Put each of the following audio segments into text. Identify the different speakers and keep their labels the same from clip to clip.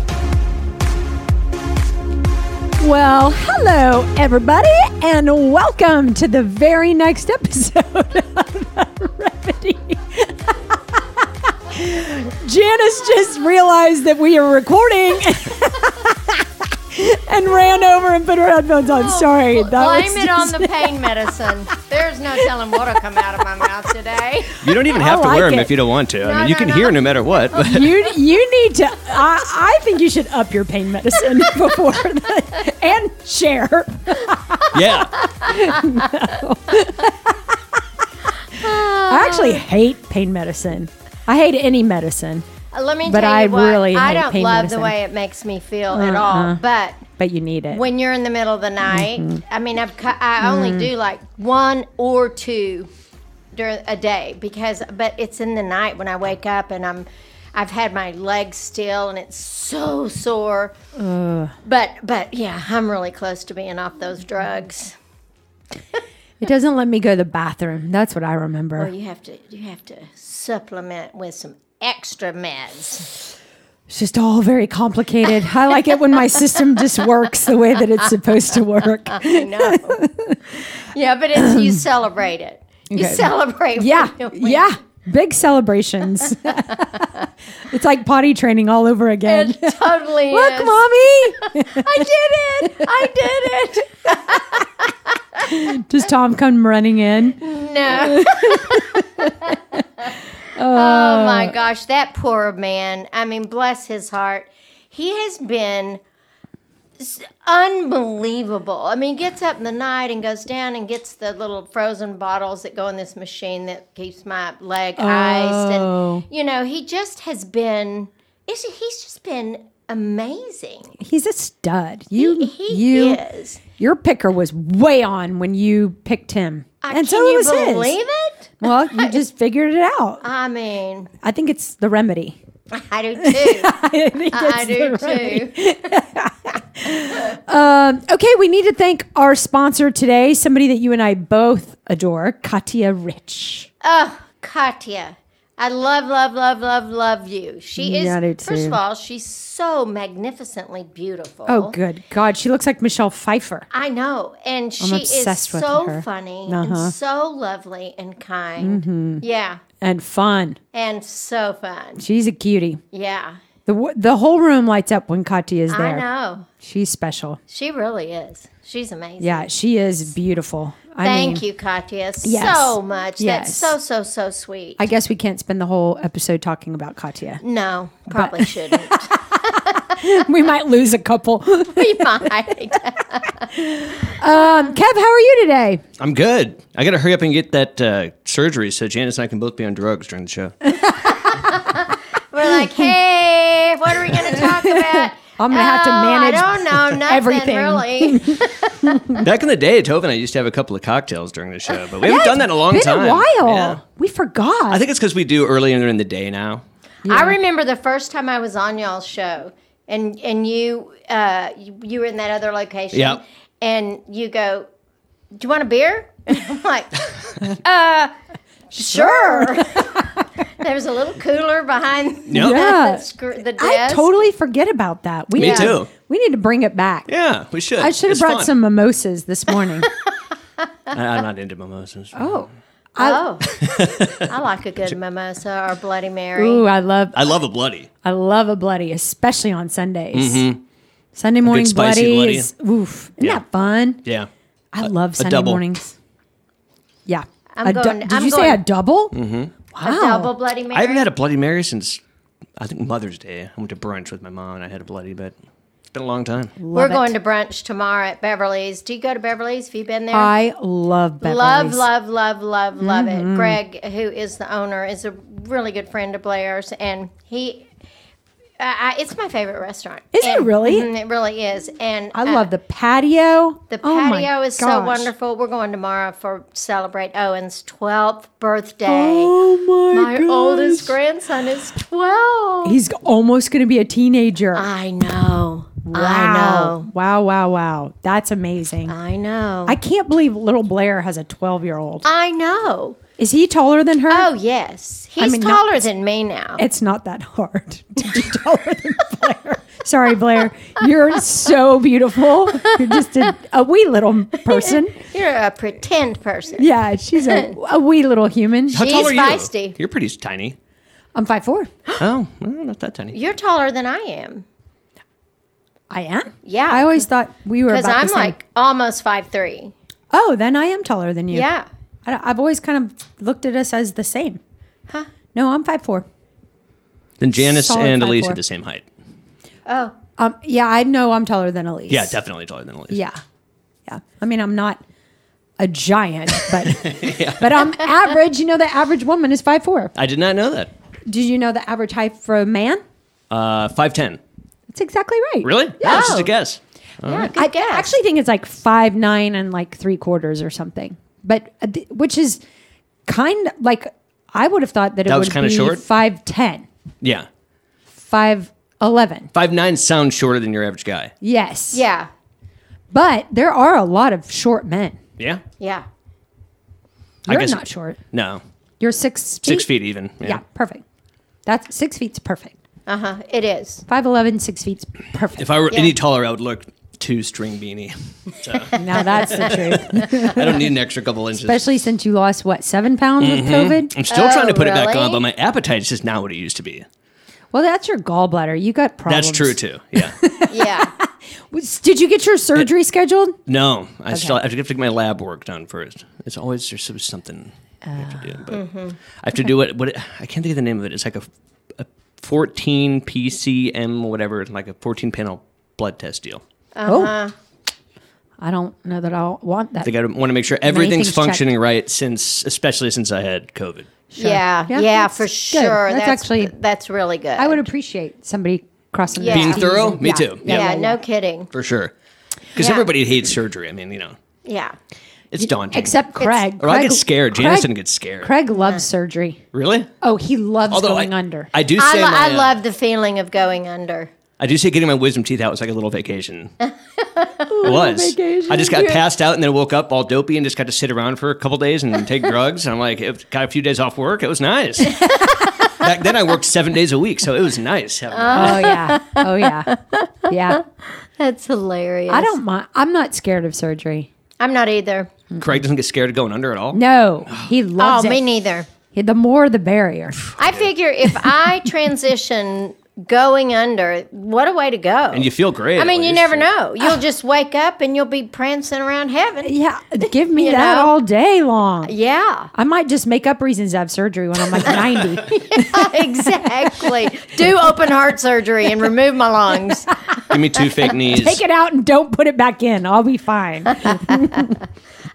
Speaker 1: Well, hello, everybody, and welcome to the very next episode of The Remedy. Janice just realized that we are recording and ran over and put her headphones on. Sorry.
Speaker 2: Bl- Oh, Blame
Speaker 1: was
Speaker 2: it on
Speaker 1: just-
Speaker 2: the pain medicine. There's no telling what'll come out of my mouth today.
Speaker 3: You don't even have
Speaker 1: Oh, I
Speaker 3: to wear
Speaker 1: like
Speaker 3: them
Speaker 1: it.
Speaker 3: if you don't want to. I
Speaker 2: No,
Speaker 3: mean, you
Speaker 2: no,
Speaker 3: can
Speaker 2: no.
Speaker 3: hear no matter what. But
Speaker 1: you you need to. I, I think you should up your pain medicine before the, and share.
Speaker 3: yeah,
Speaker 1: I actually hate pain medicine. I hate any medicine,
Speaker 2: Uh, Let me
Speaker 1: But
Speaker 2: tell you
Speaker 1: I
Speaker 2: what,
Speaker 1: really
Speaker 2: I
Speaker 1: hate
Speaker 2: don't
Speaker 1: pain
Speaker 2: love
Speaker 1: medicine. Uh-huh.
Speaker 2: the way it makes me feel at all. But
Speaker 1: but you need it.
Speaker 2: when you're in the middle of the night,
Speaker 1: Mm-hmm.
Speaker 2: I mean, I've cu- I
Speaker 1: Mm.
Speaker 2: only do like one or two during a day because, but it's in the night when I wake up and I'm, I've had my legs still and it's so sore. But but yeah, I'm really close to being off those drugs.
Speaker 1: It doesn't let me go to the bathroom. That's what I remember.
Speaker 2: Well, you have to you have to supplement with some extra meds.
Speaker 1: It's just all very complicated. I like it when my system just works the way that it's supposed to work.
Speaker 2: I know. yeah, but it's you celebrate it. You
Speaker 1: Okay.
Speaker 2: celebrate. what
Speaker 1: Yeah.
Speaker 2: you're doing.
Speaker 1: Yeah. Big celebrations. it's like potty training all over again.
Speaker 2: It totally
Speaker 1: Look,
Speaker 2: is.
Speaker 1: mommy.
Speaker 2: I did it. I did it.
Speaker 1: Does Tom come running in?
Speaker 2: No. oh my gosh, that poor man. I mean, bless his heart. He has been s- unbelievable. I mean, gets up in the night and goes down and gets the little frozen bottles that go in this machine that keeps my leg iced
Speaker 1: Oh.
Speaker 2: and you know, he just has been it's, he's just been amazing.
Speaker 1: He's a stud. You,
Speaker 2: He
Speaker 1: you,
Speaker 2: is.
Speaker 1: your picker was way on when you picked him,
Speaker 2: I-
Speaker 1: and
Speaker 2: Can
Speaker 1: so it
Speaker 2: you
Speaker 1: was his.
Speaker 2: believe it?
Speaker 1: Well, you just figured it out.
Speaker 2: I mean,
Speaker 1: I think it's the remedy.
Speaker 2: I do too.
Speaker 1: I think
Speaker 2: I
Speaker 1: it's the
Speaker 2: do
Speaker 1: remedy.
Speaker 2: too.
Speaker 1: Okay, we need to thank our sponsor today, somebody that you and I both adore, Katia Rich.
Speaker 2: Oh, Katya. I love, love, love, love, love you. She is,
Speaker 1: Yeah, I do
Speaker 2: first of
Speaker 1: too.
Speaker 2: all, she's so magnificently beautiful.
Speaker 1: Oh, good God, she looks like Michelle Pfeiffer.
Speaker 2: I know. And she is
Speaker 1: obsessed with
Speaker 2: so
Speaker 1: her.
Speaker 2: funny
Speaker 1: Uh-huh. Mm-hmm.
Speaker 2: and so lovely and kind. Yeah.
Speaker 1: And fun.
Speaker 2: And so fun.
Speaker 1: She's a cutie.
Speaker 2: Yeah.
Speaker 1: The w- the whole room lights up when Katia is
Speaker 2: I
Speaker 1: there.
Speaker 2: know.
Speaker 1: She's special.
Speaker 2: She really is. She's amazing.
Speaker 1: Yeah, she is beautiful. I
Speaker 2: Thank
Speaker 1: mean,
Speaker 2: you, Katya,
Speaker 1: Yes.
Speaker 2: so much. That's
Speaker 1: Yes.
Speaker 2: so, so, so sweet.
Speaker 1: I guess we can't spend the whole episode talking about Katia.
Speaker 2: no, probably shouldn't.
Speaker 1: we might lose a couple. Um,
Speaker 2: we might.
Speaker 1: Kev, how are you today?
Speaker 3: I'm good. I got to hurry up and get that uh, surgery so Janice and I can both be on drugs during the show.
Speaker 2: We're like, hey, what are we going to talk about?
Speaker 1: I'm gonna have to
Speaker 2: Oh,
Speaker 1: manage
Speaker 2: I don't know nothing
Speaker 1: everything.
Speaker 2: really.
Speaker 3: Back in the day, Tova and I used to have a couple of cocktails during the show, but we haven't done that in a long
Speaker 1: Been
Speaker 3: time.
Speaker 1: a while.
Speaker 3: Yeah.
Speaker 1: We forgot.
Speaker 3: I think it's because we do earlier in the day now.
Speaker 2: I remember the first time I was on y'all's show, and and you uh you, you were in that other location.
Speaker 3: Yep.
Speaker 2: And you go, do you want a beer? I'm like, "Uh,
Speaker 1: sure.
Speaker 2: there was a little cooler behind
Speaker 1: Yeah.
Speaker 3: Yep.
Speaker 2: the, scr- the desk.
Speaker 1: I totally forget about that. We
Speaker 3: Me
Speaker 1: need to-
Speaker 3: too.
Speaker 1: We need to bring it back.
Speaker 3: Yeah, we should.
Speaker 1: I should have
Speaker 3: It's
Speaker 1: brought
Speaker 3: fun.
Speaker 1: some mimosas this morning.
Speaker 3: I, am not into mimosas.
Speaker 1: oh.
Speaker 2: Oh, I like a good mimosa or Bloody Mary.
Speaker 1: Ooh, I love
Speaker 3: I love a bloody.
Speaker 1: I love a bloody, especially on Sundays. Sunday morning
Speaker 3: Mm-hmm. spicy
Speaker 1: bloody,
Speaker 3: bloody.
Speaker 1: is oof. Isn't
Speaker 3: Yeah.
Speaker 1: that fun?
Speaker 3: Yeah.
Speaker 1: I love Sunday
Speaker 3: double.
Speaker 1: mornings. Yeah.
Speaker 2: I'm
Speaker 1: A dou-
Speaker 2: going-
Speaker 1: did
Speaker 2: I'm
Speaker 1: you say a
Speaker 2: going-
Speaker 1: double? Mm-hmm.
Speaker 2: A
Speaker 1: Wow.
Speaker 2: double Bloody Mary.
Speaker 3: I haven't had a bloody Mary since I think Mother's Day. I went to brunch with my mom and I had a bloody, but it's been a long time.
Speaker 2: We're
Speaker 1: Love it.
Speaker 2: going to brunch tomorrow at Beverly's. Do you go to Beverly's? Have you been there?
Speaker 1: Oh, I love Beverly's. Mm-hmm.
Speaker 2: Love, love, love, love, love it. Greg, who is the owner, is a really good friend of Blair's, and he I, I, it's my favorite restaurant.
Speaker 1: Is it
Speaker 2: And-
Speaker 1: really?
Speaker 2: Mhm, it really is. And
Speaker 1: I
Speaker 2: uh,
Speaker 1: love the patio.
Speaker 2: The
Speaker 1: Oh my
Speaker 2: patio is so
Speaker 1: gosh.
Speaker 2: wonderful. We're going tomorrow for celebrate Owen's 12th birthday.
Speaker 1: Oh my,
Speaker 2: My oldest
Speaker 1: gosh.
Speaker 2: grandson is 12.
Speaker 1: He's almost going to be a teenager.
Speaker 2: I know. I
Speaker 1: wow.
Speaker 2: know.
Speaker 1: Wow, wow, wow. That's amazing.
Speaker 2: I know.
Speaker 1: I can't believe little Blair has a 12 year old.
Speaker 2: I know.
Speaker 1: Is he taller than her?
Speaker 2: Oh, yes. He's
Speaker 1: mean, not-
Speaker 2: taller than me now.
Speaker 1: It's not that hard to be taller than Blair. Sorry, Blair. You're so beautiful. You're just a, a wee little person.
Speaker 2: You're a pretend person.
Speaker 1: Yeah, she's a, a wee little human.
Speaker 3: How tall are
Speaker 2: She's
Speaker 3: you?
Speaker 2: feisty.
Speaker 3: You're pretty tiny.
Speaker 1: I'm five four.
Speaker 3: Oh, well, not that tiny.
Speaker 2: You're taller than I am.
Speaker 1: I am.
Speaker 2: Yeah.
Speaker 1: I always thought we were
Speaker 2: Because
Speaker 1: about
Speaker 2: I'm
Speaker 1: the same.
Speaker 2: like almost 5'3.
Speaker 1: oh, then I am taller than you.
Speaker 2: Yeah.
Speaker 1: I, have always kind of looked at us as the same.
Speaker 2: Huh.
Speaker 1: No, I'm five four.
Speaker 3: Then Janice
Speaker 1: Solid
Speaker 3: and
Speaker 1: five
Speaker 3: Elise
Speaker 1: four.
Speaker 3: are the same height.
Speaker 2: Oh,
Speaker 1: Um, yeah, I know I'm taller than Elise.
Speaker 3: Yeah, definitely taller than Elise.
Speaker 1: Yeah, yeah. I mean, I'm not a giant, but but I'm average. You know, the average woman is five four.
Speaker 3: I did not know that.
Speaker 1: Did you know the average height for a man?
Speaker 3: Uh, five ten.
Speaker 1: That's exactly right.
Speaker 3: Really? Yeah. That's just a guess.
Speaker 2: yeah. Good
Speaker 1: I
Speaker 2: guess.
Speaker 1: actually think it's like five nine and like three quarters or something, but uh, th- which is kind of like I would have thought that it
Speaker 3: That was
Speaker 1: would
Speaker 3: kinda
Speaker 1: be
Speaker 3: short?
Speaker 1: five ten,
Speaker 3: Yeah.
Speaker 1: five eleven.
Speaker 3: Five nine sounds shorter than your average guy.
Speaker 1: Yes.
Speaker 2: Yeah.
Speaker 1: But there are a lot of short men.
Speaker 3: Yeah.
Speaker 2: Yeah.
Speaker 3: I
Speaker 1: You're
Speaker 3: guess-
Speaker 1: not short.
Speaker 3: No.
Speaker 1: You're six feet.
Speaker 3: Six feet even.
Speaker 1: Yeah, perfect. That's six feet's perfect.
Speaker 2: Uh huh. It is.
Speaker 1: 5'11, six feet's perfect.
Speaker 3: If I were
Speaker 2: Yeah.
Speaker 3: any taller, I would look two string beanie. So
Speaker 1: now that's the truth.
Speaker 3: I don't need an extra couple inches.
Speaker 1: Especially since you lost, what, seven pounds
Speaker 3: Mm-hmm.
Speaker 1: with COVID?
Speaker 3: I'm still trying to
Speaker 2: Oh,
Speaker 3: put it back on,
Speaker 2: really?
Speaker 3: but my appetite's just not what it used to be.
Speaker 1: Well, that's your gallbladder. You got problems.
Speaker 3: That's true too. Yeah.
Speaker 2: Yeah.
Speaker 1: Was- Did you get your surgery scheduled?
Speaker 3: no, I still I have to get my lab work done first. It's always there's some- something I have
Speaker 1: Ah.
Speaker 3: to do, but
Speaker 1: Mm-hmm.
Speaker 3: I have to do it. What it, I can't think of the name of it. It's like a, a 14 PCM whatever, like a 14 panel blood test deal.
Speaker 1: Oh. I don't know that I'll want that.
Speaker 3: They got to want to make sure everything's
Speaker 1: Everything's checked.
Speaker 3: functioning right since, especially since I had COVID.
Speaker 2: Yeah.
Speaker 1: Yeah,
Speaker 2: Yeah.
Speaker 1: that's
Speaker 2: for
Speaker 1: good.
Speaker 2: sure.
Speaker 1: That's
Speaker 2: That's,
Speaker 1: actually-
Speaker 2: actually that's really good.
Speaker 1: I would appreciate somebody crossing
Speaker 2: Yeah.
Speaker 1: their
Speaker 2: Being
Speaker 1: T's
Speaker 3: thorough?
Speaker 1: and-
Speaker 3: Me
Speaker 1: yeah.
Speaker 3: too.
Speaker 1: Yeah.
Speaker 2: yeah,
Speaker 1: yeah,
Speaker 2: No
Speaker 1: yeah.
Speaker 2: kidding.
Speaker 3: for sure. Because
Speaker 2: Yeah.
Speaker 3: everybody hates surgery. I mean, you know,
Speaker 2: Yeah.
Speaker 3: it's daunting.
Speaker 1: Except Craig.
Speaker 3: or Oh, I
Speaker 1: Craig-
Speaker 3: get scared. Janice
Speaker 1: Craig-
Speaker 3: didn't get scared.
Speaker 1: Craig loves surgery.
Speaker 3: Really?
Speaker 1: Oh, he loves
Speaker 3: Although
Speaker 1: going
Speaker 3: I,
Speaker 1: under.
Speaker 3: I do say
Speaker 2: I, lo-
Speaker 3: my,
Speaker 2: I
Speaker 3: uh,
Speaker 2: love the feeling of going under.
Speaker 3: I do say getting my wisdom teeth out was like a little vacation. it was.
Speaker 1: vacation.
Speaker 3: I just got
Speaker 1: Yeah.
Speaker 3: passed out and then woke up all dopey and just got to sit around for a couple days and take drugs. And I'm like, it, got a few days off work. It was nice. Back then I worked seven days a week, so it was nice. having that.
Speaker 1: oh yeah. Oh yeah. Yeah.
Speaker 2: That's hilarious.
Speaker 1: I don't mind. I'm not scared of surgery.
Speaker 2: I'm not either.
Speaker 3: Craig doesn't get scared of going under at all.
Speaker 1: No, he
Speaker 2: Oh,
Speaker 1: loves
Speaker 2: me
Speaker 1: it.
Speaker 2: neither.
Speaker 1: He- The more, the barrier.
Speaker 2: I figure if I transition going under, what a way to go.
Speaker 3: And you feel great.
Speaker 2: I
Speaker 3: at
Speaker 2: mean, you
Speaker 3: least.
Speaker 2: never know. You'll just wake up and you'll be prancing around heaven.
Speaker 1: Yeah, give me
Speaker 2: You
Speaker 1: that
Speaker 2: know?
Speaker 1: all day long.
Speaker 2: Yeah,
Speaker 1: I might just make up reasons to have surgery when I'm like 90.
Speaker 2: exactly. Do open heart surgery and remove my lungs.
Speaker 3: Give me two fake knees.
Speaker 1: Take it out and don't put it back in. I'll be fine.
Speaker 2: I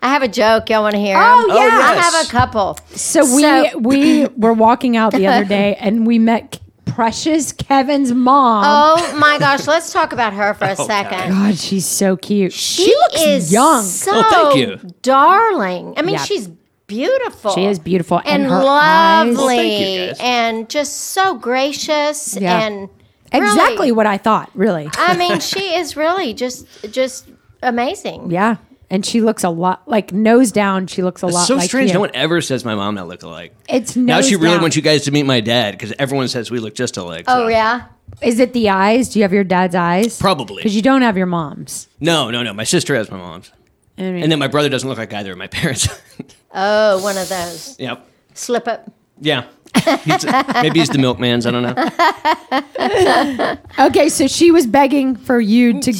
Speaker 2: have a joke. Y'all want to hear? 'em?
Speaker 1: Oh, yeah.
Speaker 2: I have
Speaker 3: yes.
Speaker 2: a couple.
Speaker 1: So we
Speaker 2: So-
Speaker 1: we were walking out the other day and we met precious Kevin's mom.
Speaker 2: Oh my gosh, let's talk about her for a
Speaker 3: God.
Speaker 2: second.
Speaker 1: God, she's so cute. She,
Speaker 2: She
Speaker 1: looks
Speaker 2: is
Speaker 1: young.
Speaker 2: So
Speaker 3: Oh, thank you.
Speaker 2: darling. I mean,
Speaker 1: Yeah.
Speaker 2: she's beautiful.
Speaker 1: She is beautiful and
Speaker 2: and,
Speaker 1: her eyes-
Speaker 2: lovely,
Speaker 3: Well, thank you, guys.
Speaker 2: and just so gracious
Speaker 1: Yeah.
Speaker 2: and really-
Speaker 1: exactly what I thought, really.
Speaker 2: I mean, she is really just just amazing.
Speaker 1: Yeah. And she looks a lot like nose down. She looks a lot
Speaker 3: It's so
Speaker 1: like
Speaker 3: strange.
Speaker 1: you.
Speaker 3: No one ever says my mom and I look alike.
Speaker 1: It's
Speaker 3: now
Speaker 1: nose
Speaker 3: she really
Speaker 1: down.
Speaker 3: wants you guys to meet my dad because everyone says we look just alike.
Speaker 2: Oh
Speaker 3: so.
Speaker 2: yeah.
Speaker 1: Is it the eyes? Do you have your dad's eyes?
Speaker 3: Probably.
Speaker 1: Because you don't have your mom's.
Speaker 3: No, no, no. My sister has my mom's.
Speaker 1: I mean,
Speaker 3: And then my brother doesn't look like either of my parents.
Speaker 2: Oh, one of those
Speaker 3: yep.
Speaker 2: slip up.
Speaker 3: Yeah. He's- maybe he's the milkman's. I don't know.
Speaker 1: okay, so she was begging for you to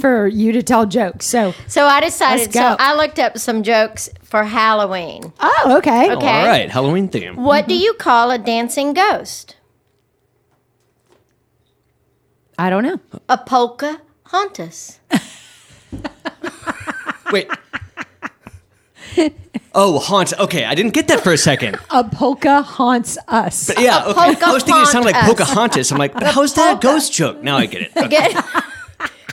Speaker 1: for you to tell jokes. So
Speaker 2: So I decided.
Speaker 1: Let's go.
Speaker 2: So I looked up some jokes for Halloween.
Speaker 1: oh, okay.
Speaker 2: Okay.
Speaker 3: All right. Halloween theme.
Speaker 2: What
Speaker 1: Mm-hmm.
Speaker 2: do you call a dancing ghost?
Speaker 1: I don't know.
Speaker 2: A polka hauntus.
Speaker 3: Wait. Oh, haunts. Okay, I didn't get that for a second.
Speaker 1: A polka haunts us.
Speaker 3: Yeah, okay. I was thinking it sounded like
Speaker 2: Pocahontas.
Speaker 3: Pocahontas. I'm like, but how's that a ghost joke? Now I get it. Okay.
Speaker 2: Good.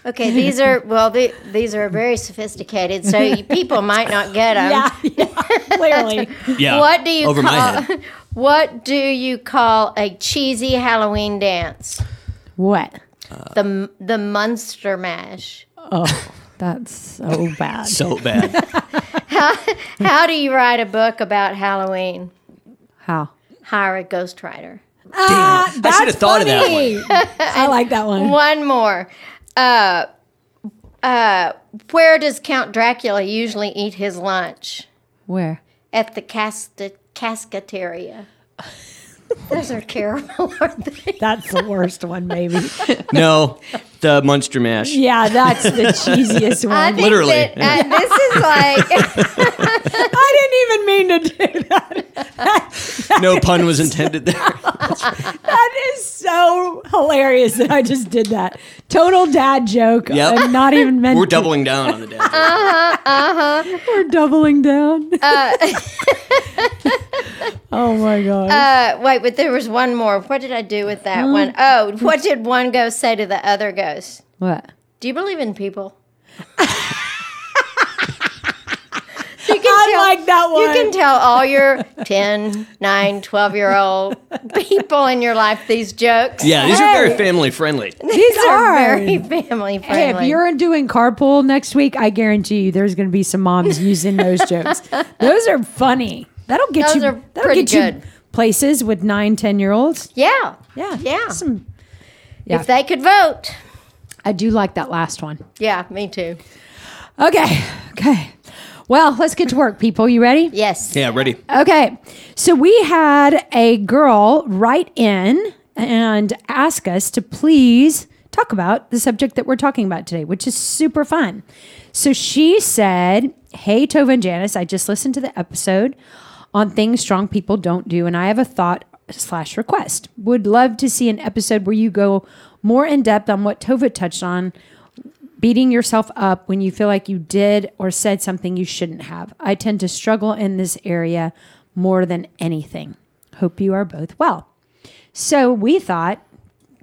Speaker 2: Okay, these are well. The, these are very sophisticated, so you, people might not get them.
Speaker 1: yeah, yeah, clearly.
Speaker 3: Yeah.
Speaker 2: What do you
Speaker 3: over
Speaker 2: call,
Speaker 3: my head?
Speaker 2: What do you call a cheesy Halloween dance?
Speaker 1: What?
Speaker 2: the the Munster Mash.
Speaker 1: Oh, that's so bad.
Speaker 3: So bad.
Speaker 2: How do you write a book about Halloween?
Speaker 1: How?
Speaker 2: Hire a ghostwriter.
Speaker 1: Ah,
Speaker 3: I should have thought of that one.
Speaker 1: of that one. I like that one.
Speaker 2: One more. Uh, uh, where does Count Dracula usually eat his lunch?
Speaker 1: Where?
Speaker 2: At the casta- cascateria. Those are terrible, aren't they?
Speaker 1: That's the worst one, maybe.
Speaker 3: No, the Munster Mash.
Speaker 1: Yeah, that's the cheesiest one.
Speaker 2: I
Speaker 1: I,
Speaker 2: think
Speaker 3: Literally,
Speaker 2: that, uh, this is like
Speaker 1: didn't even mean to do that.
Speaker 3: No pun was intended there.
Speaker 1: That is so hilarious that I just did that. Total dad joke.
Speaker 3: Yep.
Speaker 1: I'm not even meant
Speaker 3: We're
Speaker 1: to-
Speaker 3: doubling down on the dad.
Speaker 2: Uh,
Speaker 1: We're doubling down. oh my god.
Speaker 2: uh, wait, but there was one more. What did I do with that
Speaker 1: Mm.
Speaker 2: one? Oh, what did one ghost say to the other ghost?
Speaker 1: what?
Speaker 2: Do you believe in people?
Speaker 1: I like that one.
Speaker 2: You can tell all your 10, 9, 12 year old people in your life these jokes.
Speaker 3: Yeah, these are very family friendly.
Speaker 1: These
Speaker 2: These
Speaker 1: are.
Speaker 2: are very family
Speaker 1: Hey, if
Speaker 2: friendly.
Speaker 1: you're doing carpool next week, I guarantee you there's going to be some moms using those jokes. Those are funny. That'll get
Speaker 2: Those
Speaker 1: you.
Speaker 2: are
Speaker 1: that'll
Speaker 2: pretty
Speaker 1: get you
Speaker 2: good.
Speaker 1: places with nine, ten year olds.
Speaker 2: yeah.
Speaker 1: Yeah,
Speaker 2: Yeah.
Speaker 1: Some, yeah.
Speaker 2: If they could vote.
Speaker 1: I do like that last one.
Speaker 2: Yeah, me too.
Speaker 1: Okay, okay. Well, let's get to work, people. You ready?
Speaker 2: Yes.
Speaker 3: Yeah, ready.
Speaker 2: Uh,
Speaker 1: Okay. So we had a girl write in and ask us to please talk about the subject that we're talking about today, which is super fun. So she said, Hey, Tova and Janice, I just listened to the episode on things strong people don't do, and I have a thought slash request. Would love to see an episode where you go more in depth on what Tova touched on beating yourself up when you feel like you did or said something you shouldn't have. I tend to struggle in this area more than anything. Hope you are both well. So we thought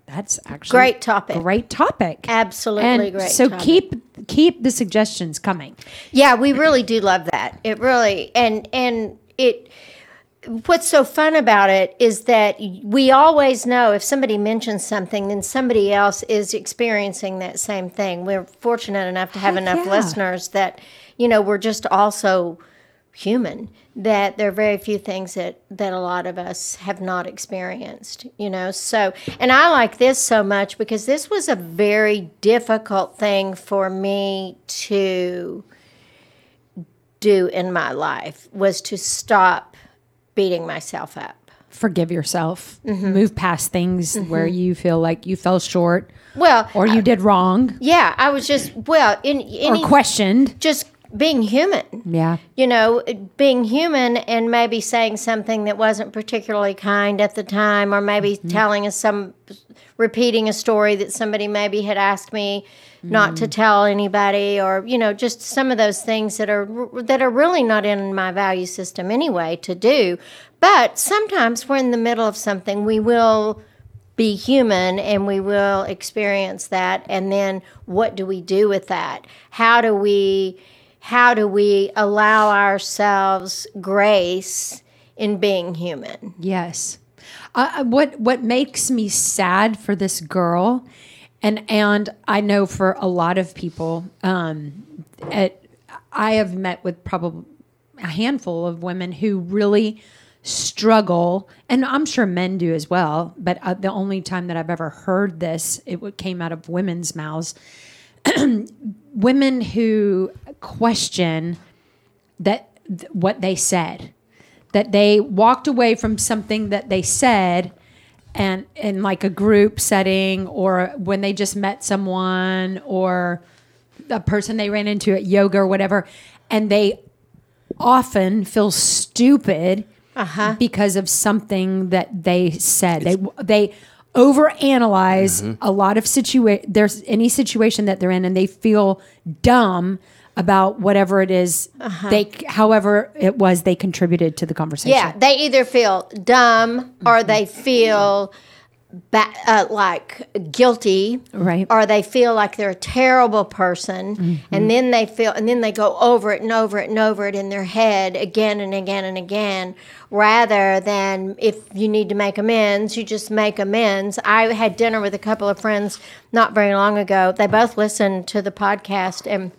Speaker 1: that's actually
Speaker 2: Great topic.
Speaker 1: Great topic.
Speaker 2: Absolutely
Speaker 1: And
Speaker 2: great
Speaker 1: So
Speaker 2: topic.
Speaker 1: keep keep the suggestions coming.
Speaker 2: Yeah, we really do love that. It really and and it what's so fun about it is that we always know if somebody mentions something then somebody else is experiencing that same thing. We're fortunate enough to have
Speaker 1: Heck
Speaker 2: enough
Speaker 1: yeah.
Speaker 2: listeners that you know, we're just also human that there are very few things that that a lot of us have not experienced you know so and i like this so much because this was a very difficult thing for me to do in my life was to stop beating myself up
Speaker 1: Forgive yourself.
Speaker 2: Mm-hmm.
Speaker 1: Move past things where you feel like you fell short
Speaker 2: well
Speaker 1: or you did wrong
Speaker 2: yeah i was just well in any
Speaker 1: or questioned.
Speaker 2: just being human
Speaker 1: Yeah.
Speaker 2: you know, being human and maybe saying something that wasn't particularly kind at the time, or maybe telling us some, repeating a story that somebody maybe had asked me not to tell anybody, or you know, just some of those things that are that are really not in my value system anyway to do. But sometimes we're in the middle of something, we will be human and we will experience that and then what do we do with that how do we how do we allow ourselves grace in being human
Speaker 1: Yes. Uh, uh, what what makes me sad for this girl, and and I know for a lot of people, um, at, I have met with probably a handful of women who really struggle, and I'm sure men do as well. But uh, the only time that I've ever heard this, it w- came out of women's mouths. women who question that th- what they said that they walked away from something that they said and in like a group setting or when they just met someone or a person they ran into at yoga or whatever and they often feel stupid because of something that they said they they overanalyze a lot of situa- there's any situation that they're in and they feel dumb about whatever it is they, however it was they contributed to the conversation.
Speaker 2: Yeah, they either feel dumb or they feel ba- uh, like guilty,
Speaker 1: Right.
Speaker 2: Or they feel like they're a terrible person, and then they feel, and then they go over it and over it and over it in their head again and again and again. Rather than if you need to make amends, you just make amends. I had dinner with a couple of friends not very long ago. They both listened to the podcast and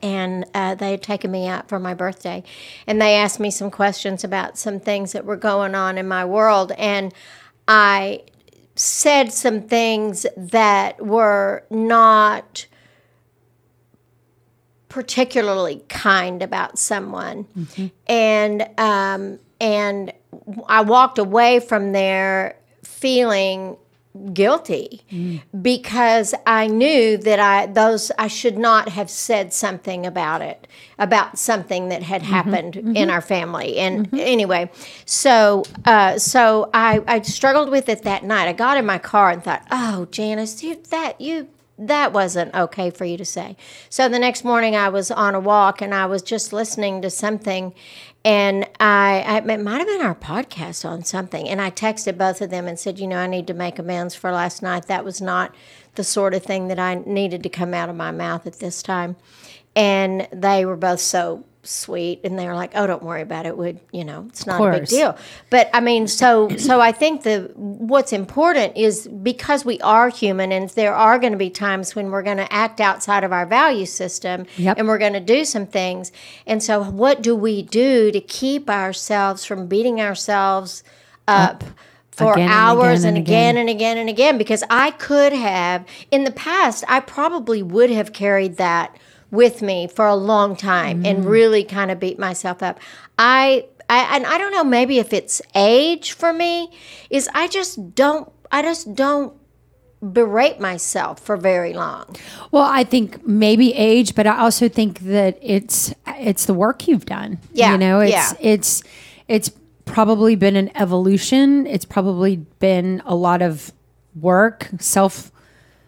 Speaker 2: and uh, they had taken me out for my birthday and they asked me some questions about some things that were going on in my world and i said some things that were not particularly kind about someone and um, and i walked away from there feeling guilty because I knew that I those I should not have said something about it about something that had happened in our family and anyway so uh, so I, I struggled with it that night I got in my car and thought oh Janice you that you that wasn't okay for you to say so the next morning I was on a walk and I was just listening to something and I, I it might have been our podcast on something. And I texted both of them and said, you know, I need to make amends for last night. That was not the sort of thing that I needed to come out of my mouth at this time. And they were both so sweet, and they were like, oh, don't worry about it. Would you know, it's not a big
Speaker 1: course.
Speaker 2: deal. But I mean, so so I think the what's important is because we are human, and there are going to be times when we're going to act outside of our value system,
Speaker 1: Yep.
Speaker 2: and we're going to do some things. And so, what do we do to keep ourselves from beating ourselves up? For
Speaker 1: Again and
Speaker 2: hours
Speaker 1: again
Speaker 2: and
Speaker 1: and
Speaker 2: again and again and again, because I could have, in the past, I probably would have carried that with me for a long time
Speaker 1: Mm.
Speaker 2: and really kind of beat myself up. I, I and I don't know maybe if it's age for me is I just don't I just don't berate myself for very long.
Speaker 1: Well, I think maybe age, but I also think that it's it's the work you've done.
Speaker 2: Yeah,
Speaker 1: you know, it's
Speaker 2: yeah.
Speaker 1: it's it's probably been an evolution. It's probably been a lot of work, self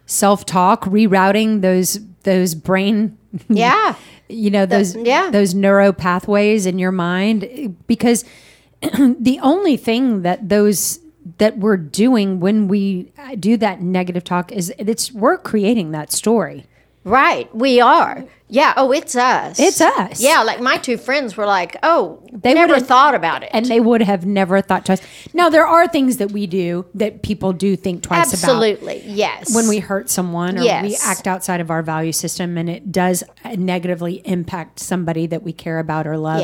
Speaker 1: self talk, rerouting those those brain
Speaker 2: Yeah.
Speaker 1: you know those
Speaker 2: yeah.
Speaker 1: those neuro pathways in your mind because the only thing that those that we're doing when we uh, do that negative talk is it's we're creating that story
Speaker 2: Right, we are. Yeah. Oh, it's us.
Speaker 1: It's us.
Speaker 2: Yeah. Like my two friends were like, "Oh,
Speaker 1: They
Speaker 2: they never
Speaker 1: wouldn't-
Speaker 2: thought about it."
Speaker 1: and they would have never thought twice. Now there are things that we do that people do think twice about
Speaker 2: Absolutely. Yes.
Speaker 1: when we hurt someone or we
Speaker 2: Yes.
Speaker 1: act outside of our value system, and it does negatively impact somebody that we care about or love.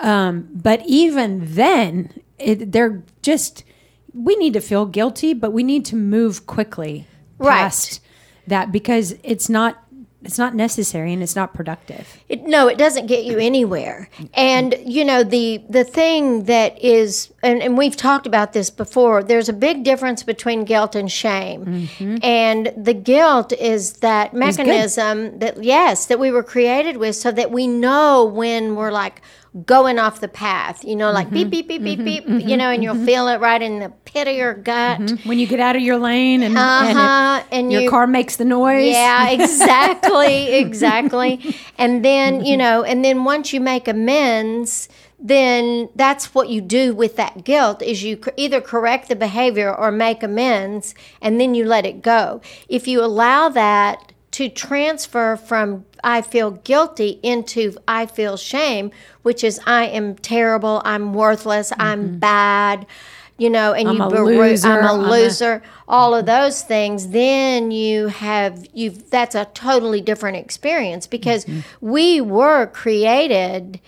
Speaker 2: Yeah.
Speaker 1: But even then, it, they're just we need to feel guilty, but we need to move quickly
Speaker 2: Right.
Speaker 1: past that because it's not it's not necessary and it's not productive.
Speaker 2: It, no, it doesn't get you anywhere. And you know the the thing that is, and, and we've talked about this before. There's a big difference between guilt and shame.
Speaker 1: Mm-hmm.
Speaker 2: And the guilt is that mechanism that yes, that we were created with, so that we know when we're like going off the path. You know, like
Speaker 1: Mm-hmm.
Speaker 2: beep beep beep beep beep. you know, and you'll feel it right in the pit of your gut.
Speaker 1: When you get out of your lane and, Mm-hmm. and it-
Speaker 2: Uh-huh, and
Speaker 1: your
Speaker 2: you-
Speaker 1: car makes the noise,
Speaker 2: Yeah, exactly, exactly. And then, you know, and then once you make amends, then that's what you do with that guilt is you cor- either correct the behavior or make amends and then you let it go. If you allow that to transfer from I feel guilty into I feel shame, which is I am terrible, I'm worthless, I'm bad, you know, and you
Speaker 1: a
Speaker 2: berate-
Speaker 1: loser,
Speaker 2: I'm a
Speaker 1: I'm a-
Speaker 2: loser or all of those things, then you have you have that's a totally different experience because
Speaker 1: Mm-hmm.
Speaker 2: we were created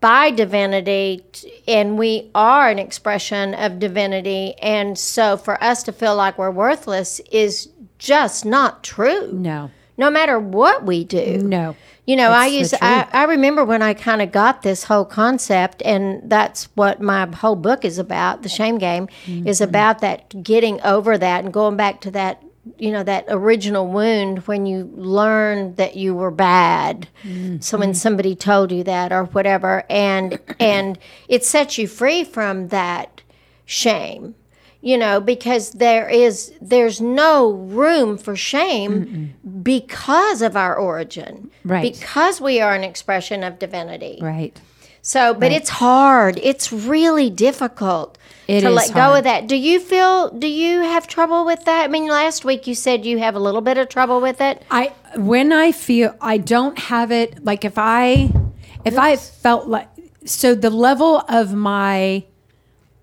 Speaker 2: by divinity t- and we are an expression of divinity and so for us to feel like we're worthless is just not true.
Speaker 1: no,
Speaker 2: No matter what we do.
Speaker 1: no.
Speaker 2: You know, I
Speaker 1: the
Speaker 2: used
Speaker 1: truth.
Speaker 2: I, I remember when I kind of got this whole concept, and that's what my whole book is about. The shame game is about that getting over that and going back to that, you know, that original wound when you learned that you were bad. So when somebody told you that or whatever, and and it sets you free from that shame you know because there is there's no room for shame because of our origin
Speaker 1: Right.
Speaker 2: because we are an expression of divinity
Speaker 1: Right.
Speaker 2: so but it's hard it's really difficult
Speaker 1: It
Speaker 2: to
Speaker 1: is
Speaker 2: let go
Speaker 1: hard.
Speaker 2: of that do you feel do you have trouble with that i mean last week you said you have a little bit of trouble with it
Speaker 1: I when I feel I don't have it like if I if I felt like so the level of my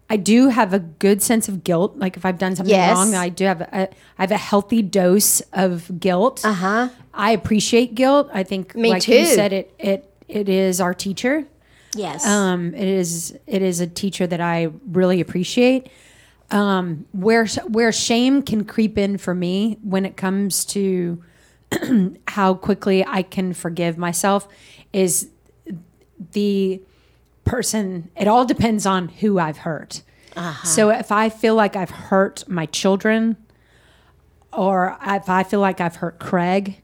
Speaker 1: I do have a good sense of guilt. Like if I've done something
Speaker 2: Yes.
Speaker 1: wrong, I do have a I have a healthy dose of guilt. Uh huh. I appreciate guilt. I think
Speaker 2: Uh-huh. Me
Speaker 1: like you
Speaker 2: too.
Speaker 1: said it it it is our teacher.
Speaker 2: yes
Speaker 1: Um, it is it is a teacher that I really appreciate. Um, where where shame can creep in for me when it comes to how quickly I can forgive myself is the person. It all depends on who I've hurt. So if I feel like I've hurt my children, or if I feel like I've hurt Craig,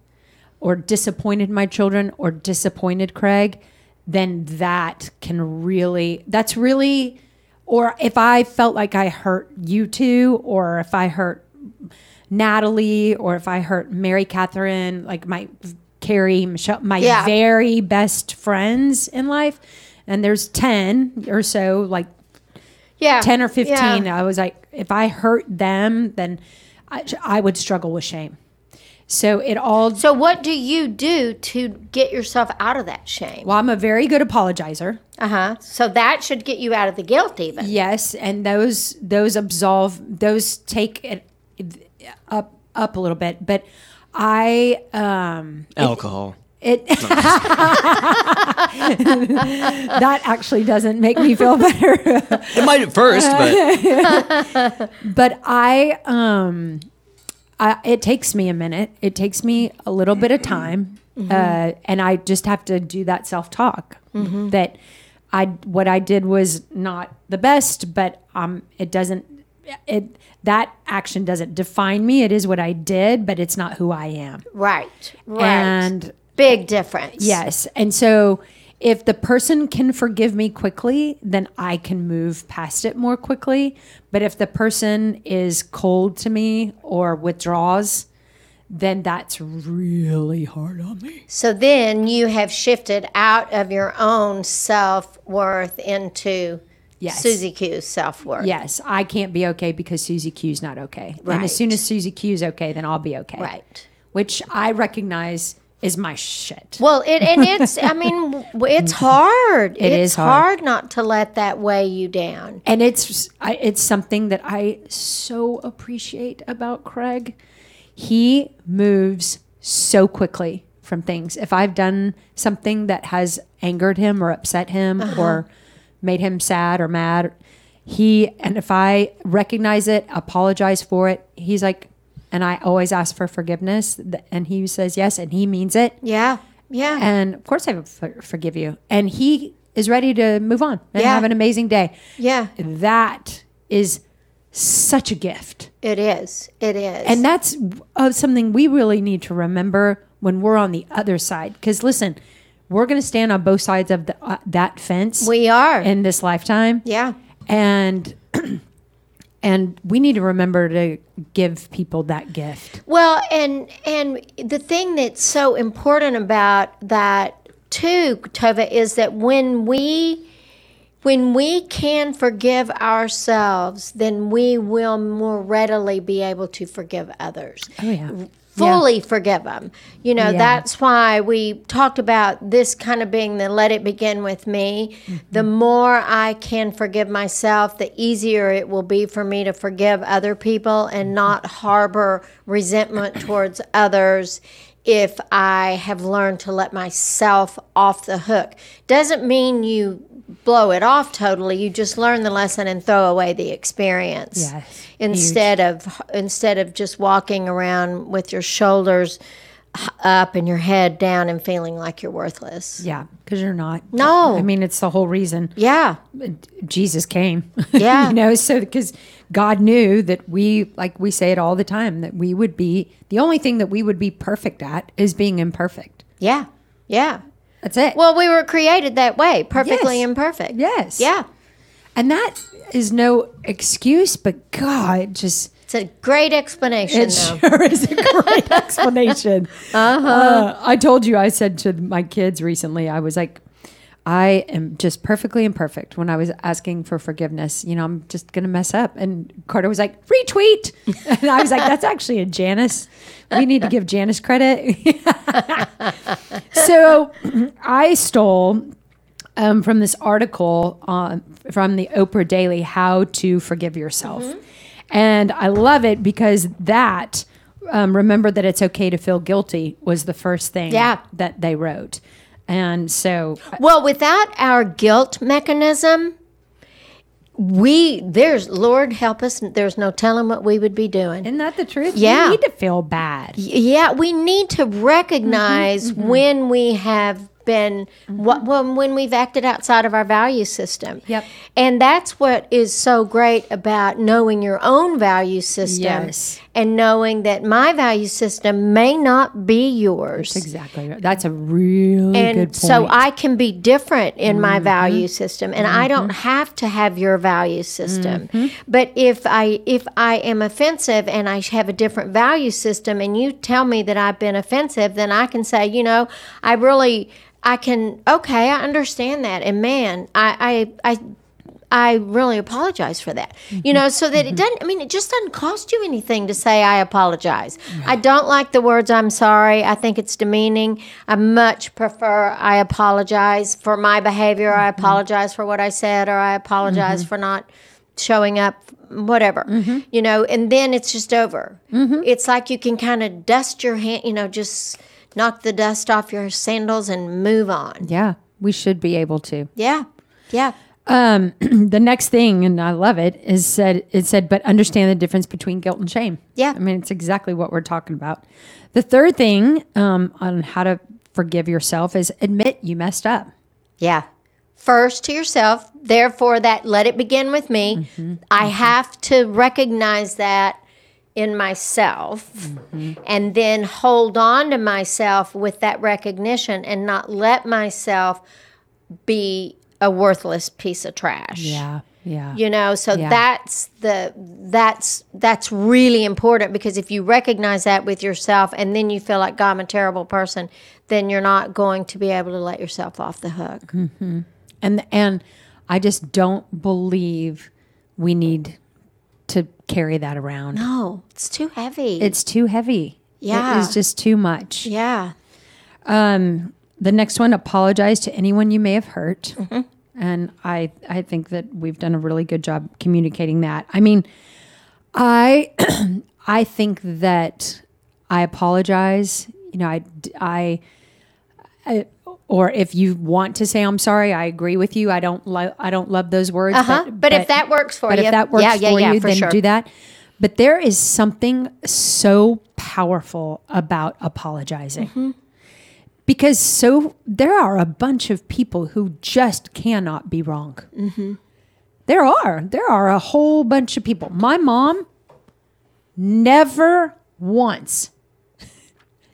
Speaker 1: or disappointed my children or disappointed Craig, then that can really, that's really, or if I felt like I hurt you two, or if I hurt Natalie, or if I hurt Mary Catherine, like my Carrie, Michelle, my
Speaker 2: Yeah.
Speaker 1: very best friends in life, and there's 10 or so, like
Speaker 2: yeah
Speaker 1: 10 or 15
Speaker 2: Yeah.
Speaker 1: i was like if i hurt them then I, I would struggle with shame so it all
Speaker 2: So, what do you do to get yourself out of that shame?
Speaker 1: well i'm a very good apologizer
Speaker 2: Uh huh. So, that should get you out of the guilt, even.
Speaker 1: yes and those those absolve those take it up up a little bit but i um
Speaker 3: Alcohol.
Speaker 1: it that actually doesn't make me feel better
Speaker 3: It might at first, but
Speaker 1: but I um I, it takes me a minute. It takes me a little bit of time, uh, and I just have to do that self talk. That I what I did was not the best, but um, it doesn't it that action doesn't define me. It is what I did, but it's not who I am.
Speaker 2: Right. Right.
Speaker 1: And
Speaker 2: Big difference.
Speaker 1: Yes. And so if the person can forgive me quickly, then I can move past it more quickly. But if the person is cold to me or withdraws, then that's really hard on me.
Speaker 2: So, then you have shifted out of your own self worth into
Speaker 1: Yes.
Speaker 2: Susie Q's self worth.
Speaker 1: Yes, I can't be okay because Susie Q's not okay. And
Speaker 2: Right.
Speaker 1: as soon as Susie Q's okay, then I'll be okay.
Speaker 2: Right.
Speaker 1: Which I recognize is my shit.
Speaker 2: Well, it and it's. I mean, w- it's hard.
Speaker 1: It
Speaker 2: it's
Speaker 1: is hard.
Speaker 2: not to let that weigh you down.
Speaker 1: and it's I, it's something that I so appreciate about Craig. He moves so quickly from things. If I've done something that has angered him or upset him or made him sad or mad, he and if I recognize it, apologize for it, he's like and I always ask for forgiveness th- and he says yes and he means it.
Speaker 2: Yeah. Yeah.
Speaker 1: And of course I will for- forgive you. And he is ready to move on and
Speaker 2: Yeah.
Speaker 1: have an amazing day
Speaker 2: yeah.
Speaker 1: that is such a gift.
Speaker 2: It is. It is.
Speaker 1: And that's uh, something we really need to remember when we're on the other side. Because listen, we're going to stand on both sides of the, uh, that fence
Speaker 2: we are.
Speaker 1: in this lifetime.
Speaker 2: yeah.
Speaker 1: And and we need to remember to give people that gift.
Speaker 2: Well, and and the thing that's so important about that too, Tova, is that when we when we can forgive ourselves, then we will more readily be able to forgive others.
Speaker 1: Oh yeah.
Speaker 2: Fully forgive them. You know,
Speaker 1: Yeah.
Speaker 2: that's why we talked about this kind of being the let it begin with me.
Speaker 1: Mm-hmm.
Speaker 2: The more I can forgive myself, the easier it will be for me to forgive other people
Speaker 1: Mm-hmm.
Speaker 2: and not harbor resentment towards others if I have learned to let myself off the hook. Doesn't mean you blow it off totally. You just learn the lesson and throw away the experience
Speaker 1: Yes.
Speaker 2: instead of instead of just walking around with your shoulders h- up and your head down and feeling like you're worthless.
Speaker 1: Yeah, because you're not.
Speaker 2: No.
Speaker 1: I mean it's the whole reason
Speaker 2: Yeah.
Speaker 1: Jesus came.
Speaker 2: Yeah.
Speaker 1: you know, so because God knew that we, like we say it all the time, that we would be the only thing that we would be perfect at is being imperfect.
Speaker 2: Yeah. Yeah.
Speaker 1: That's it.
Speaker 2: Well, we were created that way, perfectly
Speaker 1: Yes.
Speaker 2: imperfect.
Speaker 1: yes.
Speaker 2: Yeah.
Speaker 1: And that is no excuse, but God, just
Speaker 2: It's a great explanation,
Speaker 1: it
Speaker 2: though.
Speaker 1: sure is a great explanation. Uh-huh. I told you, I said to my kids recently, I was like, I am just perfectly imperfect when I was asking for forgiveness. You know, I'm just going to mess up. And Carter was like, retweet. And I was like, that's actually a Janice. We need to give Janice credit. so I stole um, from this article on from the Oprah Daily, "How to Forgive Yourself," and I love it because that um, remember that it's okay to feel guilty was the first thing
Speaker 2: Yeah.
Speaker 1: that they wrote, and so
Speaker 2: Well, without our guilt mechanism, we there's Lord help us. There's no telling what we would be doing.
Speaker 1: isn't that the truth?
Speaker 2: Yeah.
Speaker 1: you need to feel bad.
Speaker 2: Yeah, we need to recognize
Speaker 1: Mm-hmm,
Speaker 2: when we have been what when, when we've acted outside of our value system.
Speaker 1: Yep.
Speaker 2: And that's what is so great about knowing your own value system
Speaker 1: Yes.
Speaker 2: and knowing that my value system may not be yours.
Speaker 1: Exactly. right. That's a really
Speaker 2: and
Speaker 1: good point. Mm-hmm.
Speaker 2: so I can be different in my value system, and I don't have to have your value system.
Speaker 1: Mm-hmm.
Speaker 2: But if I if I am offensive and I have a different value system, and you tell me that I've been offensive, then I can say, you know, I really I can okay, I understand that, and man, I I. I I really apologize for that. You know, so that it doesn't, I mean, it just doesn't cost you anything to say, I apologize. I don't like the words I'm sorry. I think it's demeaning. I much prefer, I apologize for my behavior. I apologize for what I said, or I apologize for not showing up, whatever, you know, and then it's just over. It's like you can kind of dust your hand, you know, just knock the dust off your sandals and move on.
Speaker 1: yeah, we should be able to.
Speaker 2: Yeah. Yeah.
Speaker 1: the next thing, and I love it, is said it said, but understand the difference between guilt and shame.
Speaker 2: Yeah.
Speaker 1: I mean, it's exactly what we're talking about. The third thing um, on how to forgive yourself is admit you messed up.
Speaker 2: Yeah. First to yourself, therefore that let it begin with me.
Speaker 1: Mm-hmm.
Speaker 2: I have to recognize that in myself
Speaker 1: Mm-hmm.
Speaker 2: and then hold on to myself with that recognition and not let myself be a worthless piece of trash
Speaker 1: Yeah. Yeah.
Speaker 2: you know so
Speaker 1: Yeah.
Speaker 2: that's the that's that's really important because if you recognize that with yourself and then you feel like god i'm a terrible person then you're not going to be able to let yourself off the hook
Speaker 1: And and I just don't believe we need to carry that around.
Speaker 2: no it's too heavy
Speaker 1: It's too Oh, heavy.
Speaker 2: Yeah.
Speaker 1: It is just too much.
Speaker 2: yeah
Speaker 1: The next one, apologize to anyone you may have hurt.
Speaker 2: Mm-hmm.
Speaker 1: And I, I think that we've done a really good job communicating that. I mean, I, I think that I apologize. You know, I, d- I- I- or if you want to say I'm sorry, I agree with you. I don't, lo- I don't love those words.
Speaker 2: uh-huh but, if that works for
Speaker 1: but
Speaker 2: you
Speaker 1: if that works
Speaker 2: yeah, yeah,
Speaker 1: for
Speaker 2: yeah,
Speaker 1: you,
Speaker 2: for
Speaker 1: then
Speaker 2: sure.
Speaker 1: do that. But there is something so powerful about apologizing.
Speaker 2: Mm-hmm.
Speaker 1: Because so there are a bunch of people who just cannot be wrong.
Speaker 2: Mm-hmm.
Speaker 1: There are. There are a whole bunch of people. My mom never once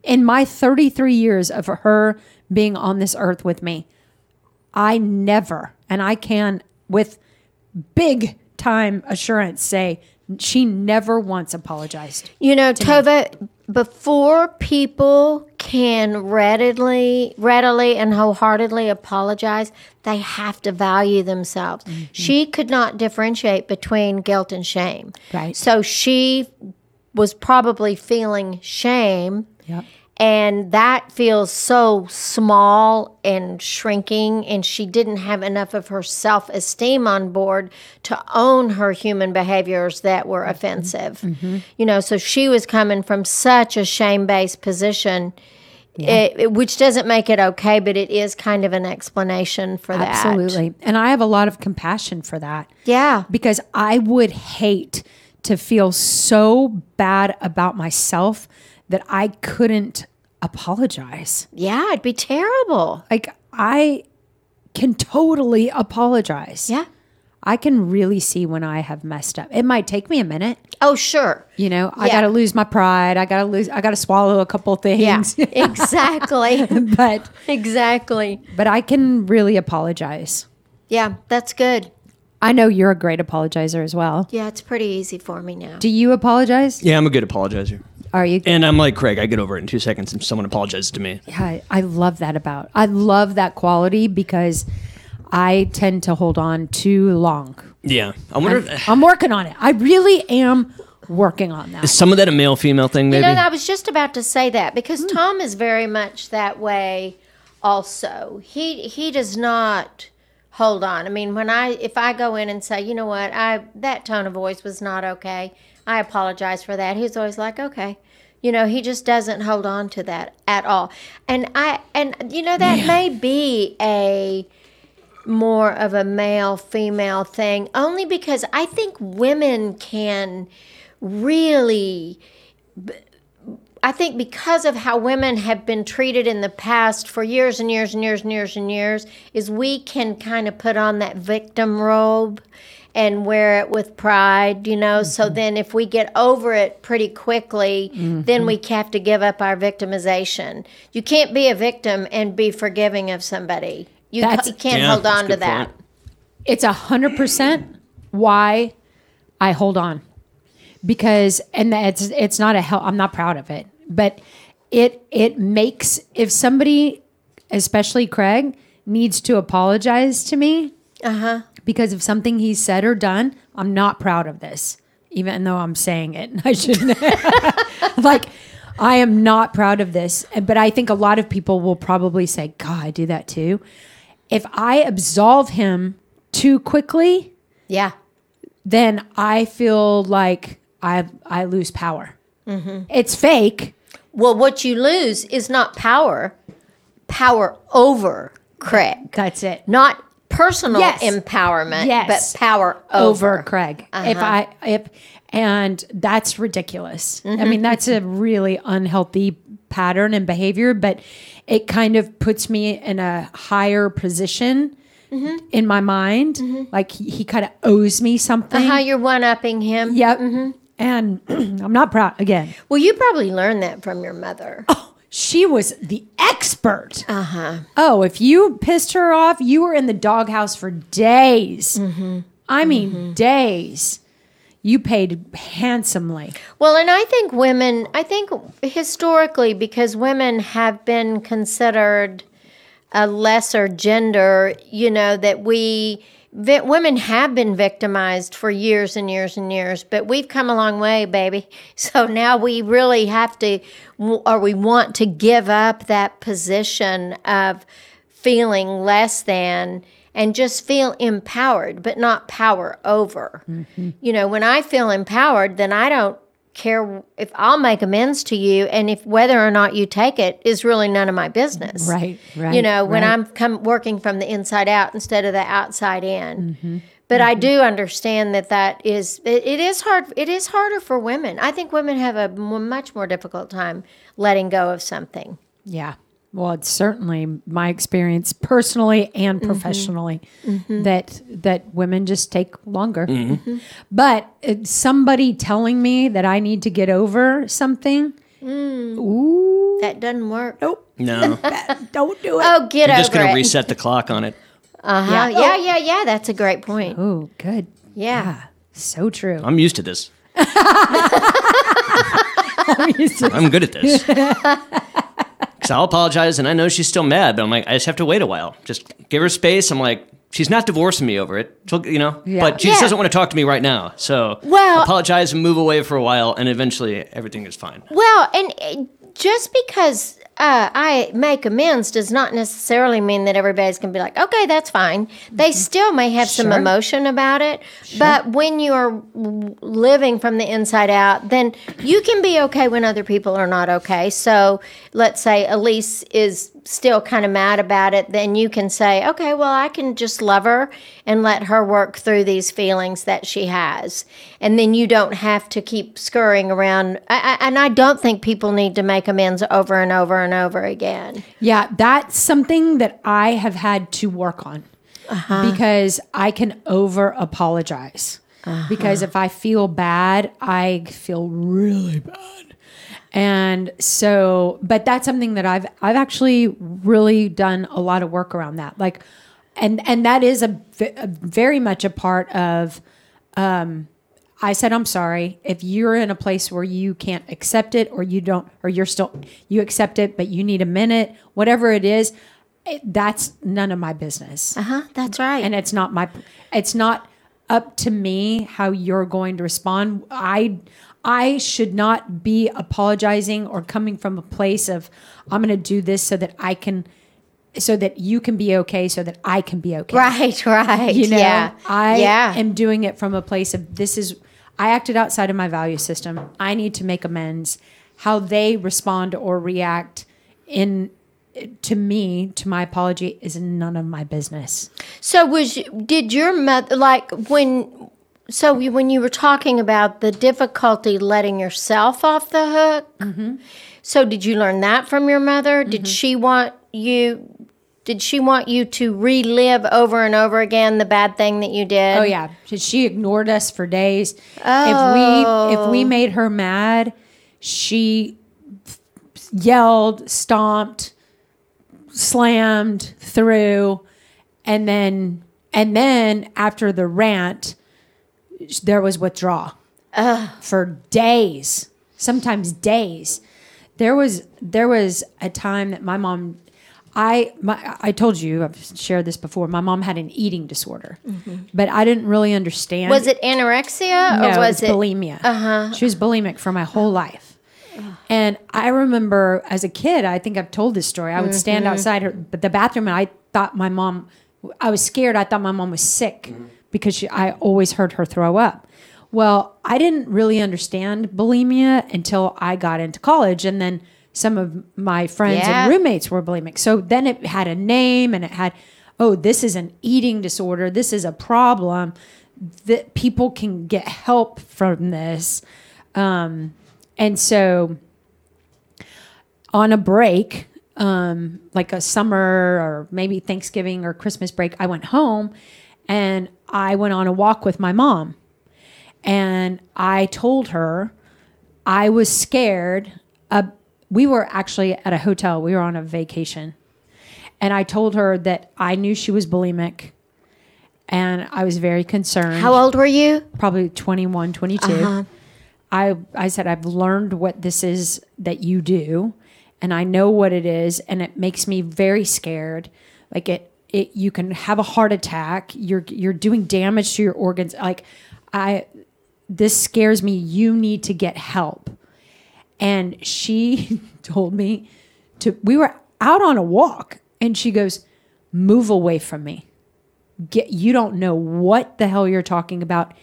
Speaker 1: in my 33 years of her being on this earth with me, I never, and I can with big time assurance say she never once apologized.
Speaker 2: You know, Tova, before people can readily, readily and wholeheartedly apologize, they have to value themselves.
Speaker 1: Mm-hmm.
Speaker 2: She could not differentiate between guilt and shame.
Speaker 1: Right.
Speaker 2: So she was probably feeling shame.
Speaker 1: Yep.
Speaker 2: And that feels so small and shrinking. And she didn't have enough of her self esteem on board to own her human behaviors that
Speaker 1: Mm-hmm.
Speaker 2: were offensive. You know, so she was coming from such a shame based position, eh, it, it- which doesn't make it okay, but it is kind of an explanation for that.
Speaker 1: Absolutely. And I have a lot of compassion for that.
Speaker 2: Yeah.
Speaker 1: Because I would hate to feel so bad about myself that I couldn't apologize.
Speaker 2: Yeah. It'd be terrible.
Speaker 1: Like I can totally apologize.
Speaker 2: Yeah.
Speaker 1: I can really see when I have messed up. It might take me a minute.
Speaker 2: Oh, sure.
Speaker 1: You know, I
Speaker 2: Yeah.
Speaker 1: got to lose my pride. I got to lose. I got to swallow a couple
Speaker 2: Yeah.
Speaker 1: things.
Speaker 2: exactly.
Speaker 1: but
Speaker 2: exactly.
Speaker 1: but I can really apologize.
Speaker 2: Yeah. That's good.
Speaker 1: I know you're a great apologizer as well.
Speaker 2: Yeah, it's pretty easy for me now.
Speaker 1: Do you apologize?
Speaker 3: Yeah, I'm a good apologizer.
Speaker 1: Are you?
Speaker 3: And I'm like Craig, I get over it in two seconds if someone apologizes to me.
Speaker 1: I, I love that about. I love that quality because I tend to hold on too long.
Speaker 3: Yeah. I wonder if
Speaker 1: I'm working on it. I really am working on that.
Speaker 3: is some of that a male female thing,
Speaker 2: You
Speaker 3: maybe?
Speaker 2: know, I was just about to say that because Tom is very much that way. Also, he he does not hold on. I mean, when I if I go in and say, you know what, I that tone of voice was not okay. I apologize for that. He's always like, okay. You know, he just doesn't hold on to that at all. And I and you know that may be a more of a male female thing only because I think women can really I think because of how women have been treated in the past for years and years and years and years and years, is we can kind of put on that victim robe and wear it with pride, you know. So then if we get over it pretty quickly, then we have to give up our victimization. You can't be a victim and be forgiving of somebody. You, ca-
Speaker 1: That's-
Speaker 2: you can't
Speaker 3: Yeah,
Speaker 2: hold
Speaker 3: that's a
Speaker 2: on to
Speaker 3: good
Speaker 2: that.
Speaker 3: point.
Speaker 1: it's a hundred percent why I hold on because and it's it's not a hell I'm not proud of it but it it makes if somebody especially Craig needs to apologize to me because of something he said or done I'm not proud of this even though I'm saying it and I shouldn't like I am not proud of this but I think a lot of people will probably say god I do that too if I absolve him too quickly
Speaker 2: Yeah.
Speaker 1: then I feel like I I lose power. It's fake.
Speaker 2: Well, what you lose is not power, power over Craig.
Speaker 1: That's it.
Speaker 2: not personal
Speaker 1: Yes.
Speaker 2: empowerment,
Speaker 1: Yes.
Speaker 2: but power over.
Speaker 1: Over Uh-huh. Craig. If I if and that's ridiculous. I mean, that's a really unhealthy pattern and behavior, but it kind of puts me in a higher position in my mind. Like he, he kind of owes me something.
Speaker 2: How you're one upping him.
Speaker 1: Yep. And I'm not proud again.
Speaker 2: Well, you probably learned that from your mother.
Speaker 1: Oh. she was the expert. Uh huh. Oh, if you pissed her off, you were in the doghouse for days. I mean, days. You paid handsomely.
Speaker 2: Well, and I think women, I think historically, because women have been considered a lesser gender, you know, that we, vi- women have been victimized for years and years and years, but we've come a long way, baby. So now we really have to, or we want to give up that position of feeling less than and just feel empowered, but not power over. You know, when I feel empowered, then I don't care if I'll make amends to you and if whether or not you take it is really none of my business.
Speaker 1: Right, right,
Speaker 2: You know, when
Speaker 1: right.
Speaker 2: I'm come working from the inside out instead of the outside in.
Speaker 1: Mm-hmm,
Speaker 2: But I do understand that that is it, it is hard it is harder for women. I think women have a mo- much more difficult time letting go of something.
Speaker 1: Yeah. Well, it's certainly my experience personally and professionally that that women just take longer. Mm-hmm. But it's somebody telling me that I need to get over something, ooh,
Speaker 2: That doesn't work.
Speaker 3: No. You're
Speaker 1: don't do it.
Speaker 2: Oh, get
Speaker 3: just
Speaker 2: over
Speaker 3: going
Speaker 2: it.
Speaker 3: to reset the clock on it.
Speaker 2: uh-huh. yeah. yeah, yeah, That's a great point.
Speaker 1: Oh, good.
Speaker 2: Yeah.
Speaker 1: So true.
Speaker 3: I'm used to this.
Speaker 1: used
Speaker 3: I'm good at this. Because I'll apologize and I know she's still mad, but I'm like, I just have to wait a while. Just give her space. I'm like, she's not divorcing me over it. She'll, you know,
Speaker 1: Yeah.
Speaker 3: but she
Speaker 2: Yeah.
Speaker 3: just doesn't want to talk to me right now. So
Speaker 2: Well-
Speaker 3: apologize and move away for a while, and eventually everything is fine.
Speaker 2: Well, and uh, just because uh, I make amends does not necessarily mean that everybody's going to be like, okay, that's fine. They still may have some
Speaker 1: Sure.
Speaker 2: emotion about it. But when you're w- living from the inside out, then you can be okay when other people are not okay. So let's say Elise is still kind of mad about it, then you can say, okay, well, I can just love her and let her work through these feelings that she has. And then you don't have to keep scurrying around. I, I, and I don't think people need to make amends over and over and over again.
Speaker 1: Yeah, that's something that I have had to work on because I can over apologize. Because if I feel bad, I feel really bad. And so, but that's something that I've I've actually really done a lot of work around that. Like and and that is a, v- a very much a part of. Um, I said I'm sorry if you're in a place where you can't accept it, or you don't, or you're still you accept it, but you need a minute, whatever it is. It, that's none of my business
Speaker 2: Uh huh. That's right.
Speaker 1: and it's not my it's not up to me how you're going to respond i i should not be apologizing or coming from a place of i'm going to do this so that i can so that you can be okay so that i can be okay
Speaker 2: right. Right.
Speaker 1: you know
Speaker 2: yeah.
Speaker 1: i
Speaker 2: yeah.
Speaker 1: am doing it from a place of this is i acted outside of my value system i need to make amends how they respond or react in to me to my apology is none of my business
Speaker 2: So was you- did your mother like when? So you- when you were talking about the difficulty letting yourself off the hook,
Speaker 1: Mm-hmm.
Speaker 2: so did you learn that from your mother? Did she want you? Did she want you to relive over and over again the bad thing that you did?
Speaker 1: Oh yeah, she, she ignored us for days. Oh. If we if we made her mad, she yelled, stomped, slammed through, and then and then after the rant, there was withdrawal for days, sometimes days. There was there was a time that my mom, I my, I told you I've shared this before. My mom had an eating disorder, but I didn't really understand.
Speaker 2: Mm-hmm. Was it anorexia
Speaker 1: No,
Speaker 2: or was it?
Speaker 1: bulimia? Uh-huh. She was bulimic for my whole life. And I remember as a kid, I think I've told this story. I would stand outside her, but the bathroom, and I thought my mom, I was scared. I thought my mom was sick because she, I always heard her throw up. Well, I didn't really understand bulimia until I got into college. And then some of my friends
Speaker 2: Yeah.
Speaker 1: and roommates were bulimic. So then it had a name and it had, oh, this is an eating disorder. This is a problem that people can get help from this. Um, and so on a break, um, like a summer or maybe Thanksgiving or Christmas break, I went home and I went on a walk with my mom. And I told her I was scared. Uh, we were actually at a hotel, we were on a vacation. And I told her that I knew she was bulimic and I was very concerned
Speaker 2: How old were you?
Speaker 1: probably 21, 22. I, I said, I've learned what this is that you do, and I know what it is, and it makes me very scared. Like it, it you can have a heart attack. You're you're doing damage to your organs. Like I, this scares me. You need to get help. And she told me to. We were out on a walk, and she goes, "Move away from me." get you don't know what the hell you're talking about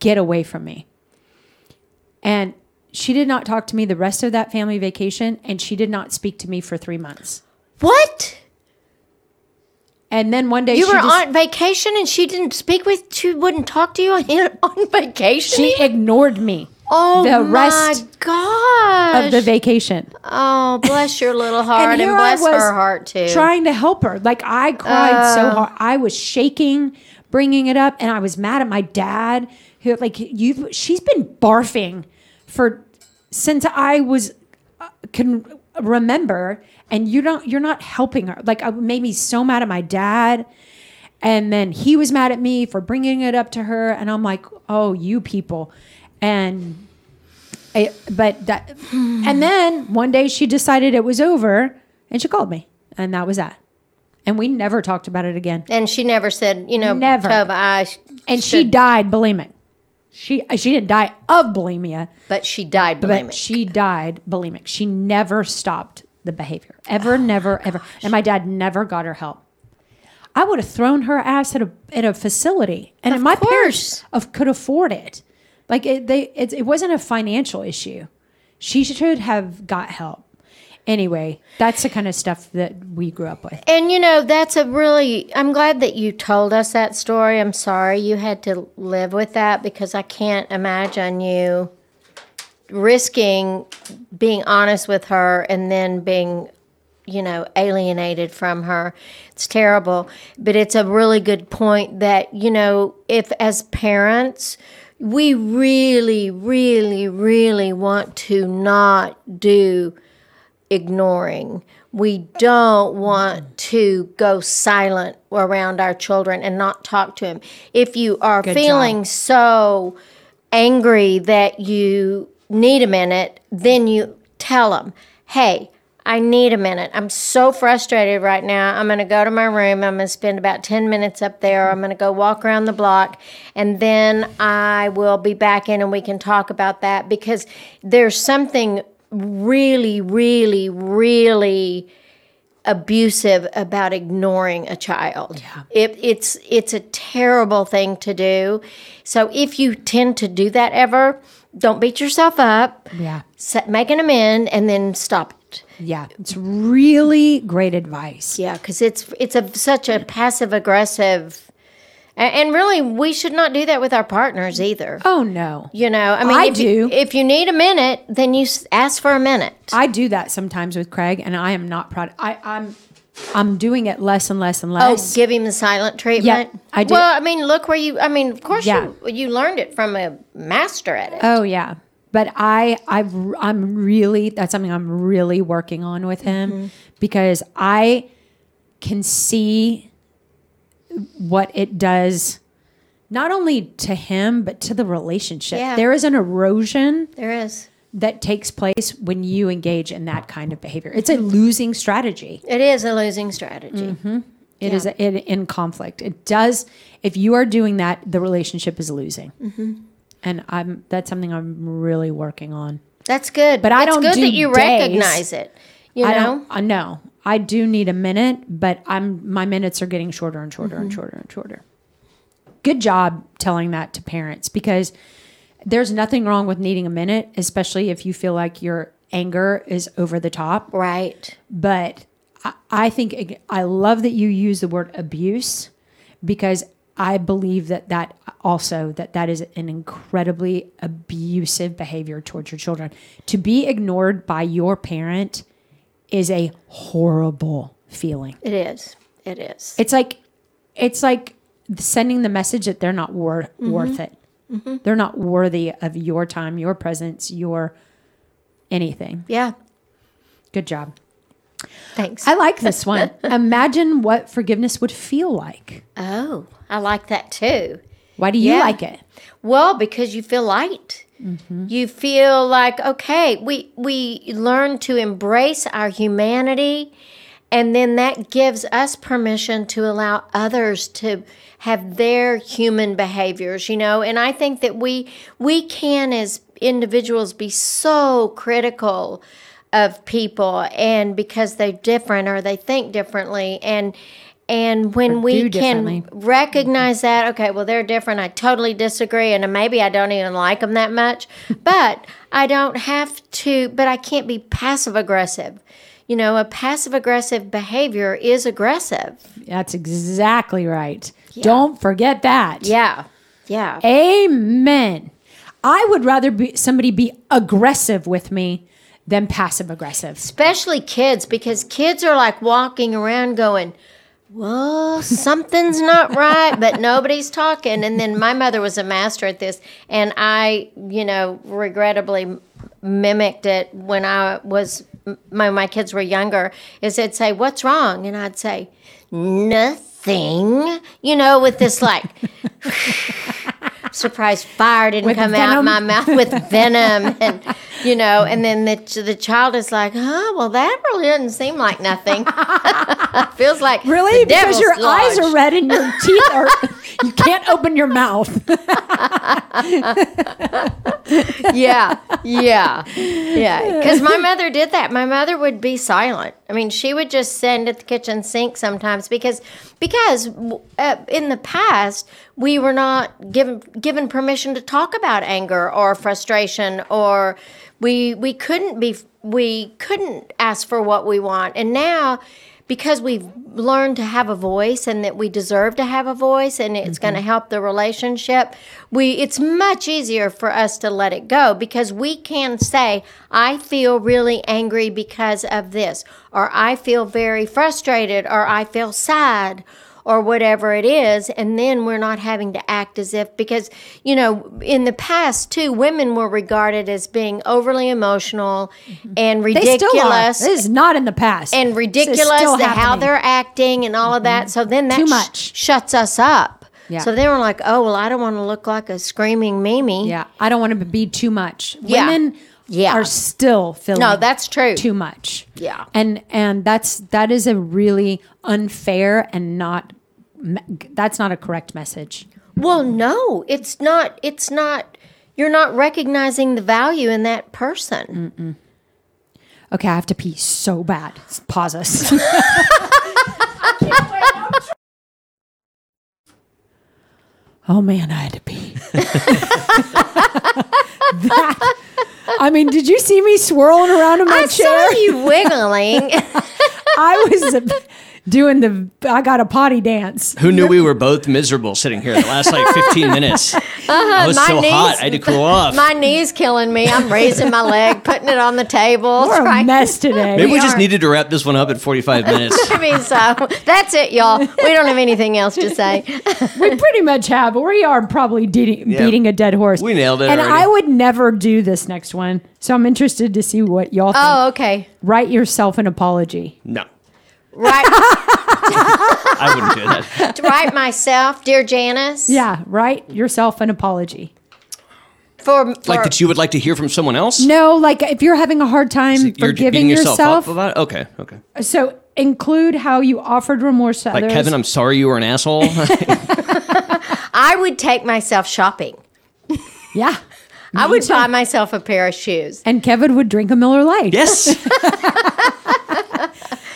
Speaker 1: get away from me and she did not talk to me the rest of that family vacation and she did not speak to me for three months
Speaker 2: What?
Speaker 1: and then one day
Speaker 2: You
Speaker 1: she
Speaker 2: were
Speaker 1: just,
Speaker 2: on vacation and she didn't speak with. She wouldn't talk to you on on vacation. e-?
Speaker 1: she ignored me
Speaker 2: oh
Speaker 1: the
Speaker 2: my
Speaker 1: rest
Speaker 2: gosh.
Speaker 1: of the vacation
Speaker 2: Oh, bless your little heart and,
Speaker 1: here I
Speaker 2: bless
Speaker 1: was
Speaker 2: her heart too. Oh.
Speaker 1: Trying to help her. Like I cried so hard. I was shaking bringing it up and I was mad at my dad who like you she's been barfing for since I was uh, can remember and you don't you're not helping her. Like uh, it made me so mad at my dad. And then he was mad at me for bringing it up to her and I'm like, "Oh, you people." And I, but that, and then one day she decided it was over and she called me, and that was that. And we never talked about it again.
Speaker 2: and she never said, you know,
Speaker 1: Never.
Speaker 2: Tova, I sh-
Speaker 1: And she
Speaker 2: should-
Speaker 1: died bulimic. She she didn't die of bulimia,
Speaker 2: but she died
Speaker 1: but
Speaker 2: bulimic.
Speaker 1: she died bulimic. She never stopped the behavior ever, never, ever. And my dad never got her help. I would have thrown her ass at a at a facility, and my parents of could afford it. Like it, they, it, it wasn't a financial issue. She should have got help. Anyway, that's the kind of stuff that we grew up with.
Speaker 2: and you know, that's a really. I'm glad that you told us that story. I'm sorry you had to live with that because I can't imagine you risking being honest with her and then being you know, alienated from her. It's terrible. But it's a really good point that, you know, if as parents, we really, really, really want to not do ignoring. we don't want to go silent around our children and not talk to them. If you are feeling so angry that you need a minute, then you tell them, hey, I need a minute. I'm so frustrated right now. I'm going to go to my room. I'm going to spend about 10 minutes up there. I'm going to go walk around the block and then I will be back in and we can talk about that because there's something really, really, really abusive about ignoring a child. It, it's it's a terrible thing to do. So if you tend to do that ever, don't beat yourself up.
Speaker 1: Yeah.
Speaker 2: Set, make an amend and then stop it.
Speaker 1: Yeah. It's really great advice.
Speaker 2: Yeah, because it's it's a such a passive aggressive, a- and really we should not do that with our partners either.
Speaker 1: Oh, no.
Speaker 2: You know, I mean,
Speaker 1: I
Speaker 2: if you-
Speaker 1: do.
Speaker 2: if you need a minute, then you s- ask for a minute.
Speaker 1: I do that sometimes with Craig, and I am not proud. I, I'm, I'm doing it less and less and
Speaker 2: Oh,
Speaker 1: less.
Speaker 2: give him the silent treatment.
Speaker 1: I do.
Speaker 2: Well, I mean, look where you. I mean, of course,
Speaker 1: Yeah.
Speaker 2: you you learned it from a master at it.
Speaker 1: Oh yeah, but I I I'm really that's something I'm really working on with him
Speaker 2: Mm-hmm.
Speaker 1: because I can see what it does not only to him but to the relationship.
Speaker 2: Yeah.
Speaker 1: There is an erosion
Speaker 2: there is.
Speaker 1: that takes place when you engage in that kind of behavior. It's a losing strategy.
Speaker 2: It is a losing strategy.
Speaker 1: Mm-hmm. It is a, it, in conflict. It does if you are doing that, the relationship is losing.
Speaker 2: Mm-hmm.
Speaker 1: And I'm that's something I'm really working on.
Speaker 2: That's good.
Speaker 1: But I
Speaker 2: It's
Speaker 1: don't
Speaker 2: good
Speaker 1: do
Speaker 2: that you
Speaker 1: days.
Speaker 2: recognize it. You
Speaker 1: I
Speaker 2: know.
Speaker 1: don't. I know. I do need a minute, but I'm my minutes are getting shorter and shorter
Speaker 2: Mm-hmm.
Speaker 1: and shorter and shorter. Good job telling that to parents because there's nothing wrong with needing a minute, especially if you feel like your anger is over the top.
Speaker 2: Right.
Speaker 1: But I, I think ag- I love that you use the word abuse because I believe that that also that that is an incredibly abusive behavior towards your children. To be ignored by your parent is a horrible feeling.
Speaker 2: It is. It is.
Speaker 1: It's like it's like sending the message that they're not wor- worth it. They're not worthy of your time, your presence, your anything.
Speaker 2: yeah.
Speaker 1: Good job.
Speaker 2: Thanks.
Speaker 1: I like this one. Imagine what forgiveness would feel like.
Speaker 2: oh, I like that too.
Speaker 1: Why do you
Speaker 2: Yeah.
Speaker 1: like it?
Speaker 2: Well, because you feel light.
Speaker 1: Mm-hmm.
Speaker 2: You feel like okay, we we learn to embrace our humanity and then that gives us permission to allow others to have their human behaviors, you know. And I think that we we can as individuals be so critical of people and because they're different or they think differently and and when we
Speaker 1: do
Speaker 2: can
Speaker 1: differently.
Speaker 2: recognize that okay well they're different i totally disagree and maybe i don't even like them that much but i don't have to but i can't be passive aggressive you know a passive aggressive behavior is aggressive
Speaker 1: That's exactly right. Don't forget that.
Speaker 2: yeah yeah
Speaker 1: Amen. I would rather be, somebody be aggressive with me than passive aggressive.
Speaker 2: especially kids because kids are like walking around going well something's not right but nobody's talking and then my mother was a master at this and i you know regrettably m- mimicked it when i was m- when my kids were younger is they'd say what's wrong and i'd say nothing you know with this like surprise fire didn't come out
Speaker 1: venom?
Speaker 2: of my mouth with venom and you know and then the, ch- the child is like huh well that really doesn't seem like nothing feels like
Speaker 1: Really?
Speaker 2: the
Speaker 1: Because
Speaker 2: devil's
Speaker 1: your eyes are
Speaker 2: lodged.
Speaker 1: red and your teeth are, you can't open your mouth.
Speaker 2: yeah, yeah, yeah. Because my mother did that. My mother would be silent. I mean, she would just stand at the kitchen sink sometimes because because uh, in the past we were not given given permission to talk about anger or frustration or we we couldn't be we couldn't ask for what we want and now because we've learned to have a voice and that we deserve to have a voice and it's going to
Speaker 1: Mm-hmm.
Speaker 2: help the relationship we it's much easier for us to let it go because we can say i feel really angry because of this or i feel very frustrated or i feel sad or whatever it is. And then we're not having to act as if, because, you know, in the past too, women were regarded as being overly emotional and
Speaker 1: Mm-hmm. They still are.
Speaker 2: ridiculous.
Speaker 1: This is not in the past.
Speaker 2: and
Speaker 1: This is
Speaker 2: ridiculous
Speaker 1: still
Speaker 2: the how
Speaker 1: happening. Mm-hmm.
Speaker 2: they're acting and all of that. So then that
Speaker 1: Too
Speaker 2: sh-
Speaker 1: much.
Speaker 2: shuts us up.
Speaker 1: Yeah.
Speaker 2: So they were like, "Oh well, I don't want to look like a screaming Mimi."
Speaker 1: Yeah, I don't want to be too much.
Speaker 2: Yeah.
Speaker 1: Women
Speaker 2: Yeah.
Speaker 1: are still feeling
Speaker 2: No, that's true.
Speaker 1: too much.
Speaker 2: Yeah.
Speaker 1: And and that's that is a really unfair and not me- that's not a correct message.
Speaker 2: Well, no, it's not. It's not. You're not recognizing the value in that person.
Speaker 1: Okay, I have to pee so bad. Pause us. oh man, I had to pee. That- I mean, did you see me swirling around in my
Speaker 2: I
Speaker 1: chair?
Speaker 2: saw you wiggling.
Speaker 1: I was doing the I got a potty dance.
Speaker 3: Who knew we were both miserable sitting here the last like 15 minutes? I was
Speaker 2: Uh-huh. my
Speaker 3: so
Speaker 2: knees-
Speaker 3: hot, I had to cool off.
Speaker 2: my knee's killing me. I'm raising my leg, putting it on the table.
Speaker 1: We're a
Speaker 2: trying-
Speaker 1: mess today.
Speaker 3: Maybe we, just
Speaker 2: are.
Speaker 3: needed to wrap this one up in 45 minutes.
Speaker 2: I mean, so that's it, y'all. We don't have anything else to say.
Speaker 1: we pretty much have. We are probably de- beating a dead horse.
Speaker 3: We nailed it
Speaker 1: And
Speaker 3: already.
Speaker 1: I would never do this next one. So I'm interested to see what y'all think.
Speaker 2: Oh, okay.
Speaker 1: Write yourself an apology.
Speaker 3: No,
Speaker 2: Right,
Speaker 3: I wouldn't do that.
Speaker 2: right. Myself, dear Janice.
Speaker 1: Yeah, write yourself an apology.
Speaker 2: For, for
Speaker 3: Like that you would like to hear from someone else?
Speaker 1: No, like if you're having a hard time
Speaker 3: You're
Speaker 1: forgiving
Speaker 3: beating yourself,
Speaker 1: yourself,
Speaker 3: up about it? Okay, okay.
Speaker 1: so include how you offered remorse to
Speaker 3: Like,
Speaker 1: others.
Speaker 3: Kevin, um, I'm sorry you were an asshole.
Speaker 2: I would take myself shopping.
Speaker 1: yeah.
Speaker 2: I would buy myself a pair of shoes.
Speaker 1: And Kevin would drink a Miller Lite.
Speaker 3: yes.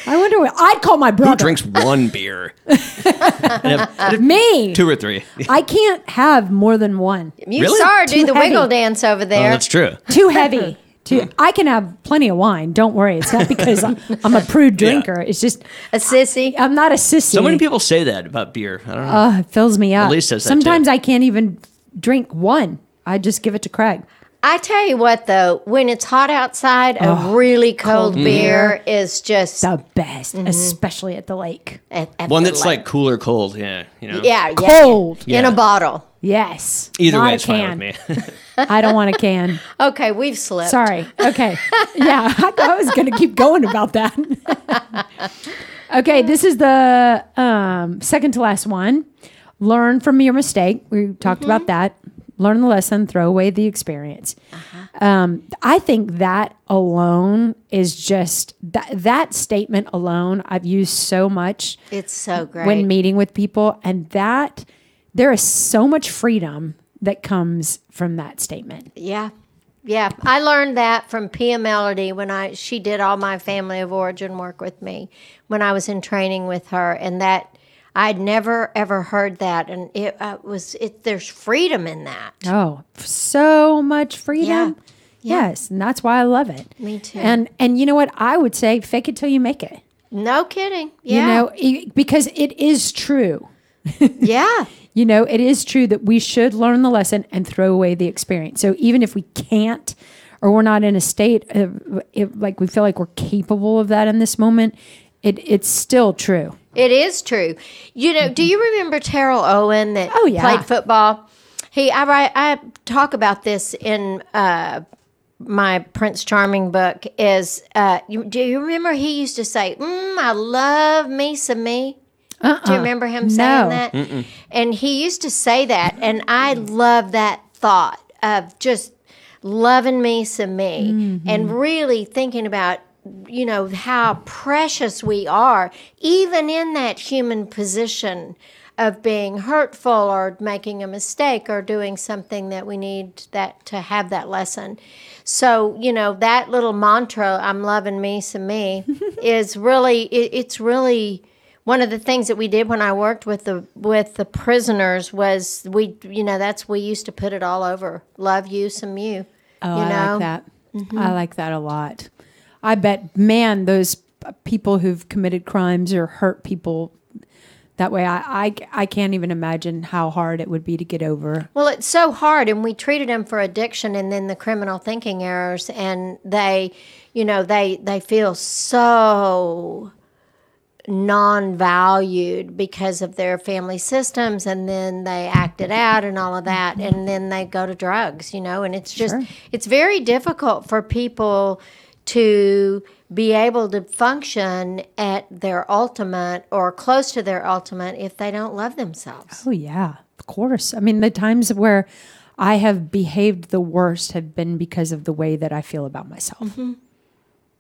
Speaker 1: I wonder what I'd call my brother.
Speaker 3: Who drinks one beer? And have-
Speaker 1: Me.
Speaker 3: two or three.
Speaker 1: I can't have more than one.
Speaker 2: You
Speaker 3: Really?
Speaker 2: saw her do
Speaker 1: Too
Speaker 2: the
Speaker 1: heavy.
Speaker 2: wiggle dance over
Speaker 3: Oh,
Speaker 2: there.
Speaker 3: that's true.
Speaker 1: too heavy.
Speaker 3: Hmm.
Speaker 1: Too, I can have plenty of wine. Don't worry. It's not because I'm, I'm a prude drinker. It's just
Speaker 2: a sissy.
Speaker 1: I'm not a sissy.
Speaker 3: So many people say that about beer. I don't know.
Speaker 1: Ugh, it fills me up.
Speaker 3: Elise says that
Speaker 1: Sometimes
Speaker 3: too.
Speaker 1: I can't even drink one. I just give it to Craig.
Speaker 2: I tell you what, though, when it's hot outside,
Speaker 3: Oh,
Speaker 2: a really cold, beer is just
Speaker 1: The best,
Speaker 3: Mm-hmm.
Speaker 1: especially at the lake.
Speaker 2: at- at
Speaker 3: One
Speaker 2: the
Speaker 3: that's
Speaker 2: lake.
Speaker 3: like cooler cold. Yeah, you know.
Speaker 2: yeah, yeah, yeah.
Speaker 1: Cold.
Speaker 2: in
Speaker 3: Yeah.
Speaker 2: a bottle.
Speaker 1: Yes.
Speaker 3: Either
Speaker 1: Not
Speaker 3: way,
Speaker 1: a
Speaker 3: it's
Speaker 1: can.
Speaker 3: fine with me.
Speaker 1: I don't want a can.
Speaker 2: Okay, we've slipped.
Speaker 1: Sorry. Okay. Yeah, I thought I was going to keep going about that. okay, this is the um, second to last one. Learn from your mistake. We talked about that. Learn the lesson, throw away the experience. Um, I think that alone is just that, that statement alone I've used so much
Speaker 2: It's so great.
Speaker 1: when meeting with people. And that there is so much freedom that comes from that statement.
Speaker 2: yeah, yeah. I learned that from Pia Melody when I she did all my family of origin work with me when I was in training with her, and that I'd never ever heard that, and it uh, was it. There's freedom in that.
Speaker 1: Oh, f- so much freedom.
Speaker 2: Yeah.
Speaker 1: Yes, and that's why I love it.
Speaker 2: Me too.
Speaker 1: And and you know what? I would say fake it till you make it.
Speaker 2: No kidding. Yeah.
Speaker 1: You know, e- because it is true.
Speaker 2: yeah.
Speaker 1: You know, it is true that we should learn the lesson and throw away the experience. So even if we can't or we're not in a state of if, like we feel like we're capable of that in this moment, it it's still true.
Speaker 2: It is true. You know, do you remember Terrell Owen that
Speaker 1: Mm-hmm. Oh, yeah.
Speaker 2: played football? He, I write, I talk about this in uh, my Prince Charming book. Is uh, you, do you remember he used to say, mm, "I love me some me." Do you remember him
Speaker 1: No.
Speaker 2: saying that? And he used to say that, and I love that thought of just loving me some me and really thinking about you know how precious we are even in that human position of being hurtful or making a mistake or doing something that we need that to have that lesson so you know that little mantra i'm loving me some me is really it, it's really one of the things that we did when I worked with the with the prisoners was we you know that's we used to put it all over love you some you
Speaker 1: Oh,
Speaker 2: you
Speaker 1: I
Speaker 2: know
Speaker 1: like
Speaker 2: Mm-hmm.
Speaker 1: that. I like that a lot. I bet, man, those p- people who've committed crimes or hurt people that way, I, I, I can't even imagine how hard it would be to get over.
Speaker 2: well it's so hard and we treated them for addiction and then the criminal thinking errors and they you know they they feel so non-valued because of their family systems and then they act it out and all of that and then they go to drugs you know and it's just it's very difficult for people to be able to function at their ultimate or close to their ultimate if they don't love themselves
Speaker 1: Oh, yeah, of course. I mean, the times where I have behaved the worst have been because of the way that I feel about myself.
Speaker 2: Mm-hmm.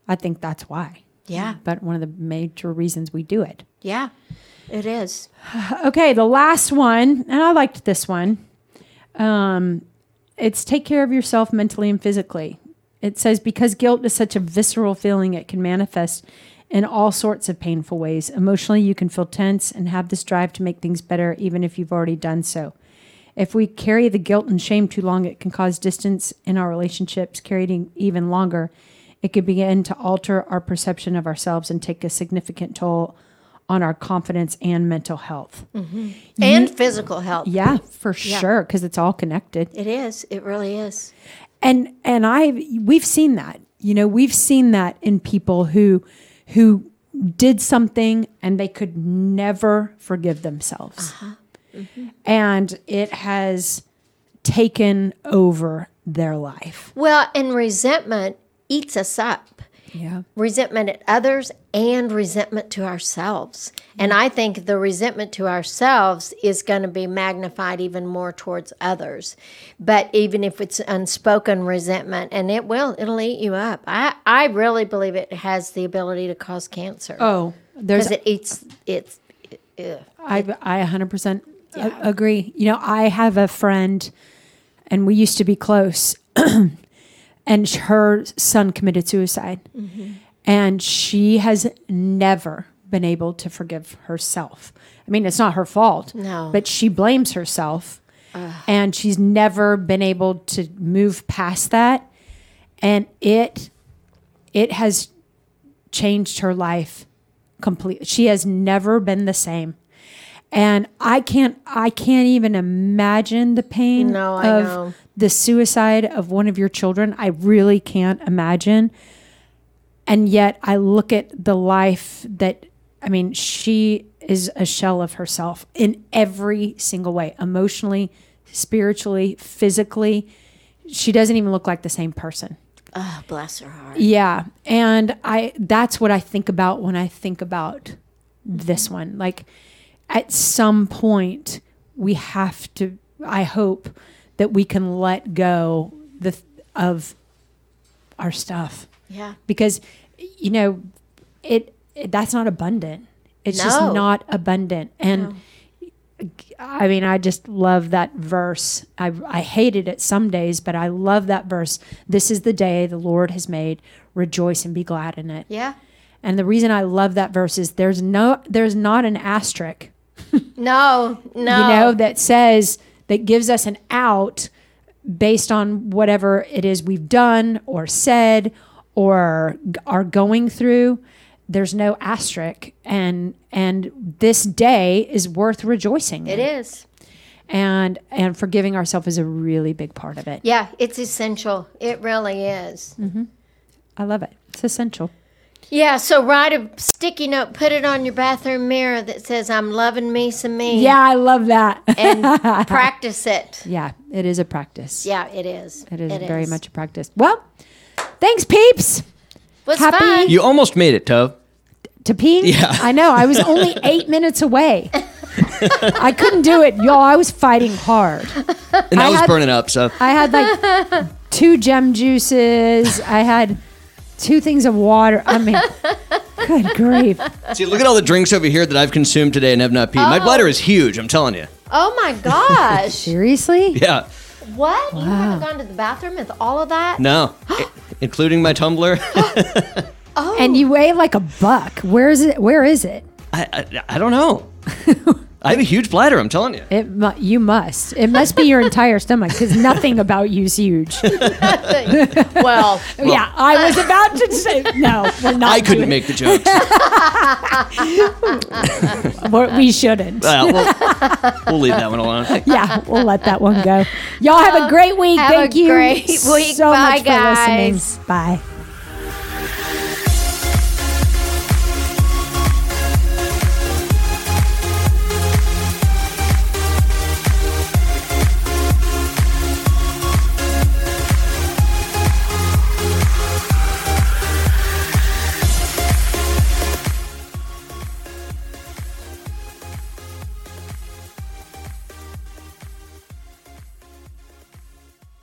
Speaker 1: I think that's why.
Speaker 2: yeah
Speaker 1: But one of the major reasons we do it.
Speaker 2: yeah it is
Speaker 1: Okay, the last one, and I liked this one. Um, it's take care of yourself mentally and physically. It says because guilt is such a visceral feeling, it can manifest in all sorts of painful ways. Emotionally, you can feel tense and have this drive to make things better, even if you've already done so. If we carry the guilt and shame too long, it can cause distance in our relationships, carrying even longer. It could begin to alter our perception of ourselves and take a significant toll on our confidence and mental health.
Speaker 2: and physical health
Speaker 1: Yeah, for sure, because it's all connected.
Speaker 2: it is it really is
Speaker 1: And and I we've seen that. You know, we've seen that in people who who did something and they could never forgive themselves. Mm-hmm. And it has taken over their life.
Speaker 2: well and resentment eats us up
Speaker 1: Yeah.
Speaker 2: resentment at others and resentment to ourselves. And I think the resentment to ourselves is going to be magnified even more towards others. But even if it's unspoken resentment, and it will, it'll eat you up. I, I really believe it has the ability to cause cancer
Speaker 1: Oh, there's
Speaker 2: because it eats it's. ugh.
Speaker 1: I I 100% a- agree. You know, I have a friend and we used to be close and sh- her son committed suicide. And she has never been able to forgive herself. I mean, it's not her fault.
Speaker 2: No.
Speaker 1: But she blames herself. And she's never been able to move past that. And it it has changed her life completely. She has never been the same. And I can't I can't even imagine the pain
Speaker 2: No, I
Speaker 1: of
Speaker 2: know.
Speaker 1: the suicide of one of your children. I really can't imagine. And yet I look at the life that I mean, she is a shell of herself in every single way, emotionally, spiritually, physically. She doesn't even look like the same person.
Speaker 2: Oh, bless her heart.
Speaker 1: Yeah, and I that's what I think about when I think about this one. Like at some point we have to I hope that we can let go the th- of our stuff
Speaker 2: Yeah.
Speaker 1: because you know it, it that's not abundant. It's just
Speaker 2: No.
Speaker 1: not abundant. And I mean, I just love that verse. I, I hated it some days, but I love that verse. This is the day the Lord has made. Rejoice and be glad in it.
Speaker 2: Yeah.
Speaker 1: And the reason I love that verse is there's no there's not an asterisk,
Speaker 2: No, no.
Speaker 1: you know, that says that gives us an out based on whatever it is we've done or said or g- are going through. There's no asterisk, and and this day is worth rejoicing.
Speaker 2: it is.
Speaker 1: and and forgiving ourselves is a really big part of it.
Speaker 2: Yeah, it's essential. It really is.
Speaker 1: Mm. I love it. It's essential.
Speaker 2: Yeah, so write a sticky note, put it on your bathroom mirror that says, I'm loving me some me.
Speaker 1: Yeah, I love that.
Speaker 2: And practice it.
Speaker 1: yeah, it is a practice.
Speaker 2: Yeah, it is.
Speaker 1: It is very much a practice. Well, thanks, peeps.
Speaker 2: was
Speaker 1: happy-
Speaker 2: fun.
Speaker 3: You almost made it, Tove.
Speaker 1: To pee?
Speaker 3: Yeah.
Speaker 1: I know. I was only eight minutes away. I couldn't do it, y'all. I was fighting hard.
Speaker 3: And I, was
Speaker 1: had-
Speaker 3: burning up, so
Speaker 1: I had like two gem juices. I had two things of water. I mean, good grief.
Speaker 3: see. Look at all the drinks over here that I've consumed today and have not peed. My
Speaker 1: Oh.
Speaker 3: bladder is huge. I'm telling you.
Speaker 2: Oh my gosh.
Speaker 1: Seriously?
Speaker 3: Yeah.
Speaker 2: what? You haven't gone to the bathroom with all of that?
Speaker 3: No. I- including my tumbler. Oh.
Speaker 1: And you weigh like a buck. Where is it? Where is it?
Speaker 3: I, I, I don't know. I have a huge bladder. I'm telling you.
Speaker 1: It mu- you must. It must be your entire stomach because nothing about you's huge.
Speaker 2: Well,
Speaker 1: yeah, I was about to say no. We're not.
Speaker 3: I couldn't
Speaker 1: doing-
Speaker 3: make the jokes.
Speaker 1: we're- we shouldn't.
Speaker 3: Uh, we'll- we'll leave that one alone.
Speaker 1: yeah, we'll let that one go. Y'all have a great week.
Speaker 2: Have a
Speaker 1: Thank you
Speaker 2: great week.
Speaker 1: so
Speaker 2: Bye,
Speaker 1: much for
Speaker 2: guys.
Speaker 1: listening. Bye.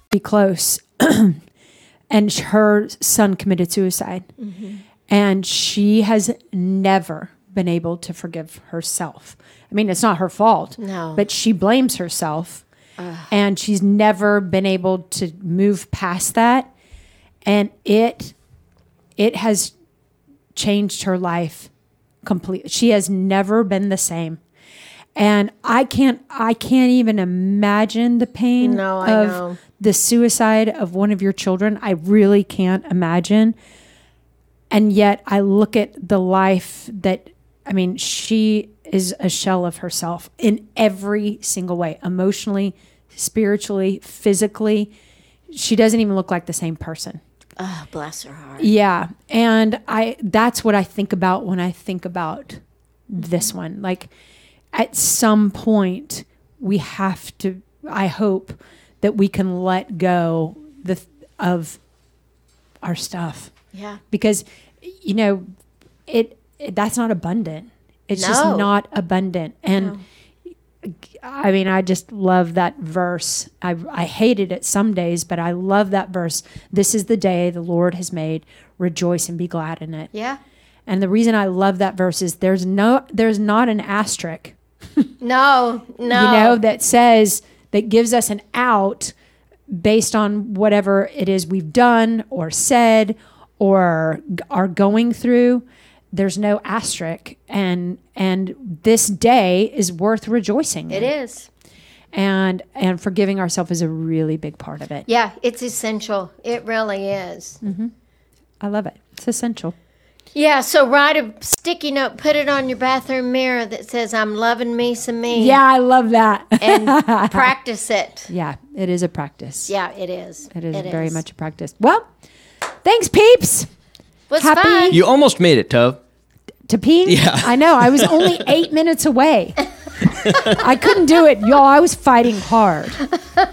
Speaker 1: be close. and sh- her son committed suicide.
Speaker 2: Mm-hmm.
Speaker 1: And she has never been able to forgive herself. I mean, it's not her fault,
Speaker 2: No.
Speaker 1: but she blames herself. And she's never been able to move past that. And it it has changed her life completely. She has never been the same. And I can't I can't even imagine the pain
Speaker 2: No, I
Speaker 1: of
Speaker 2: know.
Speaker 1: the suicide of one of your children. I really can't imagine. And yet I look at the life that I mean, she is a shell of herself in every single way, emotionally, spiritually, physically. She doesn't even look like the same person.
Speaker 2: Oh, bless her heart.
Speaker 1: Yeah, and I that's what I think about when I think about this one. Like at some point we have to I hope that we can let go the of our stuff
Speaker 2: Yeah.
Speaker 1: because you know it, it that's not abundant. It's just
Speaker 2: No.
Speaker 1: not abundant. And I mean, I just love that verse. I, I hated it some days, but I love that verse. This is the day the Lord has made. Rejoice and be glad in it.
Speaker 2: Yeah.
Speaker 1: And the reason I love that verse is there's no there's not an asterisk,
Speaker 2: No, no.
Speaker 1: you know, that says that gives us an out based on whatever it is we've done or said or g- are going through. There's no asterisk, and and this day is worth rejoicing.
Speaker 2: it
Speaker 1: in
Speaker 2: is.
Speaker 1: and and forgiving ourselves is a really big part of it.
Speaker 2: Yeah, it's essential. It really is.
Speaker 1: I love it. It's essential.
Speaker 2: Yeah, so write a sticky note, put it on your bathroom mirror that says, I'm loving me some me.
Speaker 1: Yeah, I love that.
Speaker 2: And practice it.
Speaker 1: yeah, it is a practice.
Speaker 2: Yeah, it is.
Speaker 1: it is very much a practice. Well, thanks, peeps.
Speaker 2: was
Speaker 1: happy-
Speaker 2: fun.
Speaker 3: You almost made it, Tove.
Speaker 1: To pee?
Speaker 3: Yeah.
Speaker 1: I know. I was only eight minutes away. I couldn't do it, y'all. I was fighting hard.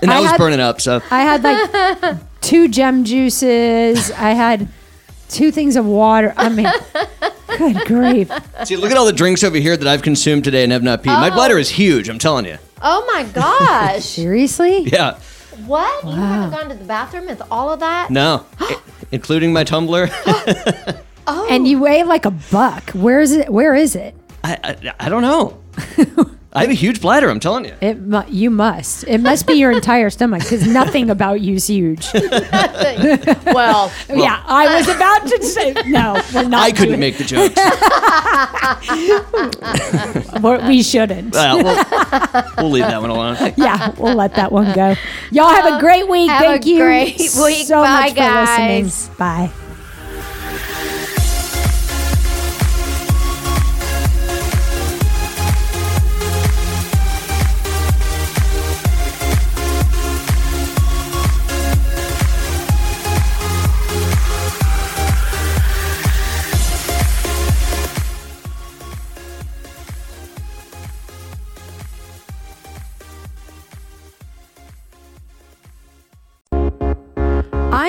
Speaker 3: And I,
Speaker 1: I
Speaker 3: was
Speaker 1: had-
Speaker 3: burning up, so
Speaker 1: I had like two gem juices. I had two things of water. I mean, good grief.
Speaker 3: see. Look at all the drinks over here that I've consumed today and have not peed. My
Speaker 2: Oh.
Speaker 3: bladder is huge. I'm telling you.
Speaker 2: Oh my gosh.
Speaker 1: Seriously?
Speaker 3: Yeah.
Speaker 2: what? You haven't gone to the bathroom with all of that?
Speaker 3: No, I- including my tumbler.
Speaker 2: Oh,
Speaker 1: And you weigh like a buck. Where is it? Where is it?
Speaker 3: I, I I don't know. I have a huge bladder. I'm telling you.
Speaker 1: It mu- you must. It must be your entire stomach because nothing about you's huge.
Speaker 2: well,
Speaker 1: yeah, I was about to say no. We're not.
Speaker 3: I couldn't
Speaker 1: doing-
Speaker 3: make the jokes.
Speaker 1: we're- we shouldn't.
Speaker 3: Well, we'll, we'll leave that one alone.
Speaker 1: yeah, we'll let that one go. Y'all have a great week.
Speaker 2: Have a
Speaker 1: Thank you
Speaker 2: great week.
Speaker 1: so
Speaker 2: Bye,
Speaker 1: much for
Speaker 2: guys.
Speaker 1: listening. Bye. I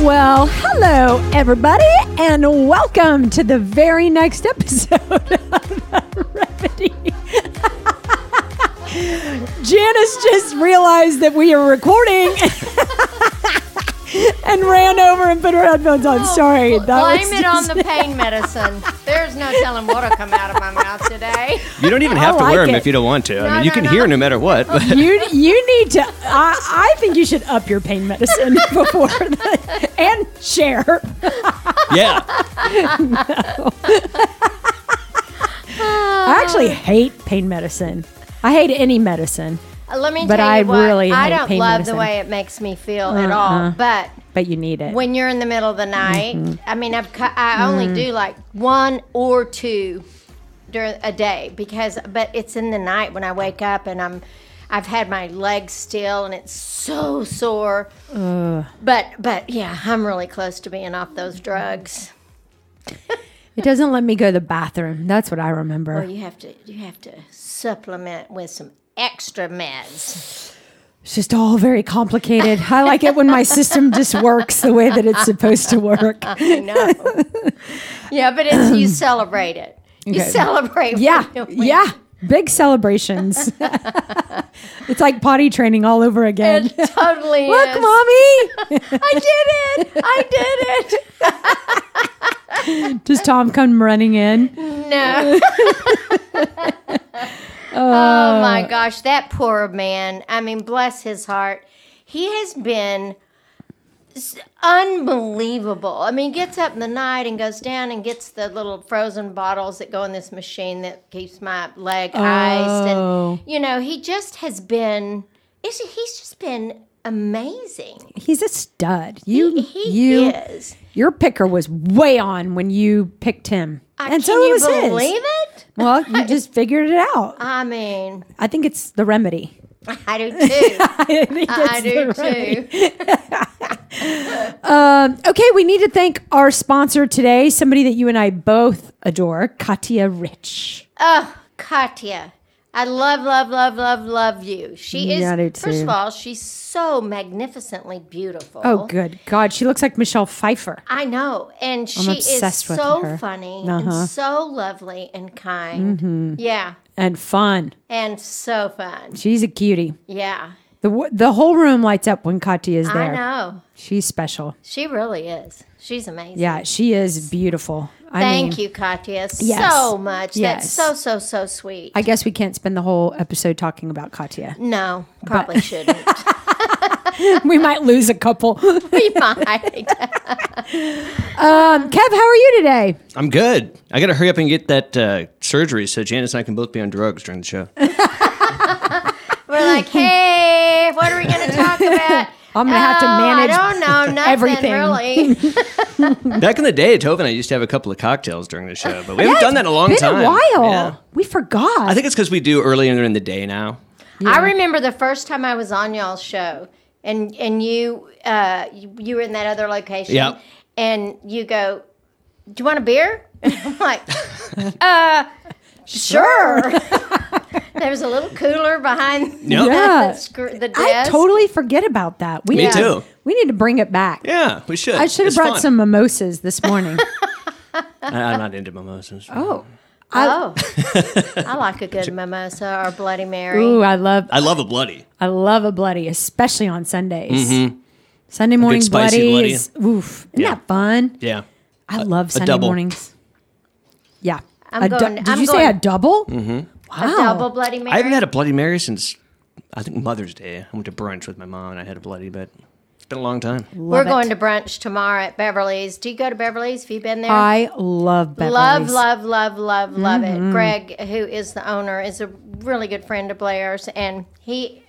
Speaker 1: Well, hello, everybody, and welcome to the very next episode of The Remedy. Janice just realized that we are recording and ran over and put her headphones on. Sorry.
Speaker 2: Bl-
Speaker 1: that
Speaker 2: Oh, Blame
Speaker 1: was
Speaker 2: it on
Speaker 1: just-
Speaker 2: the pain medicine. There's no telling what'll come out of my mouth today.
Speaker 3: You don't even
Speaker 1: I
Speaker 3: have to
Speaker 1: like
Speaker 3: wear them
Speaker 1: it.
Speaker 3: if you don't want to. I
Speaker 2: No,
Speaker 3: mean, you
Speaker 2: no,
Speaker 3: can
Speaker 2: no.
Speaker 3: hear no matter what. But
Speaker 1: You, you need to. I, I think you should up your pain medicine before the, and share.
Speaker 3: yeah,
Speaker 1: I actually hate pain medicine. I hate any medicine,
Speaker 2: Uh, Let me
Speaker 1: But
Speaker 2: tell you
Speaker 1: I
Speaker 2: what,
Speaker 1: really
Speaker 2: I
Speaker 1: hate
Speaker 2: don't
Speaker 1: pain
Speaker 2: love
Speaker 1: medicine. Uh-huh.
Speaker 2: the way it makes me feel at all. But
Speaker 1: but you need it.
Speaker 2: when you're in the middle of the night,
Speaker 1: Mm-hmm.
Speaker 2: I mean, I've cu- I
Speaker 1: Mm.
Speaker 2: only do like one or two during a day because, but it's in the night when I wake up and I'm, I've had my legs still and it's so sore. But but yeah, I'm really close to being off those drugs.
Speaker 1: It doesn't let me go to the bathroom. That's what I remember.
Speaker 2: Well, you have to you have to supplement with some extra meds.
Speaker 1: It's just all very complicated. I like it when my system just works the way that it's supposed to work.
Speaker 2: I know. yeah, but it's you celebrate it. You
Speaker 1: Okay.
Speaker 2: celebrate. what
Speaker 1: Yeah.
Speaker 2: you're doing.
Speaker 1: Yeah. Big celebrations. it's like potty training all over again.
Speaker 2: It totally
Speaker 1: Look,
Speaker 2: is.
Speaker 1: mommy.
Speaker 2: I did it. I did it.
Speaker 1: Does Tom come running in?
Speaker 2: No. oh my
Speaker 1: Uh.
Speaker 2: gosh, that poor man. I mean, bless his heart. He has been s- unbelievable. I mean, gets up in the night and goes down and gets the little frozen bottles that go in this machine that keeps my leg iced
Speaker 1: Oh.
Speaker 2: and you know, he just has been it's, he's just been amazing.
Speaker 1: He's a stud. You
Speaker 2: He
Speaker 1: you
Speaker 2: is.
Speaker 1: your picker was way on when you picked him.
Speaker 2: I-
Speaker 1: and so
Speaker 2: Uh, can
Speaker 1: it
Speaker 2: you
Speaker 1: was his.
Speaker 2: believe it? Uh,
Speaker 1: Well, you just figured it out.
Speaker 2: I mean,
Speaker 1: I think it's the remedy.
Speaker 2: I do too.
Speaker 1: I think
Speaker 2: I
Speaker 1: it's the
Speaker 2: do
Speaker 1: remedy.
Speaker 2: too.
Speaker 1: Okay, we need to thank our sponsor today, somebody that you and I both adore, Katia Rich.
Speaker 2: Oh, Katya. I love, love, love, love, love you. She is,
Speaker 1: Yeah, I do
Speaker 2: first of
Speaker 1: too.
Speaker 2: all, she's so magnificently beautiful.
Speaker 1: Oh, good God, she looks like Michelle Pfeiffer.
Speaker 2: I know. And she is
Speaker 1: obsessed with
Speaker 2: so
Speaker 1: her.
Speaker 2: funny
Speaker 1: Uh-huh. Mm-hmm.
Speaker 2: and so lovely and kind. Yeah.
Speaker 1: And fun.
Speaker 2: And so fun.
Speaker 1: She's a cutie.
Speaker 2: Yeah.
Speaker 1: The w- the whole room lights up when Katia is there.
Speaker 2: I know.
Speaker 1: She's special.
Speaker 2: She really is. She's amazing.
Speaker 1: Yeah, she is beautiful. I
Speaker 2: Thank
Speaker 1: mean,
Speaker 2: you, Katya,
Speaker 1: Yes.
Speaker 2: so much. That's
Speaker 1: Yes.
Speaker 2: so, so, so sweet.
Speaker 1: I guess we can't spend the whole episode talking about Katia.
Speaker 2: no, probably shouldn't.
Speaker 1: we might lose a couple.
Speaker 2: we might.
Speaker 1: Um, Kev, how are you today?
Speaker 3: I'm good. I got to hurry up and get that uh, surgery so Janice and I can both be on drugs during the show.
Speaker 2: We're like, hey, what are we going to talk about?
Speaker 1: I'm gonna have to
Speaker 2: Oh,
Speaker 1: manage.
Speaker 2: I don't know nothing
Speaker 1: everything.
Speaker 2: really.
Speaker 3: Back in the day, Tove and I used to have a couple of cocktails during the show, but we haven't done that in a long
Speaker 1: Been
Speaker 3: time.
Speaker 1: a while.
Speaker 3: Yeah.
Speaker 1: We forgot.
Speaker 3: I think it's because we do earlier in the day now.
Speaker 2: I remember the first time I was on y'all's show, and and you uh you, you were in that other location.
Speaker 3: Yep.
Speaker 2: And you go, do you want a beer? And I'm like, "Uh,
Speaker 1: sure.
Speaker 2: there was a little cooler behind
Speaker 1: Yeah.
Speaker 3: Yep.
Speaker 2: the, scr- the desk.
Speaker 1: I totally forget about that. We
Speaker 3: Me
Speaker 1: need to-
Speaker 3: too.
Speaker 1: We need to bring it back.
Speaker 3: Yeah, we should.
Speaker 1: I should have
Speaker 3: It's
Speaker 1: brought
Speaker 3: fun.
Speaker 1: some mimosas this morning.
Speaker 3: I, am not into mimosas.
Speaker 1: oh.
Speaker 2: Oh, I like a good mimosa or Bloody Mary.
Speaker 1: Ooh, I love
Speaker 3: I love a bloody.
Speaker 1: I love a bloody, especially on Sundays. Sunday morning
Speaker 3: Mm-hmm. spicy
Speaker 1: bloody,
Speaker 3: bloody.
Speaker 1: is oof. Isn't
Speaker 3: Yeah.
Speaker 1: that fun?
Speaker 3: Yeah.
Speaker 1: I love Sunday
Speaker 3: double.
Speaker 1: mornings. Yeah.
Speaker 2: I'm
Speaker 1: A dou-
Speaker 2: going-
Speaker 1: did
Speaker 2: I'm
Speaker 1: you say a
Speaker 2: going-
Speaker 1: double? Mm-hmm.
Speaker 2: A
Speaker 1: Wow.
Speaker 2: double Bloody Mary.
Speaker 3: I haven't had a Bloody Mary since I think Mother's Day. I went to brunch with my mom and I had a Bloody, but it's been a long time.
Speaker 2: We're
Speaker 1: Love it.
Speaker 2: going to brunch tomorrow at Beverly's. Do you go to Beverly's? Have you been there?
Speaker 1: I love Beverly's.
Speaker 2: Love, love, love, love, love
Speaker 1: Mm-hmm.
Speaker 2: it. Greg, who is the owner, is a really good friend of Blair's, and he.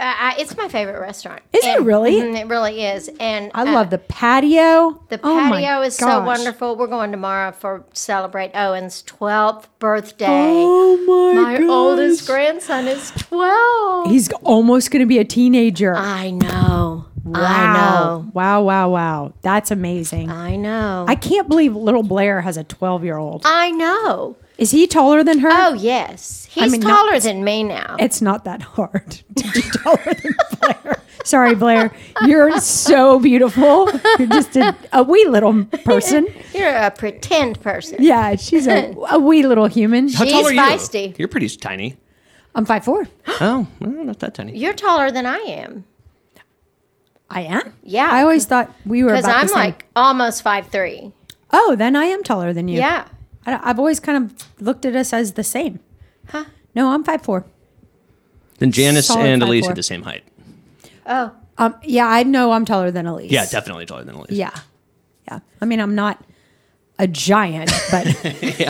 Speaker 2: I I, it's my favorite restaurant.
Speaker 1: Is it
Speaker 2: And-
Speaker 1: really?
Speaker 2: Mhm, it really is. And
Speaker 1: I
Speaker 2: uh,
Speaker 1: love the patio.
Speaker 2: the
Speaker 1: Oh my
Speaker 2: patio is so
Speaker 1: gosh.
Speaker 2: wonderful. We're going tomorrow for celebrate Owen's twelfth birthday.
Speaker 1: Oh my
Speaker 2: my oldest
Speaker 1: gosh.
Speaker 2: grandson is twelve.
Speaker 1: He's almost going to be a teenager.
Speaker 2: I know. I
Speaker 1: Wow.
Speaker 2: know. Uh,
Speaker 1: Wow, wow, wow. That's amazing.
Speaker 2: I know.
Speaker 1: I can't believe little Blair has a 12 year old.
Speaker 2: I know.
Speaker 1: Is he taller than her?
Speaker 2: Oh yes, he's
Speaker 1: mean, not-
Speaker 2: taller than me now.
Speaker 1: It's not that hard to be taller than Blair. Sorry, Blair. You're so beautiful. You're just a, a wee little person.
Speaker 2: You're a pretend person.
Speaker 1: Yeah, she's a, a wee little human.
Speaker 3: How tall
Speaker 2: She's
Speaker 3: are you?
Speaker 2: feisty.
Speaker 3: You're pretty tiny.
Speaker 1: I'm 5'4.
Speaker 3: Oh, well, not that tiny.
Speaker 2: You're taller than I am.
Speaker 1: I am?
Speaker 2: Yeah.
Speaker 1: I always thought we were
Speaker 2: Because
Speaker 1: about the
Speaker 2: I'm
Speaker 1: same.
Speaker 2: like almost five three.
Speaker 1: oh, then I am taller than you.
Speaker 2: Yeah.
Speaker 1: I, have always kind of looked at us as the same.
Speaker 2: Huh.
Speaker 1: No, I'm 5'4.
Speaker 3: Then Janice
Speaker 1: Solid
Speaker 3: and Elise
Speaker 1: 5'4".
Speaker 3: are the same height.
Speaker 2: Oh.
Speaker 1: Um, yeah, I know I'm taller than Elise.
Speaker 3: Yeah, definitely taller than Elise.
Speaker 1: Yeah. Yeah. I mean, I'm not a giant, but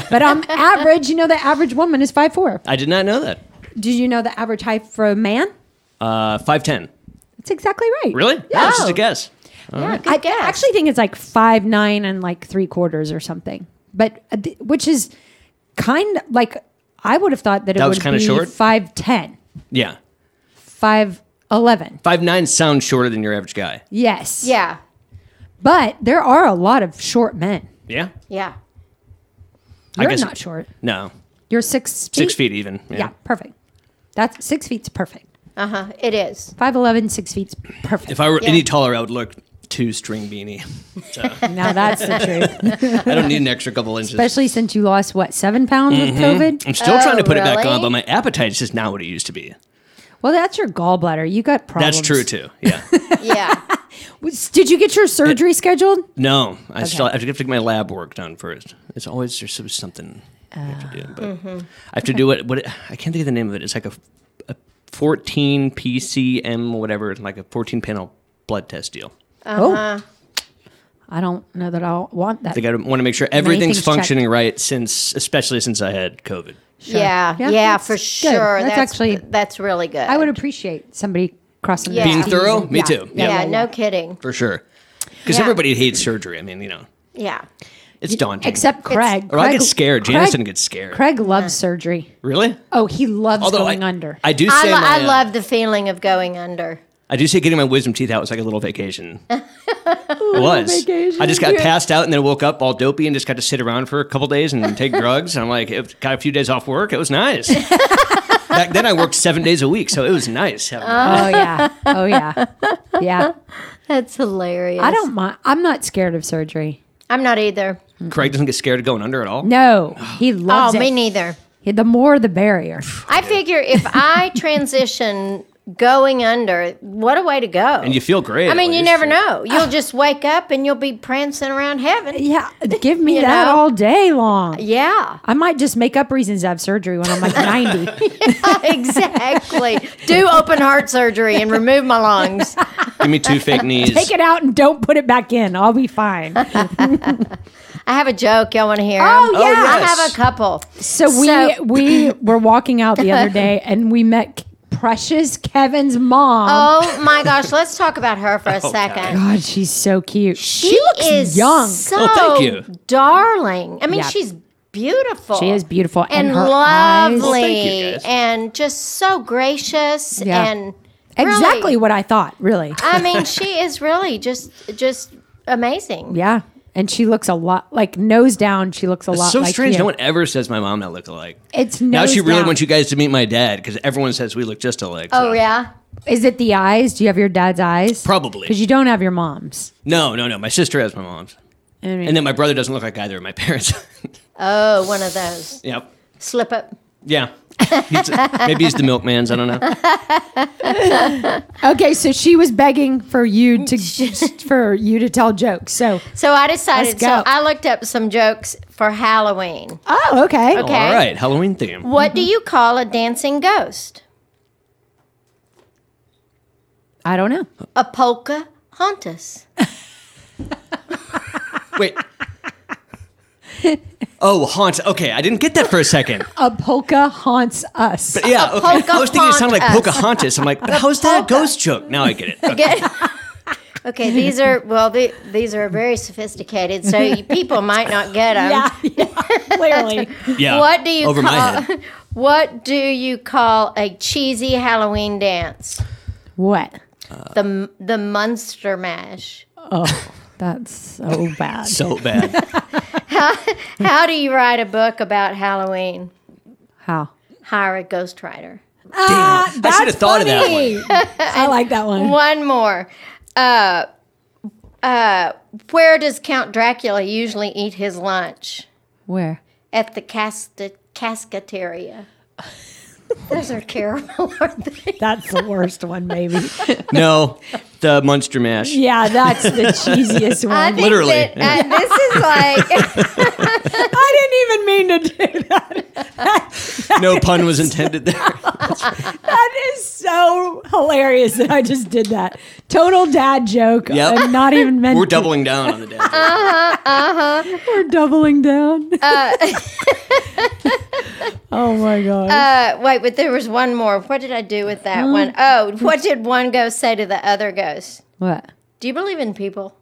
Speaker 1: but I'm average. You know, the average woman is 5'4.
Speaker 3: I did not know that.
Speaker 1: Did you know the average height for a man?
Speaker 3: Uh, 5'10.
Speaker 1: That's exactly right.
Speaker 3: Really?
Speaker 1: Yeah.
Speaker 3: Oh, it's just a guess.
Speaker 2: Yeah, good
Speaker 1: Uh-huh. I
Speaker 2: guess.
Speaker 1: actually think it's like five nine and like three quarters or something, but uh, th- which is kind of like I would have thought that it
Speaker 3: That was
Speaker 1: would
Speaker 3: kinda
Speaker 1: be
Speaker 3: short?
Speaker 1: 5'10,
Speaker 3: Yeah.
Speaker 1: 5'11.
Speaker 3: 5'9 sounds shorter than your average guy.
Speaker 1: Yes.
Speaker 2: yeah.
Speaker 1: But there are a lot of short men.
Speaker 3: Yeah.
Speaker 2: Yeah.
Speaker 3: I
Speaker 1: You're
Speaker 3: guess-
Speaker 1: not short.
Speaker 3: No,
Speaker 1: You're six feet.
Speaker 3: six feet even.
Speaker 1: Yeah,
Speaker 3: Yeah.
Speaker 1: perfect. That's six feet's perfect.
Speaker 2: Uh huh. It is.
Speaker 1: 5'11, six feet's perfect.
Speaker 3: If I were
Speaker 2: Yeah.
Speaker 3: any taller, I would look two string beanie. So
Speaker 1: now that's the truth.
Speaker 3: I don't need an extra couple inches.
Speaker 1: Especially since you lost, what, seven pounds with
Speaker 3: I'm
Speaker 1: COVID?
Speaker 3: still trying to
Speaker 2: Oh,
Speaker 3: put it back
Speaker 2: really?
Speaker 3: on, but my appetite's just not what it used to be.
Speaker 1: Well, that's your gallbladder. You got problems.
Speaker 3: That's true too. Yeah.
Speaker 2: Yeah.
Speaker 1: Was- Did you get your surgery scheduled?
Speaker 3: No, I still I have to get my lab work done first. It's always there's some- something I have to do, but I have to do what what it, I can't think of the name of it. It's like a, a 14 PCM whatever, like a 14 panel blood test deal.
Speaker 2: Uh-huh.
Speaker 1: Oh. I don't know that I'll want that.
Speaker 3: Like I want to make sure
Speaker 1: things
Speaker 3: everything's
Speaker 1: checked.
Speaker 3: functioning right since, especially since I had COVID.
Speaker 2: Yeah.
Speaker 1: Yeah,
Speaker 2: Yeah.
Speaker 1: that's
Speaker 2: for
Speaker 1: good.
Speaker 2: sure.
Speaker 1: That's
Speaker 2: That's,
Speaker 1: actually-
Speaker 2: actually that's really good.
Speaker 1: I would appreciate somebody crossing
Speaker 2: Yeah.
Speaker 1: their
Speaker 2: Being
Speaker 1: T's
Speaker 3: thorough?
Speaker 1: and-
Speaker 3: Me too.
Speaker 2: Yeah.
Speaker 3: Yeah,
Speaker 2: No kidding.
Speaker 3: For sure, because
Speaker 2: Yeah.
Speaker 3: everybody hates surgery. I mean, you know,
Speaker 2: Yeah.
Speaker 3: it's daunting.
Speaker 1: Except Craig.
Speaker 3: or I
Speaker 1: Craig-
Speaker 3: get scared. Janice
Speaker 1: Craig-
Speaker 3: didn't get scared.
Speaker 1: Craig loves surgery.
Speaker 3: Really?
Speaker 1: Oh, he loves
Speaker 3: Although
Speaker 1: going
Speaker 3: I,
Speaker 1: under.
Speaker 3: I do say
Speaker 2: I, lo-
Speaker 3: my,
Speaker 2: I
Speaker 3: uh,
Speaker 2: love the feeling of going under.
Speaker 3: I do say getting my wisdom teeth out was like a little vacation. it was.
Speaker 1: vacation.
Speaker 3: I just got passed out and then woke up all dopey and just got to sit around for a couple days and take drugs. And I'm like, it, got a few days off work. It was nice. Back then I worked seven days a week, so it was nice. having that.
Speaker 1: oh yeah. Oh yeah. Yeah.
Speaker 2: That's hilarious.
Speaker 1: I don't mind. I'm not scared of surgery.
Speaker 2: I'm not either.
Speaker 3: Craig doesn't get scared of going under at all.
Speaker 1: No, he loves
Speaker 2: oh, me
Speaker 1: it.
Speaker 2: neither.
Speaker 1: the more, the barrier.
Speaker 2: I figure if I transition going under, what a way to go.
Speaker 3: And you feel great.
Speaker 2: I
Speaker 3: at
Speaker 2: mean, you
Speaker 3: least.
Speaker 2: never know. You'll just wake up and you'll be prancing around heaven.
Speaker 1: Yeah, give me
Speaker 2: You
Speaker 1: that
Speaker 2: know?
Speaker 1: all day long.
Speaker 2: Yeah,
Speaker 1: I might just make up reasons to have surgery when I'm like 90.
Speaker 2: exactly. Do open heart surgery and remove my lungs.
Speaker 3: Give me two fake knees.
Speaker 1: Take it out and don't put it back in. I'll be fine.
Speaker 2: I have a joke. Y'all want to hear? 'em?
Speaker 1: Oh, yeah.
Speaker 2: I
Speaker 3: yes.
Speaker 2: have a couple.
Speaker 1: So we
Speaker 2: So-
Speaker 1: we were walking out the other day and we met precious Kevin's mom.
Speaker 2: Oh my gosh, let's talk about her for a second.
Speaker 1: God, she's so cute. She,
Speaker 2: She
Speaker 1: looks
Speaker 2: is
Speaker 1: young.
Speaker 2: So
Speaker 3: Oh, thank you.
Speaker 2: darling. I mean,
Speaker 1: Yeah.
Speaker 2: she's beautiful.
Speaker 1: She is beautiful and
Speaker 2: and,
Speaker 1: her eyes-
Speaker 2: lovely,
Speaker 1: Well,
Speaker 3: thank you, guys.
Speaker 2: and just so gracious
Speaker 1: Yeah.
Speaker 2: and really-
Speaker 1: exactly what I thought, really.
Speaker 2: I mean, she is really just just amazing.
Speaker 1: Yeah. And she looks a lot like nose down. She looks a lot
Speaker 3: so
Speaker 1: like
Speaker 3: strange.
Speaker 1: you.
Speaker 3: No one ever says my mom and I look alike.
Speaker 1: It's
Speaker 3: now she
Speaker 1: nose
Speaker 3: really
Speaker 1: down.
Speaker 3: wants you guys to meet my dad because everyone says we look just alike.
Speaker 2: Oh
Speaker 3: so.
Speaker 2: yeah.
Speaker 1: Is it the eyes? Do you have your dad's eyes?
Speaker 3: Probably.
Speaker 1: Because you don't have your mom's.
Speaker 3: No, no, no. My sister has my mom's.
Speaker 1: I mean,
Speaker 3: And then my brother doesn't look like either of my parents.
Speaker 2: Oh, one of those
Speaker 3: yep.
Speaker 2: slip up.
Speaker 3: Yeah. He's- maybe he's the milkman's. I don't know.
Speaker 1: okay, so she was begging for you to just for you to tell jokes. So
Speaker 2: So I decided.
Speaker 1: Let's go.
Speaker 2: So I looked up some jokes for Halloween.
Speaker 1: oh, okay.
Speaker 2: Okay.
Speaker 3: All right. Halloween theme.
Speaker 2: What
Speaker 1: Mm-hmm.
Speaker 2: do you call a dancing ghost?
Speaker 1: I don't know.
Speaker 2: A polka hauntus.
Speaker 3: Wait. Oh, haunt. Okay. I didn't get that for a second.
Speaker 1: A polka haunts us.
Speaker 3: Yeah. Okay. I was thinking it sounded like
Speaker 2: Pocahontas.
Speaker 3: Pocahontas. I'm like, but how's that a ghost joke? Now I get it. Okay.
Speaker 2: Good. Okay, these are well. The, these are very sophisticated, so you, people might not get them.
Speaker 1: yeah, yeah, clearly.
Speaker 3: Yeah.
Speaker 2: What do you
Speaker 3: Over
Speaker 2: call,
Speaker 3: my head.
Speaker 2: What do you call a cheesy Halloween dance?
Speaker 1: What?
Speaker 2: The the Munster Mash.
Speaker 1: That's so bad.
Speaker 3: Oh. So bad.
Speaker 2: How do you write a book about Halloween?
Speaker 1: How?
Speaker 2: Hire a ghostwriter.
Speaker 3: I should have thought of that one.
Speaker 1: of that one. Ah, I like that one.
Speaker 2: One more. Uh, uh, where does Count Dracula usually eat his lunch?
Speaker 1: Where?
Speaker 2: At the casta- cascateria. Those are terrible, aren't they?
Speaker 1: That's the worst one, maybe.
Speaker 3: No, the Munster Mash.
Speaker 1: Yeah, that's the cheesiest one.
Speaker 2: I
Speaker 1: I,
Speaker 2: think
Speaker 3: Literally,
Speaker 2: that, uh, this is like
Speaker 1: didn't even mean to do that.
Speaker 3: No pun was intended there.
Speaker 1: That is so hilarious that I just did that. Total dad joke.
Speaker 3: Yep.
Speaker 1: I'm not even meant
Speaker 3: We're
Speaker 1: to-
Speaker 3: doubling down on the dad.
Speaker 1: We're doubling down. oh my God.
Speaker 2: Uh, wait, but there was one more. What did I do with that one? Oh, what did one ghost say to the other ghost?
Speaker 1: what?
Speaker 2: Do you believe in people?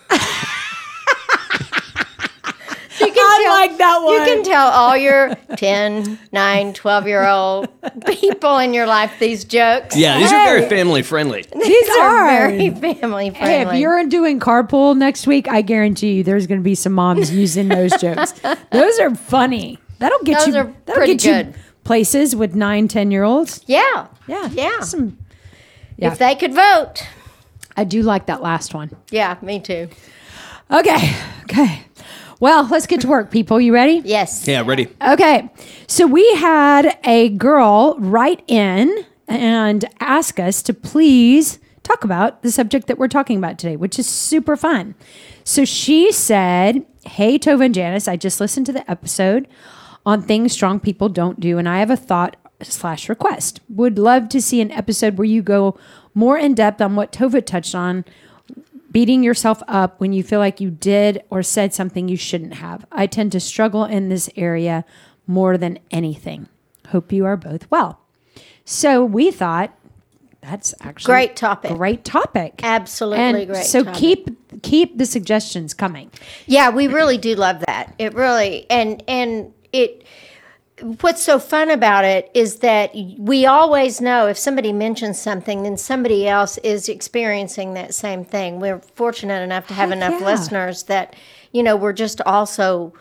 Speaker 2: You can
Speaker 1: I like that
Speaker 2: You
Speaker 1: one.
Speaker 2: can tell all your 10, 9, 12 year old people in your life these jokes.
Speaker 3: Yeah, these are very family friendly.
Speaker 1: These
Speaker 2: These
Speaker 1: are.
Speaker 2: are very family friendly.
Speaker 1: Hey, if you're doing carpool next week, I guarantee you there's going to be some moms using those jokes. Those are funny. That'll get
Speaker 2: Those
Speaker 1: you.
Speaker 2: are
Speaker 1: that'll
Speaker 2: pretty
Speaker 1: get
Speaker 2: good.
Speaker 1: you places with nine, ten year olds.
Speaker 2: yeah.
Speaker 1: Yeah,
Speaker 2: Yeah.
Speaker 1: Some, yeah,
Speaker 2: If they could vote.
Speaker 1: I do like that last one.
Speaker 2: Yeah, me too.
Speaker 1: Okay, okay. Well, let's get to work, people. You ready?
Speaker 2: Yes.
Speaker 3: Yeah, ready.
Speaker 1: Okay. So we had a girl write in and ask us to please talk about the subject that we're talking about today, which is super fun. So she said, Hey, Tova and Janice, I just listened to the episode on things strong people don't do, and I have a thought slash request. Would love to see an episode where you go more in depth on what Tova touched on beating yourself up when you feel like you did or said something you shouldn't have. I tend to struggle in this area more than anything. Hope you are both well. So we thought that's actually
Speaker 2: Great topic.
Speaker 1: Great topic.
Speaker 2: Absolutely
Speaker 1: And
Speaker 2: great
Speaker 1: So
Speaker 2: topic.
Speaker 1: keep keep the suggestions coming.
Speaker 2: Yeah, we really do love that. It really and and it what's so fun about it is that we always know if somebody mentions something then somebody else is experiencing that same thing. We're fortunate enough to have
Speaker 1: Heck
Speaker 2: enough
Speaker 1: yeah.
Speaker 2: listeners that you know, we're just also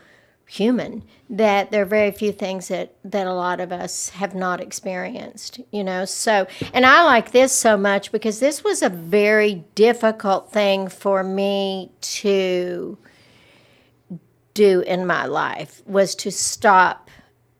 Speaker 2: human that there are very few things that that a lot of us have not experienced you know so and i like this so much because this was a very difficult thing for me to do in my life was to stop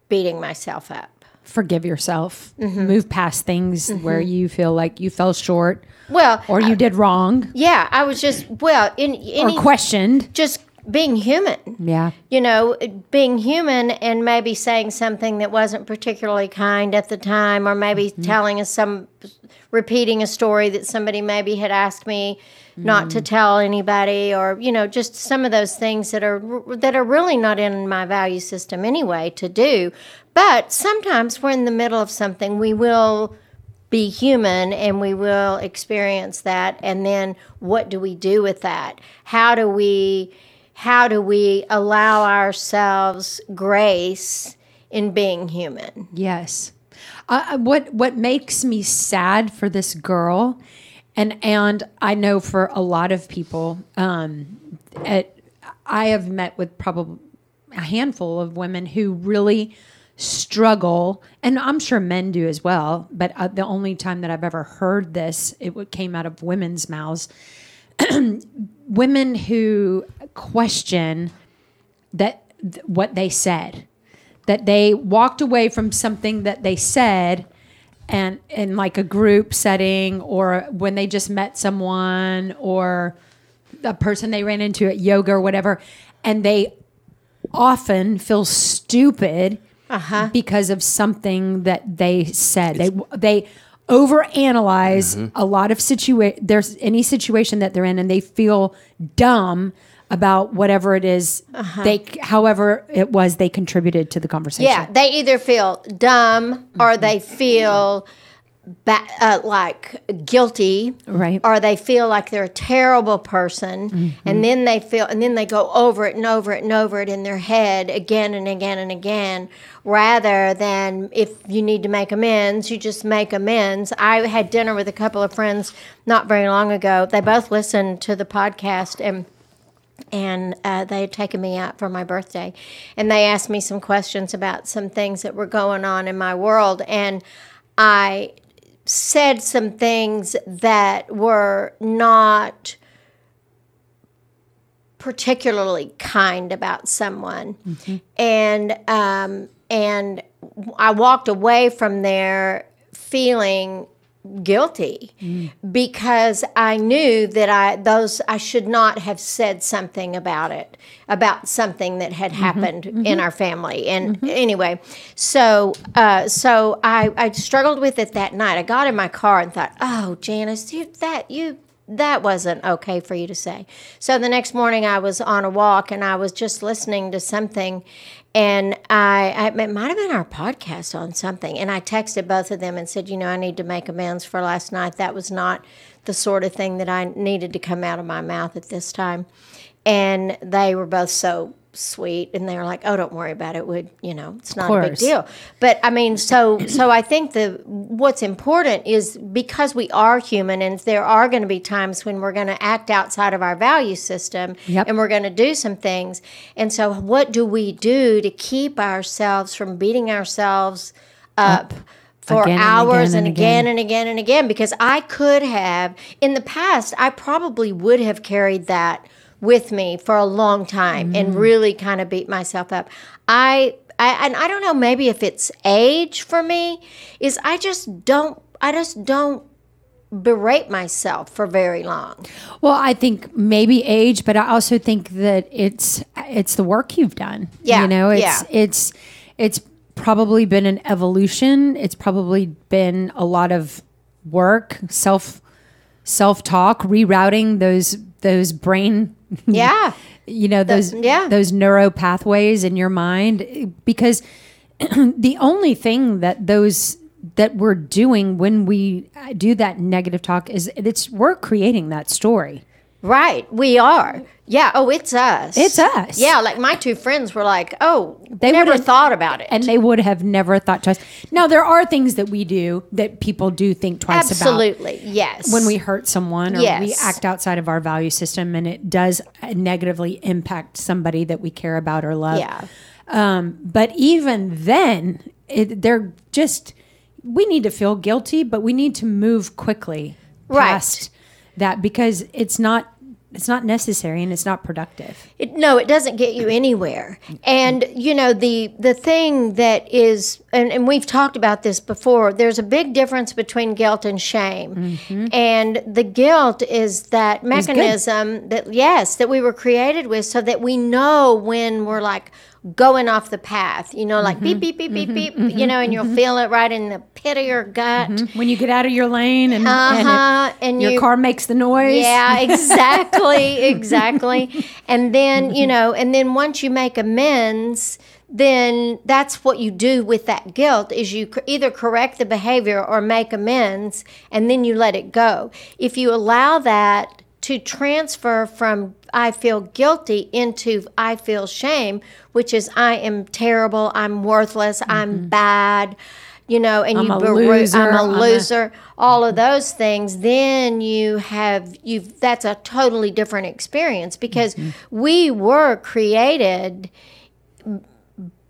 Speaker 2: beating myself up
Speaker 1: Forgive yourself.
Speaker 2: Mm-hmm.
Speaker 1: Move past things where you feel like you fell short
Speaker 2: well
Speaker 1: or you did wrong
Speaker 2: yeah i was just well in
Speaker 1: or
Speaker 2: Uh, any
Speaker 1: questioned.
Speaker 2: just being human
Speaker 1: Yeah.
Speaker 2: you know, being human and maybe saying something that wasn't particularly kind at the time, or maybe telling us some, repeating a story that somebody maybe had asked me not to tell anybody, or you know, just some of those things that are that are really not in my value system anyway to do. But sometimes we're in the middle of something, we will be human and we will experience that and then what do we do with that how do we how do we allow ourselves grace in being human
Speaker 1: Yes. Uh, uh, what what makes me sad for this girl, and and I know for a lot of people, um, at, I have met with probably a handful of women who really struggle, and I'm sure men do as well. But uh, the only time that I've ever heard this, it w- came out of women's mouths. women who question that th- what they said that they walked away from something that they said and in like a group setting or when they just met someone or a person they ran into at yoga or whatever and they often feel stupid because of something that they said they they overanalyze a lot of situa- there's any situation that they're in and they feel dumb about whatever it is they however it was they contributed to the conversation
Speaker 2: yeah they either feel dumb or they feel ba- uh, like guilty
Speaker 1: Right.
Speaker 2: or they feel like they're a terrible person and then they feel and then they go over it and over it and over it in their head again and again and again rather than if you need to make amends you just make amends i had dinner with a couple of friends not very long ago they both listened to the podcast and and uh, they had taken me out for my birthday and they asked me some questions about some things that were going on in my world and i said some things that were not particularly kind about someone and um, and i walked away from there feeling guilty because I knew that I those I should not have said something about it about something that had happened in our family and anyway so uh, so I, I struggled with it that night I got in my car and thought oh Janice you, that you that wasn't okay for you to say so the next morning I was on a walk and I was just listening to something and I, I it might have been our podcast on something. And I texted both of them and said, you know, I need to make amends for last night. That was not the sort of thing that I needed to come out of my mouth at this time. And they were both so sweet and they're like oh don't worry about it would you know it's not a big
Speaker 1: course.
Speaker 2: deal but i mean so so i think the what's important is because we are human and there are going to be times when we're going to act outside of our value system
Speaker 1: Yep.
Speaker 2: and we're going to do some things and so what do we do to keep ourselves from beating ourselves up, for
Speaker 1: Again and
Speaker 2: hours
Speaker 1: again
Speaker 2: and
Speaker 1: and
Speaker 2: again, and again and again because I could have in the past I probably would have carried that with me for a long time
Speaker 1: Mm.
Speaker 2: and really kind of beat myself up. I, I and I don't know maybe if it's age for me is I just don't I just don't berate myself for very long.
Speaker 1: Well, I think maybe age, but I also think that it's it's the work you've done.
Speaker 2: Yeah,
Speaker 1: you know, it's
Speaker 2: yeah.
Speaker 1: it's it's probably been an evolution. It's probably been a lot of work, self self talk, rerouting those those brain
Speaker 2: Yeah.
Speaker 1: you know those
Speaker 2: yeah.
Speaker 1: those neuro pathways in your mind because the only thing that those that we're doing when we uh, do that negative talk is it's we're creating that story
Speaker 2: Right, we are. Yeah. Oh, it's us.
Speaker 1: It's us.
Speaker 2: Yeah. Like my two friends were like, "Oh, they never
Speaker 1: wouldn't-
Speaker 2: thought about it."
Speaker 1: and they would have never thought twice now there are things that we do that people do think twice about
Speaker 2: Absolutely. Yes.
Speaker 1: when we hurt someone or we
Speaker 2: Yes.
Speaker 1: act outside of our value system and it does uh, negatively impact somebody that we care about or love
Speaker 2: yeah.
Speaker 1: But even then, it, they're just, we need to feel guilty, but we need to move quickly
Speaker 2: Right.
Speaker 1: past that because it's not. It's not necessary and it's not productive.
Speaker 2: It, no, it doesn't get you anywhere. And you know the the thing that is, and, and we've talked about this before. There's a big difference between guilt and shame.
Speaker 1: Mm-hmm.
Speaker 2: And the guilt is that mechanism that yes, that we were created with, so that we know when we're like going off the path. You know, like
Speaker 1: Mm-hmm.
Speaker 2: beep beep beep beep beep. you know, and you'll feel it right in the pit of your gut.
Speaker 1: When you get out of your lane and, Mm-hmm. and it-
Speaker 2: Uh-huh, and
Speaker 1: your
Speaker 2: you-
Speaker 1: car makes the noise,
Speaker 2: Yeah, exactly, exactly. And then, you know, and then once you make amends, then that's what you do with that guilt is you cor- either correct the behavior or make amends and then you let it go. If you allow that to transfer from I feel guilty into I feel shame, which is I am terrible, I'm worthless, I'm bad, you know, and you
Speaker 1: a
Speaker 2: bero-
Speaker 1: loser,
Speaker 2: I'm a
Speaker 1: I'm a-
Speaker 2: loser or all of those things then you have you have that's a totally different experience because
Speaker 1: Mm-hmm.
Speaker 2: we were created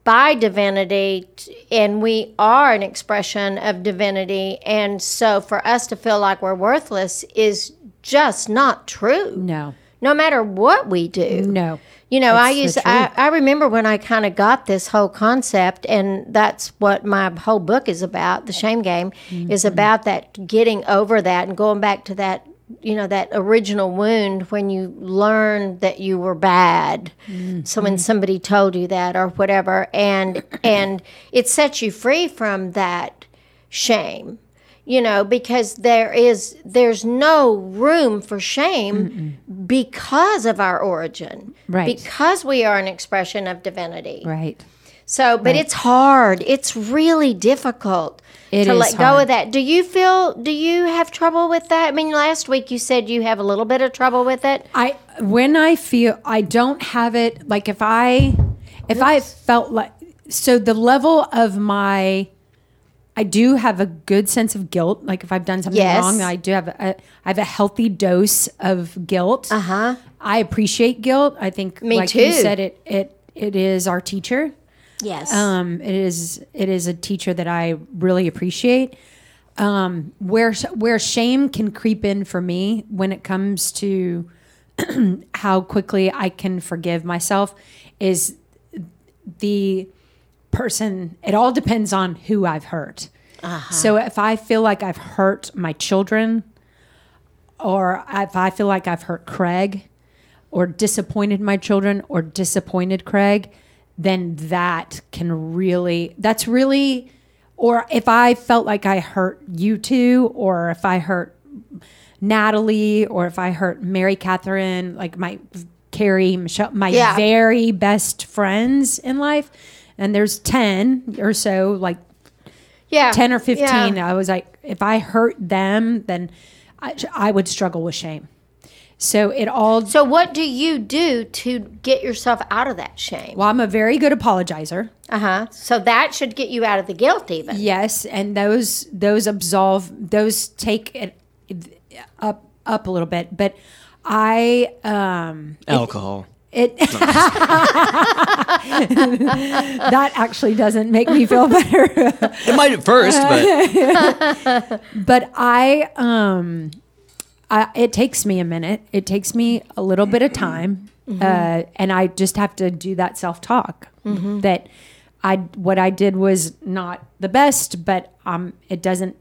Speaker 2: by divinity t- and we are an expression of divinity and so for us to feel like we're worthless is just not true
Speaker 1: no,
Speaker 2: no matter what we do
Speaker 1: no,
Speaker 2: you know, I
Speaker 1: It's the
Speaker 2: used I,
Speaker 1: truth.
Speaker 2: I remember when I kind of got this whole concept, and that's what my whole book is about. The shame game is about that getting over that and going back to that, you know, that original wound when you learned that you were bad. So when somebody told you that or whatever, and and it sets you free from that shame you know because there is there's no room for shame because of our origin
Speaker 1: Right.
Speaker 2: because we are an expression of divinity
Speaker 1: right?
Speaker 2: so but it's hard it's really difficult
Speaker 1: It
Speaker 2: to
Speaker 1: is
Speaker 2: let go
Speaker 1: hard.
Speaker 2: of that do you feel do you have trouble with that i mean last week you said you have a little bit of trouble with it
Speaker 1: I when I feel I don't have it like if I if I felt like so the level of my I do have a good sense of guilt like if I've done something
Speaker 2: Yes.
Speaker 1: wrong I do have a I have a healthy dose of guilt. Uh-huh. I appreciate guilt. I think
Speaker 2: Me
Speaker 1: like you
Speaker 2: too.
Speaker 1: said it it it is our teacher.
Speaker 2: yes
Speaker 1: Um, it is it is a teacher that I really appreciate. Um, where where shame can creep in for me when it comes to how quickly I can forgive myself is the person. It all depends on who I've hurt. So if I feel like I've hurt my children, or if I feel like I've hurt Craig, or disappointed my children, or disappointed Craig, then that can really, that's really, or if I felt like I hurt you two, or if I hurt Natalie, or if I hurt Mary Catherine, like my Carrie, Michelle, my
Speaker 2: Yeah.
Speaker 1: very best friends in life, and there's 10 or so, like
Speaker 2: yeah
Speaker 1: 10 or 15
Speaker 2: Yeah.
Speaker 1: i was like if i hurt them then I, I would struggle with shame So it all
Speaker 2: So what do you do to get yourself out of that shame?
Speaker 1: well, I'm a very good apologizer.
Speaker 2: Uh huh. So that should get you out of the guilt, even.
Speaker 1: Yes, and those those absolve those take it up up a little bit, but I um
Speaker 3: Alcohol.
Speaker 1: it that actually doesn't make me feel better.
Speaker 3: It might at first, but
Speaker 1: but I um I, it takes me a minute. It takes me a little bit of time, uh, and I just have to do that self talk. That I what I did was not the best, but um, it doesn't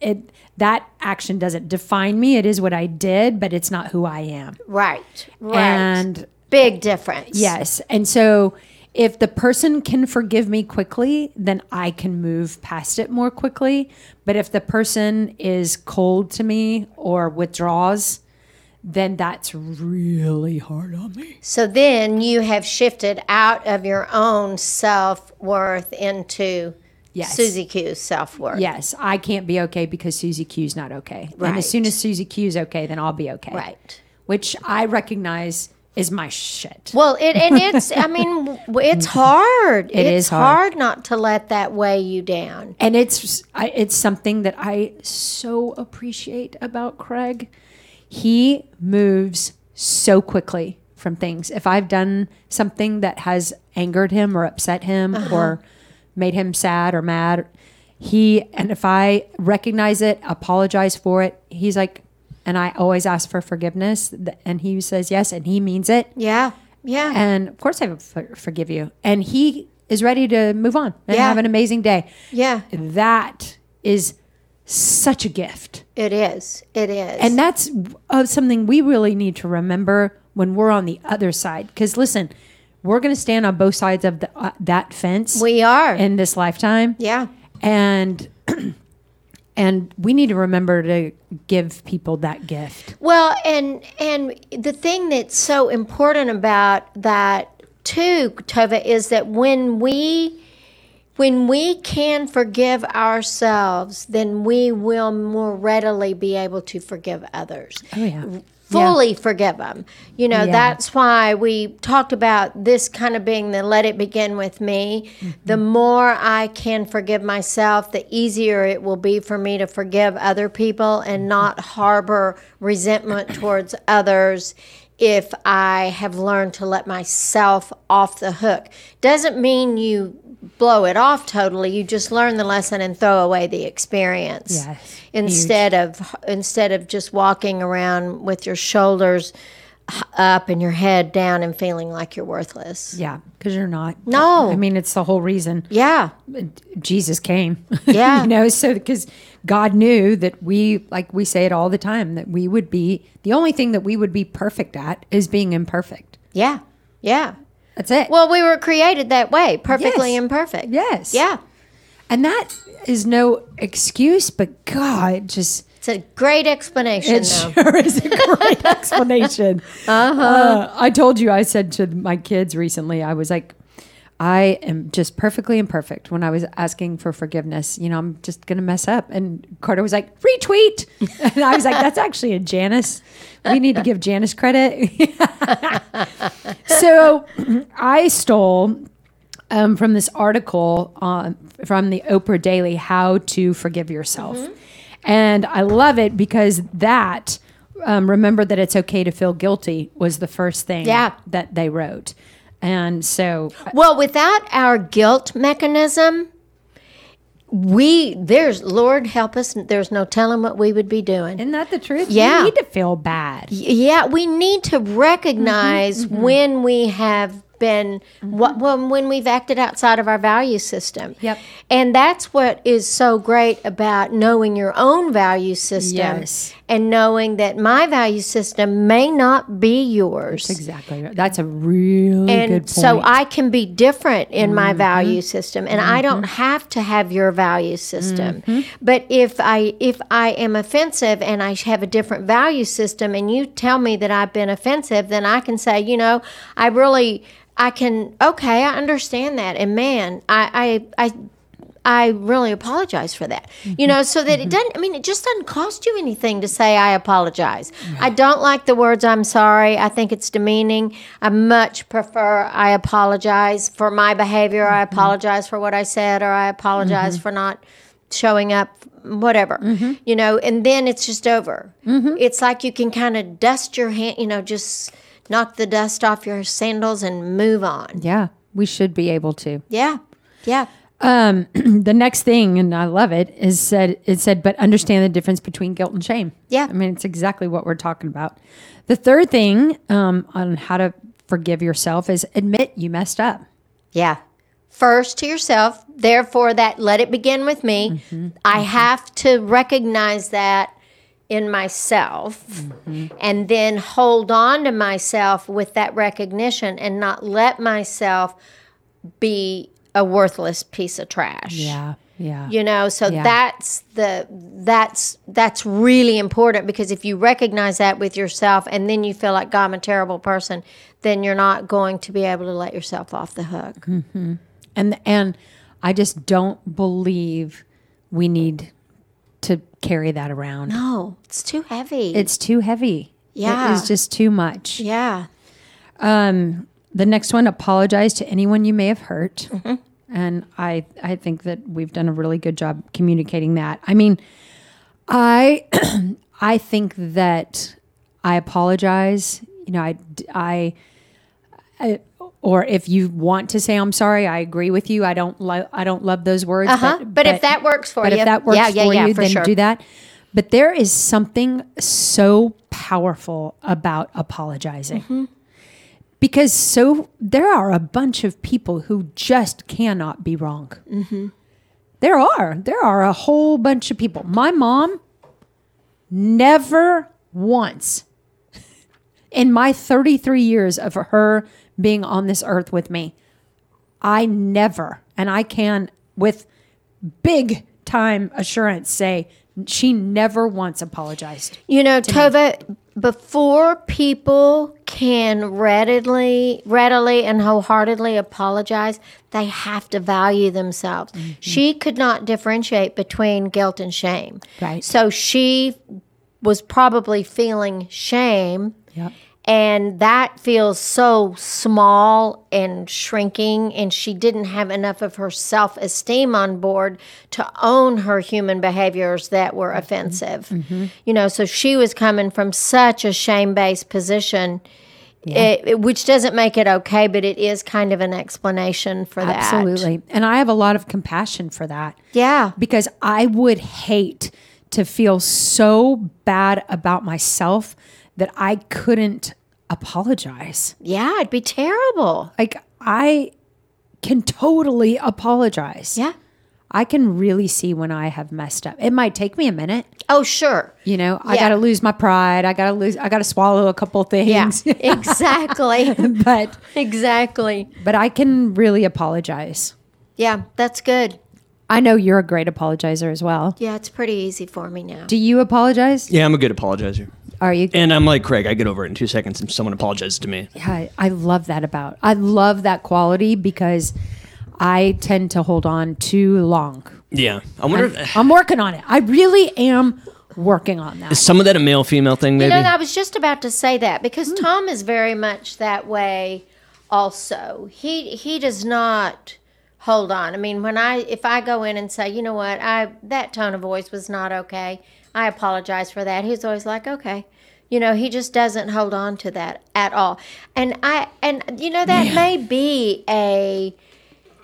Speaker 1: it that action doesn't define me. It is what I did, but it's not who I am.
Speaker 2: Right. Right.
Speaker 1: And
Speaker 2: Big difference.
Speaker 1: yes, and so if the person can forgive me quickly, then I can move past it more quickly. But if the person is cold to me or withdraws, then that's really hard on me.
Speaker 2: So then you have shifted out of your own self worth into
Speaker 1: Yes.
Speaker 2: Susie Q's self worth.
Speaker 1: Yes, I can't be okay because Susie Q's not okay. And
Speaker 2: Right.
Speaker 1: as soon as Susie Q's okay, then I'll be okay.
Speaker 2: Right.
Speaker 1: Which I recognize is my shit.
Speaker 2: Well, it and it's I mean w- it's hard.
Speaker 1: It
Speaker 2: it's
Speaker 1: is hard.
Speaker 2: not to let that weigh you down.
Speaker 1: and it's I, it's something that I so appreciate about Craig. He moves so quickly from things. If I've done something that has angered him or upset him or made him sad or mad, he and if I recognize it, apologize for it, he's like and I always ask for forgiveness th- and he says yes and he means it.
Speaker 2: Yeah. Yeah.
Speaker 1: And of course I for- forgive you. And he is ready to move on and
Speaker 2: Yeah.
Speaker 1: have an amazing day
Speaker 2: yeah.
Speaker 1: that is such a gift
Speaker 2: It is. It is.
Speaker 1: and that's uh, something we really need to remember when we're on the other side because listen we're going to stand on both sides of the, uh, that fence
Speaker 2: we are.
Speaker 1: in this lifetime
Speaker 2: yeah.
Speaker 1: and and we need to remember to give people that gift
Speaker 2: Well, and and the thing that's so important about that too, Tova, is that when we when we can forgive ourselves, then we will more readily be able to forgive others.
Speaker 1: oh yeah
Speaker 2: Fully forgive them. You know,
Speaker 1: Yeah.
Speaker 2: that's why we talked about this kind of being the let it begin with me.
Speaker 1: Mm-hmm.
Speaker 2: The more I can forgive myself, the easier it will be for me to forgive other people
Speaker 1: Mm-hmm.
Speaker 2: and not harbor resentment towards others if I have learned to let myself off the hook. Doesn't mean you blow it off totally. You just learn the lesson and throw away the experience
Speaker 1: Yes.
Speaker 2: instead of instead of just walking around with your shoulders h- up and your head down and feeling like you're worthless.
Speaker 1: yeah because you're not
Speaker 2: No.
Speaker 1: i mean it's the whole reason
Speaker 2: Yeah.
Speaker 1: Jesus came.
Speaker 2: Yeah.
Speaker 1: you know, so because God knew that we, like we say it all the time, that we would be the only thing that we would be perfect at is being imperfect.
Speaker 2: Yeah. Yeah.
Speaker 1: That's it.
Speaker 2: Well, we were created that way, perfectly
Speaker 1: Yes.
Speaker 2: imperfect.
Speaker 1: yes.
Speaker 2: Yeah.
Speaker 1: And that is no excuse, but God, just
Speaker 2: It's a great explanation
Speaker 1: it
Speaker 2: though.
Speaker 1: sure is a great explanation. Uh, I told you, I said to my kids recently, I was like, I am just perfectly imperfect when I was asking for forgiveness. You know, I'm just going to mess up. And Carter was like, retweet. And I was like, that's actually a Janice. We need to give Janice credit. so I stole um, from this article on from the Oprah Daily, "How to Forgive Yourself,"
Speaker 2: Mm-hmm.
Speaker 1: and I love it because that um, remember that it's okay to feel guilty was the first thing
Speaker 2: Yeah.
Speaker 1: that they wrote, and so uh,
Speaker 2: Well, without our guilt mechanism, we there's Lord help us, there's no telling what we would be doing.
Speaker 1: isn't that the truth?
Speaker 2: Yeah.
Speaker 1: you need to feel bad.
Speaker 2: yeah we need to recognize
Speaker 1: Mm-hmm,
Speaker 2: when we have been what when, when we've acted outside of our value system
Speaker 1: Yep.
Speaker 2: and that's what is so great about knowing your own value system
Speaker 1: Yes.
Speaker 2: and knowing that my value system may not be yours
Speaker 1: Exactly. right. That's a really good
Speaker 2: and
Speaker 1: point. Mm-hmm.
Speaker 2: so I can be different in my value system, and I don't have to have your value system.
Speaker 1: Mm-hmm.
Speaker 2: But if I if I am offensive and I have a different value system, and you tell me that I've been offensive, then I can say, you know, I really I can okay, I understand that, and man, I I. I I really apologize for that. You know, so that it doesn't, I mean, it just doesn't cost you anything to say, I apologize. I don't like the words I'm sorry. I think it's demeaning. I much prefer, I apologize for my behavior. I apologize for what I said, or I apologize for not showing up, whatever, you know, and then it's just over. It's like you can kind of dust your hand, you know, just knock the dust off your sandals and move on.
Speaker 1: Yeah, we should be able to.
Speaker 2: Yeah. Yeah.
Speaker 1: the next thing, and I love it, is said it said, but understand the difference between guilt and shame.
Speaker 2: Yeah.
Speaker 1: I mean, it's exactly what we're talking about. The third thing um, on how to forgive yourself is admit you messed up.
Speaker 2: Yeah. First to yourself, therefore that let it begin with me.
Speaker 1: Mm-hmm.
Speaker 2: I have to recognize that in myself
Speaker 1: Mm-hmm.
Speaker 2: and then hold on to myself with that recognition and not let myself be a worthless piece of trash.
Speaker 1: Yeah, yeah,
Speaker 2: You know, so
Speaker 1: Yeah.
Speaker 2: that's the that's that's really important because if you recognize that with yourself and then you feel like God, I'm a terrible person, then you're not going to be able to let yourself off the hook.
Speaker 1: and and I just don't believe we need to carry that around.
Speaker 2: No, it's too heavy.
Speaker 1: It's too heavy.
Speaker 2: Yeah.
Speaker 1: it is just too much.
Speaker 2: yeah.
Speaker 1: The next one, apologize to anyone you may have hurt.
Speaker 2: Mm-hmm.
Speaker 1: And I, I think that we've done a really good job communicating that. I mean, I, I think that I apologize. You know, I, d- I- I- or if you want to say I'm sorry, I agree with you. I don't, lo- I don't love those words.
Speaker 2: Uh-huh. But, if that works for
Speaker 1: but
Speaker 2: you,
Speaker 1: if that works
Speaker 2: yeah, yeah,
Speaker 1: for
Speaker 2: yeah,
Speaker 1: you,
Speaker 2: for
Speaker 1: then
Speaker 2: sure.
Speaker 1: do that. But there is something so powerful about apologizing.
Speaker 2: Mm-hmm.
Speaker 1: Because so there are a bunch of people who just cannot be wrong.
Speaker 2: Mm-hmm.
Speaker 1: There are. There are a whole bunch of people. My mom never once in my 33 years of her being on this earth with me, I never, and I can with big time assurance say she never once apologized.
Speaker 2: You know, Tova, before people can readily, readily and wholeheartedly apologize, they have to value themselves.
Speaker 1: Mm-hmm.
Speaker 2: She could not differentiate between guilt and shame.
Speaker 1: Right.
Speaker 2: So she was probably feeling shame.
Speaker 1: Yep.
Speaker 2: And that feels so small and shrinking. And she didn't have enough of her self esteem on board to own her human behaviors that were
Speaker 1: Mm-hmm.
Speaker 2: offensive. You know, so she was coming from such a shame based position, it, it- which doesn't make it okay, but it is kind of an explanation for that.
Speaker 1: Absolutely. And I have a lot of compassion for that.
Speaker 2: Yeah.
Speaker 1: because I would hate to feel so bad about myself that I couldn't apologize.
Speaker 2: Yeah. It'd be terrible.
Speaker 1: Like I can totally apologize.
Speaker 2: Yeah.
Speaker 1: I can really see when I have messed up. It might take me a minute,
Speaker 2: Oh, sure.
Speaker 1: you know. I
Speaker 2: Yeah.
Speaker 1: got to lose my pride. I got to lose I got to swallow a couple
Speaker 2: Yeah.
Speaker 1: things.
Speaker 2: exactly.
Speaker 1: but
Speaker 2: exactly.
Speaker 1: but I can really apologize.
Speaker 2: Yeah. That's good.
Speaker 1: I know you're a great apologizer as well.
Speaker 2: Yeah, it's pretty easy for me now.
Speaker 1: Do you apologize?
Speaker 3: Yeah, I'm a good apologizer.
Speaker 1: Are you
Speaker 3: And I'm like Craig, I get over it in two seconds if someone apologizes to me.
Speaker 1: I, I love that about I love that quality because I tend to hold on too long.
Speaker 3: Yeah. I wonder if
Speaker 1: I'm working on it. I really am working on that.
Speaker 3: some of that a male female thing, maybe.
Speaker 2: You know, I was just about to say that because Tom is very much that way. Also, he he does not hold on. I mean, when I if I go in and say, you know what, I that tone of voice was not okay. I apologize for that. He's always like, okay. You know, he just doesn't hold on to that at all. And I and you know that may be a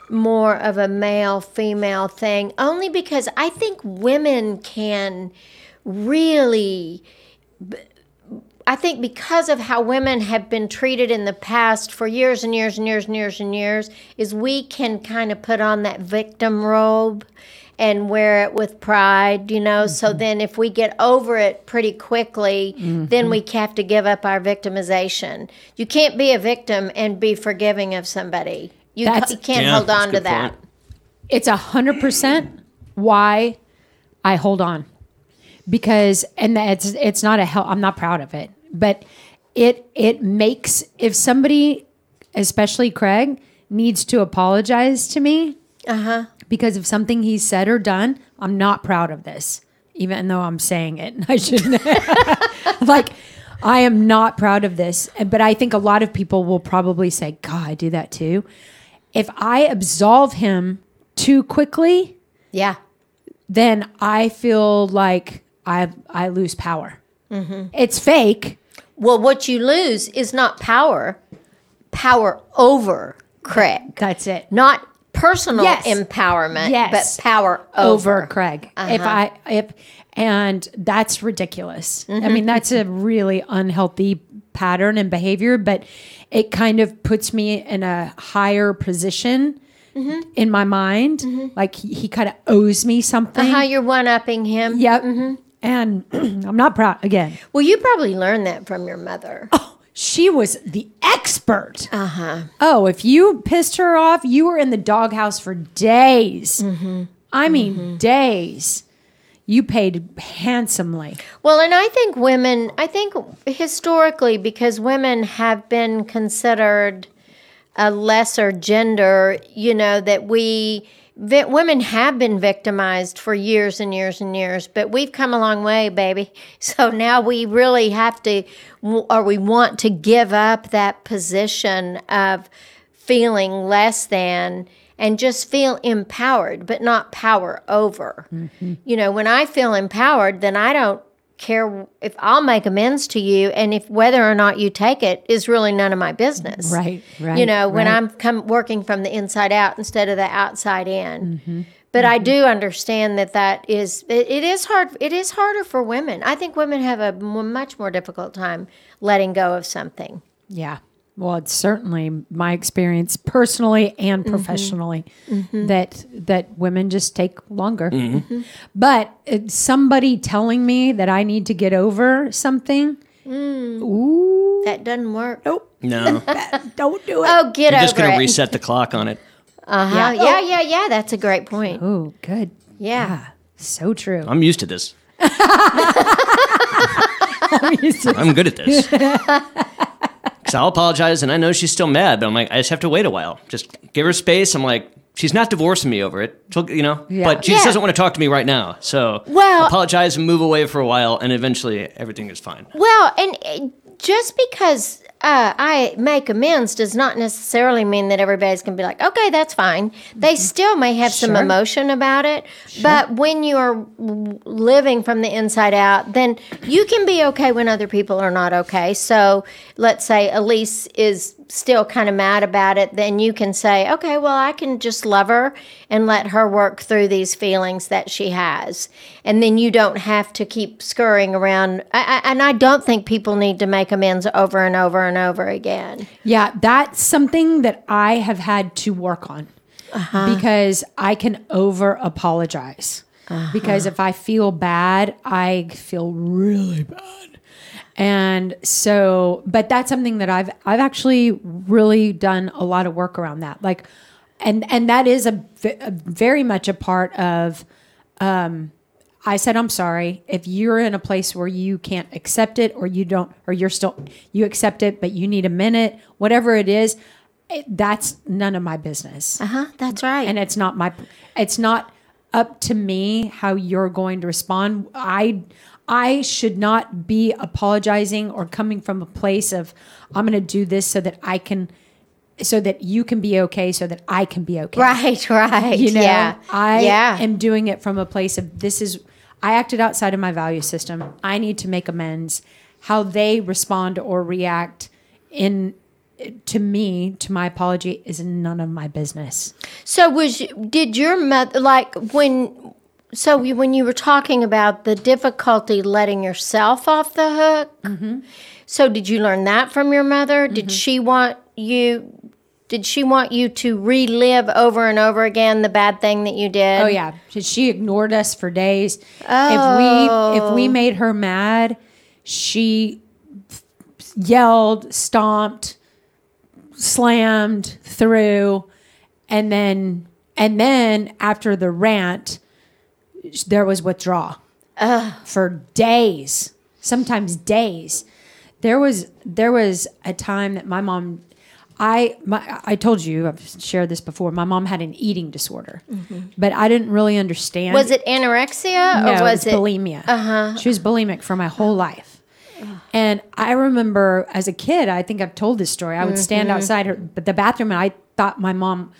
Speaker 2: more of a male female thing only because I think women can really I think because of how women have been treated in the past for years and years and years and years and years, is we can kind of put on that victim robe and wear it with pride, you know. So then if we get over it pretty quickly, then we have to give up our victimization. You can't be a victim and be forgiving of somebody. You, ca-
Speaker 1: That's-
Speaker 2: you can't
Speaker 3: Yeah,
Speaker 2: hold
Speaker 3: that's
Speaker 2: on
Speaker 3: a
Speaker 2: to
Speaker 3: good
Speaker 2: that.
Speaker 3: point.
Speaker 1: It's a hundred percent why I hold on. Because and that's it's not a hell I'm not proud of it. But it it makes if somebody, especially Craig, needs to apologize to me,
Speaker 2: Uh huh.
Speaker 1: because of something he's said or done. I'm not proud of this, even though I'm saying it. I shouldn't. like, I am not proud of this. But I think a lot of people will probably say, God, I do that too. If I absolve him too quickly,
Speaker 2: Yeah.
Speaker 1: then I feel like I, I lose power. It's fake.
Speaker 2: Well, what you lose is not power, power over Craig.
Speaker 1: That's it.
Speaker 2: Not personal
Speaker 1: Yes.
Speaker 2: empowerment,
Speaker 1: Yes.
Speaker 2: but power over.
Speaker 1: over Uh-huh. Craig. If I if and that's ridiculous. I mean, that's a really unhealthy pattern and behavior, but it kind of puts me in a higher position in my mind. Like he, he kind of owes me something.
Speaker 2: How you're one upping him.
Speaker 1: Yep. And I'm not proud again.
Speaker 2: Well, you probably learned that from your mother.
Speaker 1: Oh. She was the expert. Uh huh. Oh, if you pissed her off, you were in the doghouse for days. I mean, days. You paid handsomely.
Speaker 2: Well, and I think women, I think historically, because women have been considered a lesser gender, you know, that we, vi- women have been victimized for years and years and years, but we've come a long way, baby. So now we really have to, or we want to give up that position of feeling less than and just feel empowered, but not power over. You know, when I feel empowered, then I don't care if I'll make amends to you and if whether or not you take it is really none of my business.
Speaker 1: Right, right,
Speaker 2: You know, when
Speaker 1: right.
Speaker 2: I'm come working from the inside out instead of the outside in.
Speaker 1: Mm-hmm.
Speaker 2: But I do understand that that is it, it is hard it is harder for women. I think women have a mo- much more difficult time letting go of something.
Speaker 1: Yeah. Well, it's certainly my experience personally and professionally that that women just take longer. But it's somebody telling me that I need to get over something, ooh,
Speaker 2: That doesn't work.
Speaker 3: No, you're
Speaker 1: don't do it.
Speaker 2: Oh, get
Speaker 3: just
Speaker 2: over
Speaker 3: gonna
Speaker 2: it.
Speaker 3: reset the clock on it.
Speaker 2: uh-huh. yeah. yeah, yeah, that's a great point.
Speaker 1: Oh, good.
Speaker 2: Yeah.
Speaker 1: So true.
Speaker 3: I'm used to this.
Speaker 1: It's
Speaker 3: I'm good at this. So I'll apologize, and I know she's still mad, but I'm like, I just have to wait a while. Just give her space. I'm like, she's not divorcing me over it. She'll, you know,
Speaker 1: Yeah.
Speaker 3: but she just
Speaker 2: Yeah.
Speaker 3: doesn't want to talk to me right now. So
Speaker 2: Well-
Speaker 3: apologize and move away for a while, and eventually everything is fine.
Speaker 2: Well, and uh, just because uh, I make amends does not necessarily mean that everybody's going to be like, okay, that's fine. They still may have some
Speaker 1: Sure.
Speaker 2: emotion about it. But when you're w- living from the inside out, then you can be okay when other people are not okay. So let's say Elise is still kind of mad about it, then you can say, okay, well, I can just love her and let her work through these feelings that she has. And then you don't have to keep scurrying around. I, I, and I don't think people need to make amends over and over and over again.
Speaker 1: Yeah, that's something that I have had to work on because I can over apologize. Because if I feel bad, I feel really bad. And so, but that's something that I've I've actually really done a lot of work around that. Like and and that is a, v- a very much a part of I said, I'm sorry. If you're in a place where you can't accept it or you don't, or you're still, you accept it, but you need a minute, whatever it is, it, that's none of my business.
Speaker 2: Huh? That's right.
Speaker 1: And it's not my, it's not up to me how you're going to respond. I, I should not be apologizing or coming from a place of, I'm going to do this so that I can, so that you can be okay, so that I can be okay.
Speaker 2: right, right.
Speaker 1: You know,
Speaker 2: yeah.
Speaker 1: I
Speaker 2: yeah.
Speaker 1: am doing it from a place of this is I acted outside of my value system. I need to make amends. How they respond or react in to me to my apology is none of my business.
Speaker 2: So was you- did your mother like when? So you- when you were talking about the difficulty letting yourself off the hook,
Speaker 1: Mm-hmm.
Speaker 2: so did you learn that from your mother? Did she want you? Did she want you to relive over and over again the bad thing that you did?
Speaker 1: Oh yeah, She- she ignored us for days. If we if
Speaker 2: Oh.
Speaker 1: we made her mad, she f- yelled, stomped, slammed through, and then and then after the rant, sh- there was withdrawal for days, sometimes days. There was there was a time that my mom, I my, I told you I've shared this before. My mom had an eating disorder, but I didn't really understand.
Speaker 2: Mm-hmm. Was it anorexia
Speaker 1: no,
Speaker 2: or was it?
Speaker 1: bulimia? Uh-huh. She was bulimic for my whole life. And I remember as a kid, I think I've told this story. I would stand outside her, but the bathroom, and I thought my mom.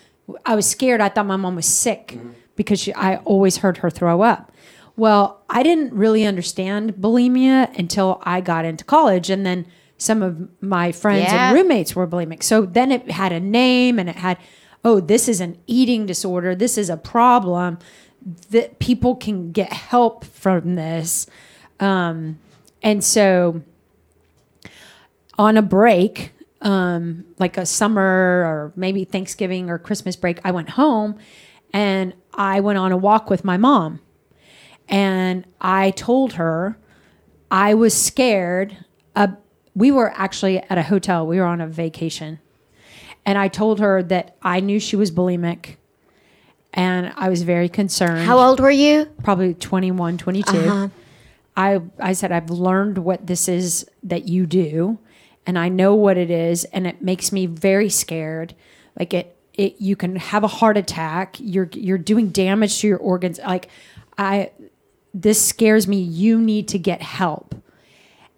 Speaker 1: I was scared. I thought my mom was sick because she, I always heard her throw up. Well, I didn't really understand bulimia until I got into college, and then some of my friends
Speaker 2: Yeah.
Speaker 1: and roommates were bulimic. So then it had a name, and it had, oh, this is an eating disorder. This is a problem that people can get help from this. Um, and so on a break, um, like a summer or maybe Thanksgiving or Christmas break, I went home and I went on a walk with my mom. And I told her I was scared. Uh, we were actually at a hotel, we were on a vacation. And I told her that I knew she was bulimic and I was very concerned
Speaker 2: How old were you?
Speaker 1: probably 21, 22. I, I said, I've learned what this is that you do, and I know what it is, and it makes me very scared. Like it, it you can have a heart attack. You're you're doing damage to your organs. Like I, this scares me. You need to get help.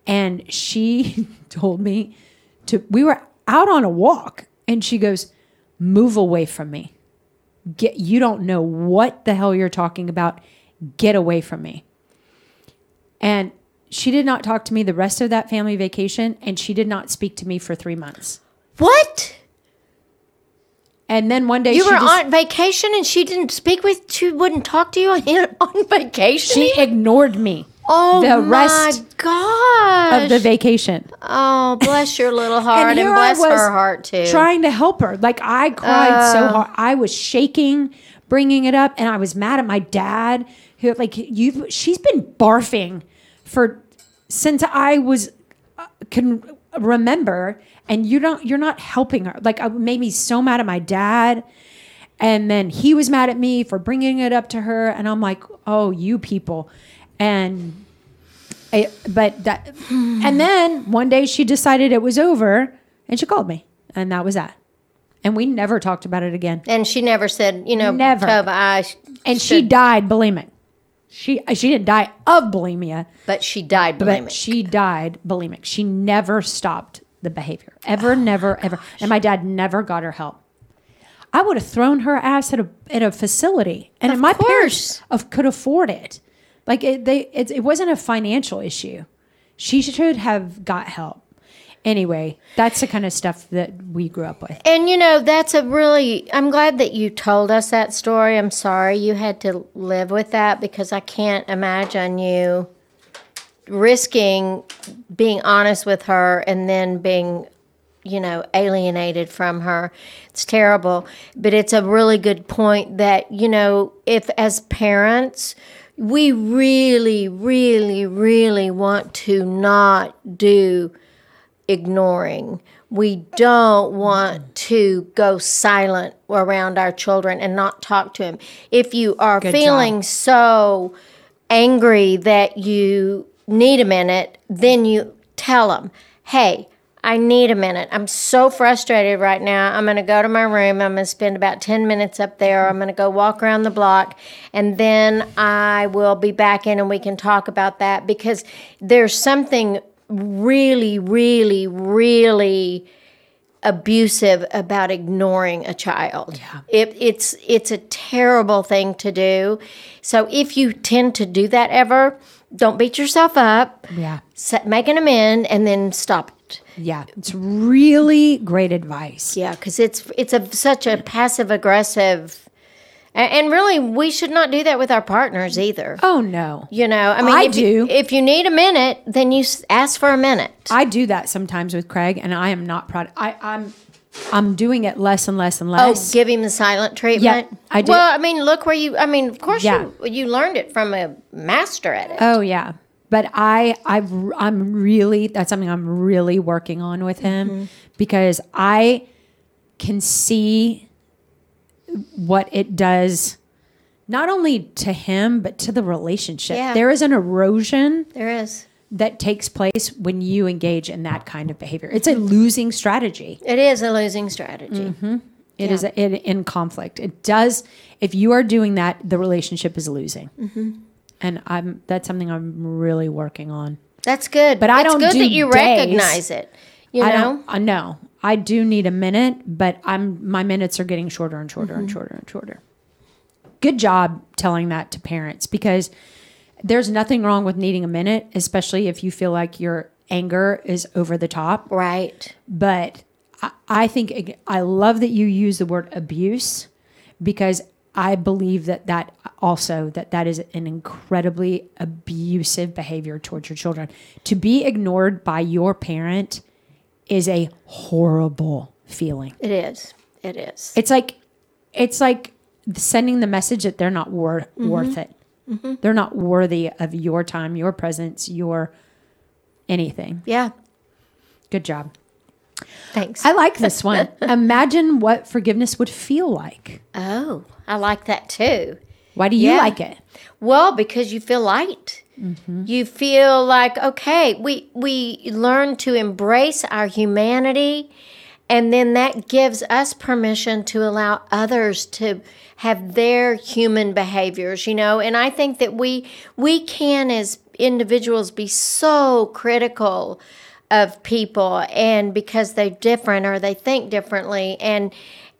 Speaker 1: And she told me to. We were out on a walk, and she goes, "Move away from me." get you don't know what the hell you're talking about get away from me and she did not talk to me the rest of that family vacation and she did not speak to me for three months
Speaker 2: What?
Speaker 1: and then one day
Speaker 2: You
Speaker 1: she
Speaker 2: were
Speaker 1: just-
Speaker 2: on vacation and she didn't speak with. She wouldn't talk to you on on vacation.
Speaker 1: she ignored me
Speaker 2: oh
Speaker 1: the
Speaker 2: my
Speaker 1: rest
Speaker 2: gosh!
Speaker 1: of the vacation
Speaker 2: oh, bless your little heart and,
Speaker 1: here I
Speaker 2: bless
Speaker 1: was
Speaker 2: her heart too. Oh.
Speaker 1: Trying to help her. Like I cried so hard. I was shaking bringing it up and I was mad at my dad who like you she's been barfing for since I was uh, can remember and you don't you're not helping her. Like it made me so mad at my dad. And then he was mad at me for bringing it up to her and I'm like, "Oh, you people." And I, but that, and then one day she decided it was over and she called me, and that was that. And we never talked about it again.
Speaker 2: and she never said, you know,
Speaker 1: Never.
Speaker 2: Tova, I sh-
Speaker 1: And she
Speaker 2: should-
Speaker 1: died bulimic. She she didn't die of bulimia,
Speaker 2: but she died
Speaker 1: but
Speaker 2: bulimic.
Speaker 1: she died bulimic. She never stopped the behavior ever, never, ever. And Oh my dad never got her help. I would have thrown her ass at a at a facility, and my parents of could afford it. Like it, they, it, it wasn't a financial issue. She should have got help. Anyway, that's the kind of stuff that we grew up with.
Speaker 2: and you know, that's a really. I'm glad that you told us that story. I'm sorry you had to live with that because I can't imagine you risking being honest with her and then being you know alienated from her it's terrible but it's a really good point that you know if as parents we really really really want to not do ignoring we don't want to go silent around our children and not talk to them if you are
Speaker 1: job.
Speaker 2: feeling so angry that you need a minute, then you tell them, hey, I need a minute. I'm so frustrated right now. I'm going to go to my room. I'm going to spend about 10 minutes up there. I'm going to go walk around the block and then I will be back in and we can talk about that because there's something really, really, really abusive about ignoring a child. It, it's it's a terrible thing to do. So if you tend to do that ever, don't beat yourself up.
Speaker 1: Yeah.
Speaker 2: Set, make an amend and then stop it.
Speaker 1: Yeah, it's really great advice.
Speaker 2: Yeah, because it's it's a such a passive aggressive, a- and really we should not do that with our partners either.
Speaker 1: Oh no.
Speaker 2: You know, I mean,
Speaker 1: I
Speaker 2: if You,
Speaker 1: do.
Speaker 2: if you need a minute, then you s- ask for a minute.
Speaker 1: I do that sometimes with Craig and I am not proud. I I'm I'm doing it less and less and
Speaker 2: Oh,
Speaker 1: less.
Speaker 2: give him the silent treatment.
Speaker 1: I do.
Speaker 2: Well, I mean, look where you. I mean, of course,
Speaker 1: Yeah.
Speaker 2: you you learned it from a master at it.
Speaker 1: Oh yeah, but I I've I'm really that's something I'm really working on with him
Speaker 2: Mm-hmm.
Speaker 1: because I can see what it does not only to him but to the relationship.
Speaker 2: Yeah.
Speaker 1: There is an erosion
Speaker 2: there is.
Speaker 1: that takes place when you engage in that kind of behavior. It's a losing strategy.
Speaker 2: It is a losing strategy.
Speaker 1: Mm-hmm. It is a, in, in conflict. It does. If you are doing that, the relationship is losing.
Speaker 2: Mm-hmm.
Speaker 1: And I'm that's something I'm really working on.
Speaker 2: That's good.
Speaker 1: But I
Speaker 2: It's
Speaker 1: don't
Speaker 2: good
Speaker 1: do
Speaker 2: that you
Speaker 1: days.
Speaker 2: recognize it. You
Speaker 1: I
Speaker 2: know,
Speaker 1: don't. I know. I do need a minute, but I'm my minutes are getting shorter and shorter
Speaker 2: Mm-hmm.
Speaker 1: and shorter and shorter. Good job telling that to parents because there's nothing wrong with needing a minute, especially if you feel like your anger is over the top.
Speaker 2: right?
Speaker 1: But I, I think ag- I love that you use the word abuse because I believe that that also that that is an incredibly abusive behavior towards your children. To be ignored by your parent is a horrible feeling.
Speaker 2: It is. It is.
Speaker 1: It's like it's like sending the message that they're not wor- worth it. They're not worthy of your time, your presence, your anything.
Speaker 2: yeah.
Speaker 1: Good job.
Speaker 2: Thanks.
Speaker 1: I like this one. Imagine what forgiveness would feel like.
Speaker 2: oh, I like that too.
Speaker 1: Why do you
Speaker 2: Yeah.
Speaker 1: like it?
Speaker 2: Well, because you feel light.
Speaker 1: Mm-hmm.
Speaker 2: You feel like okay, we we learn to embrace our humanity and then that gives us permission to allow others to have their human behaviors, you know. And I think that we we can as individuals be so critical of people and because they're different or they think differently and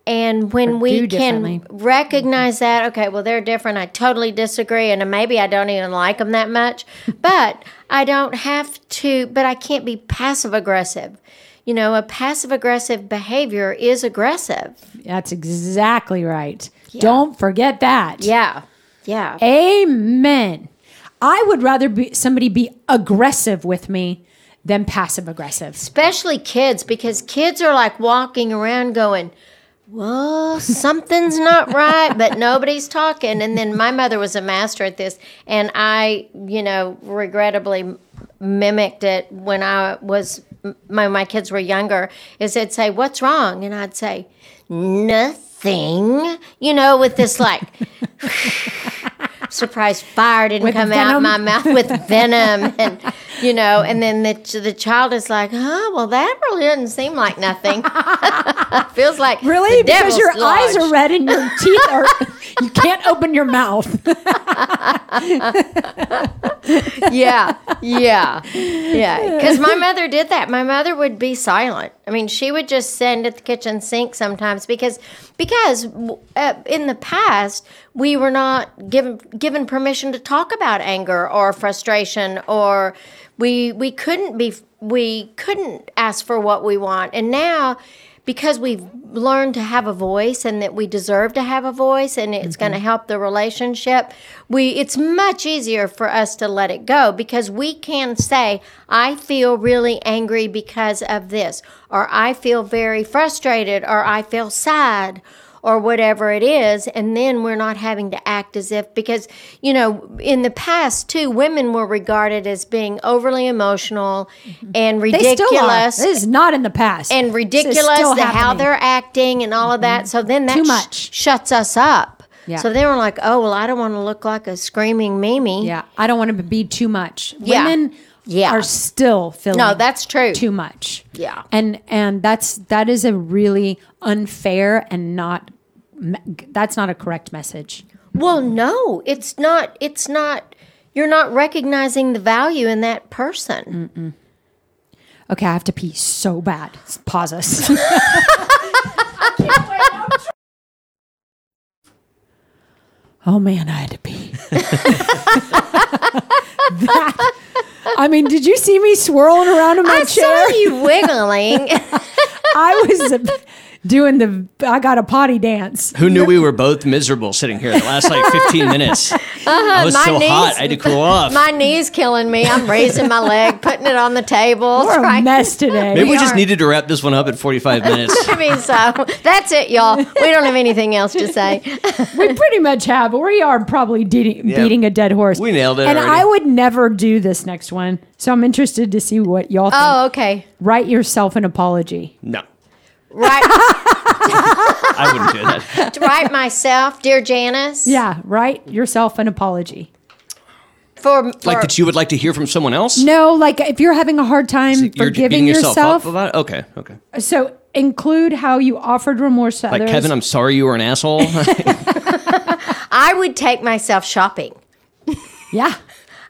Speaker 2: and when we
Speaker 1: do
Speaker 2: can
Speaker 1: differently.
Speaker 2: recognize that okay well they're different i totally disagree and maybe i don't even like them that much but i don't have to but i can't be passive aggressive you know a passive aggressive behavior is aggressive
Speaker 1: That's exactly right. Don't forget that.
Speaker 2: yeah yeah
Speaker 1: Amen. I would rather be somebody be aggressive with me than passive aggressive.
Speaker 2: especially kids because kids are like walking around going well something's not right but nobody's talking and then my mother was a master at this and i you know regrettably m- mimicked it when i was m- when my kids were younger is they'd say what's wrong and i'd say nothing you know with this like surprise fire didn't come out
Speaker 1: venom?
Speaker 2: my mouth with venom and you know and then the, the child is like huh well that really doesn't seem like nothing feels like
Speaker 1: Really?
Speaker 2: the
Speaker 1: Because
Speaker 2: devil's
Speaker 1: your eyes
Speaker 2: lodged.
Speaker 1: are red and your teeth are you can't open your mouth.
Speaker 2: yeah, yeah, yeah. Because my mother did that. My mother would be silent. I mean, she would just stand at the kitchen sink sometimes because because uh, in the past we were not given given permission to talk about anger or frustration or we we couldn't be we couldn't ask for what we want and now because we've learned to have a voice and that we deserve to have a voice and it's going to
Speaker 1: Mm-hmm.
Speaker 2: help the relationship we it's much easier for us to let it go because we can say i feel really angry because of this or i feel very frustrated or i feel sad or whatever it is and then we're not having to act as if because you know in the past too women were regarded as being overly emotional and
Speaker 1: Mm-hmm. They
Speaker 2: ridiculous
Speaker 1: still are. This is not in the past.
Speaker 2: and
Speaker 1: This is
Speaker 2: ridiculous
Speaker 1: still
Speaker 2: the how
Speaker 1: happening. Mm-hmm.
Speaker 2: they're acting and all of that. So then that
Speaker 1: Too
Speaker 2: sh-
Speaker 1: much.
Speaker 2: shuts us up.
Speaker 1: Yeah.
Speaker 2: So they were like, "Oh well, I don't want to look like a screaming Mimi."
Speaker 1: Yeah. I don't want to be too much.
Speaker 2: Yeah.
Speaker 1: Women
Speaker 2: Yeah.
Speaker 1: are still feeling
Speaker 2: No, that's true.
Speaker 1: too much.
Speaker 2: Yeah.
Speaker 1: And and that's that is a really unfair and not me- that's not a correct message.
Speaker 2: Well, no, it's not. It's not. You're not recognizing the value in that
Speaker 1: Mm.
Speaker 2: person.
Speaker 1: Okay, I have to pee so bad. Pause us. oh man, I had to pee. That- I mean, did you see me swirling around in my
Speaker 2: I
Speaker 1: chair?
Speaker 2: saw you wiggling.
Speaker 1: I was doing the I got a potty dance.
Speaker 3: Who knew we were both miserable sitting here the last like 15 minutes? I was
Speaker 2: Uh-huh, my
Speaker 3: so
Speaker 2: knees-
Speaker 3: hot, I had to cool off.
Speaker 2: my knee's killing me. I'm raising my leg, putting it on the table.
Speaker 1: We're a
Speaker 2: Right.
Speaker 1: mess today.
Speaker 3: Maybe we, just
Speaker 2: are-
Speaker 3: needed to wrap this one up at 45 minutes.
Speaker 2: I mean, so that's it, y'all. We don't have anything else to say.
Speaker 1: we pretty much have. We are probably de- beating a dead horse.
Speaker 3: We nailed it
Speaker 1: And
Speaker 3: already.
Speaker 1: I would never do this next one. So I'm interested to see what y'all think.
Speaker 2: Oh, okay.
Speaker 1: Write yourself an apology.
Speaker 3: No,
Speaker 2: Right.
Speaker 3: I wouldn't do that.
Speaker 2: write myself, dear Janice.
Speaker 1: Yeah, write yourself an apology.
Speaker 2: for, for
Speaker 3: Like that you would like to hear from someone else?
Speaker 1: No, like if you're having a hard time
Speaker 3: You're
Speaker 1: forgiving
Speaker 3: beating yourself,
Speaker 1: yourself,
Speaker 3: up about it? Okay, okay.
Speaker 1: so include how you offered remorse to
Speaker 3: Like,
Speaker 1: others.
Speaker 3: Kevin, I'm sorry you were an asshole.
Speaker 2: I would take myself shopping.
Speaker 1: yeah.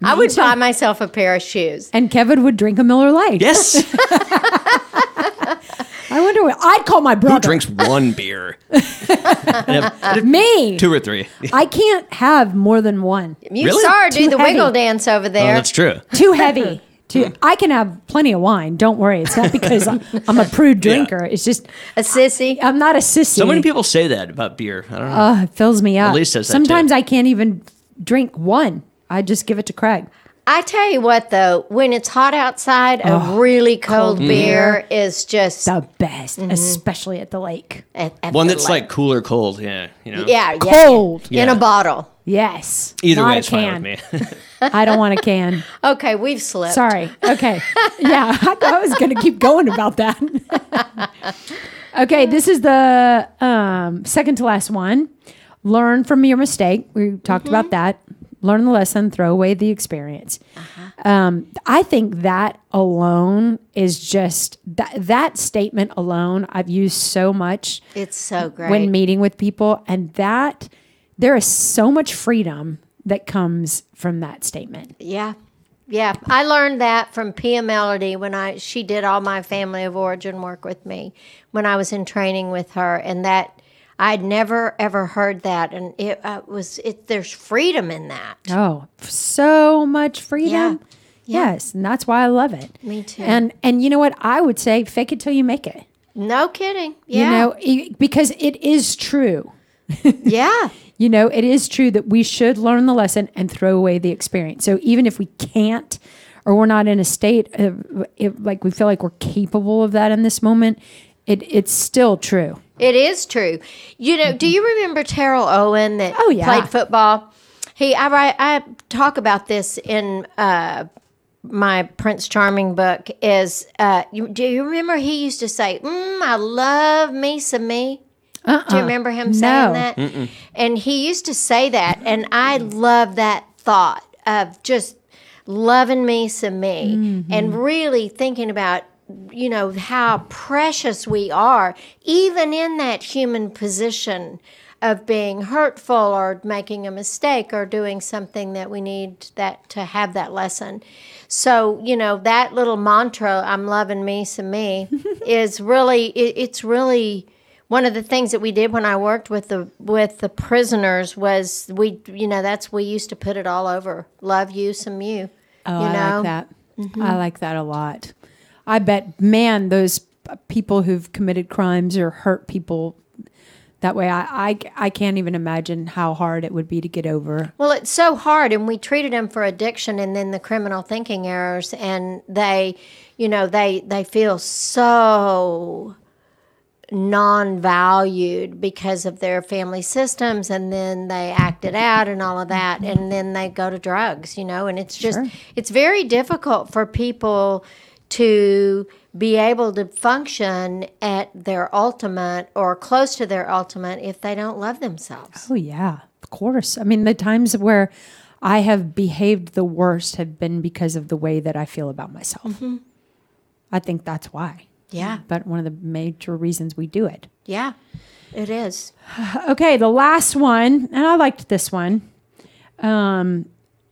Speaker 2: I would buy myself a pair of shoes.
Speaker 1: And Kevin would drink a Miller Lite.
Speaker 3: yes.
Speaker 1: I wonder what I'd call my brother.
Speaker 3: Who drinks one beer? I'd have- I'd have
Speaker 1: Me.
Speaker 3: two or three.
Speaker 1: I can't have more than one.
Speaker 2: You
Speaker 3: Really?
Speaker 2: saw her do
Speaker 1: Too
Speaker 2: the
Speaker 1: heavy.
Speaker 2: wiggle dance over
Speaker 3: Oh,
Speaker 2: there.
Speaker 3: that's true.
Speaker 1: Too
Speaker 3: Hmm.
Speaker 1: heavy. Too, I can have plenty of wine. Don't worry. It's not because I'm, I'm a prude drinker. It's just
Speaker 2: a sissy.
Speaker 1: I'm not a sissy. Oh,
Speaker 3: So many people say that about beer. I don't know.
Speaker 1: It fills me up.
Speaker 3: Elise says that,
Speaker 1: Sometimes
Speaker 3: too.
Speaker 1: I can't even drink one. I just give it to Craig.
Speaker 2: I tell you what, though, when it's hot outside, a really cold, beer is just
Speaker 1: The best,
Speaker 3: Mm-hmm.
Speaker 1: especially at the lake.
Speaker 2: at- at
Speaker 3: One
Speaker 2: the
Speaker 3: that's
Speaker 2: light.
Speaker 3: like cooler cold. Yeah. You know?
Speaker 2: yeah, yeah,
Speaker 1: Cold.
Speaker 2: in a bottle.
Speaker 1: Yes.
Speaker 3: Either
Speaker 1: Not
Speaker 3: way,
Speaker 1: a
Speaker 3: it's
Speaker 1: can.
Speaker 3: fine with me.
Speaker 1: I don't want a can.
Speaker 2: Okay, we've slipped.
Speaker 1: Sorry. Okay. Yeah, I thought I was going to keep going about that. okay, this is the um, second to last one. Learn from your mistake. We talked about that. Learn the lesson, throw away the experience. Um, I think that alone is just that that statement alone. I've used so much
Speaker 2: It's so great.
Speaker 1: when meeting with people, and that there is so much freedom that comes from that statement.
Speaker 2: Yeah. Yeah. I learned that from Pia Melody when I she did all my family of origin work with me when I was in training with her and that I'd never ever heard that and it uh, was it there's freedom in that.
Speaker 1: Oh, f- so much freedom.
Speaker 2: Yeah.
Speaker 1: Yes, and that's why I love it.
Speaker 2: Me too.
Speaker 1: And and you know what? I would say fake it till you make it.
Speaker 2: No kidding.
Speaker 1: You
Speaker 2: Yeah.
Speaker 1: know, e- because it is true.
Speaker 2: yeah.
Speaker 1: You know, it is true that we should learn the lesson and throw away the experience. So even if we can't or we're not in a state of it, like we feel like we're capable of that in this moment, it it's still true.
Speaker 2: It is true. You know, do you remember Terrell Owen that
Speaker 1: Oh, yeah.
Speaker 2: played football? He, I write, I talk about this in uh, my Prince Charming book. Is uh, you, do you remember he used to say, mm, "I love me some me." Do you remember him
Speaker 1: No.
Speaker 2: saying that? And he used to say that, and I love that thought of just loving me some me, and really thinking about you know how precious we are, even in that human position of being hurtful or making a mistake or doing something that we need that to have that lesson. So, you know, that little mantra, I'm loving me some me, is really it, it's really one of the things that we did when I worked with the with the prisoners was we you know that's we used to put it all over love you some you
Speaker 1: Oh,
Speaker 2: you
Speaker 1: I like that. I like that a lot. I bet, man, those p- people who've committed crimes or hurt people that way, I, I, I can't even imagine how hard it would be to get over.
Speaker 2: Well, it's so hard, and we treated them for addiction, and then the criminal thinking errors, and they, you know, they they feel so non-valued because of their family systems, and then they act it out and all of that, and then they go to drugs, you know, and it's just it's very difficult for people to be able to function at their ultimate or close to their ultimate if they don't love themselves.
Speaker 1: Oh, yeah, of course. I mean, the times where I have behaved the worst have been because of the way that I feel about myself. I think that's why.
Speaker 2: Yeah.
Speaker 1: But one of the major reasons we do it.
Speaker 2: Yeah. It is.
Speaker 1: Okay, the last one, and I liked this one. Um,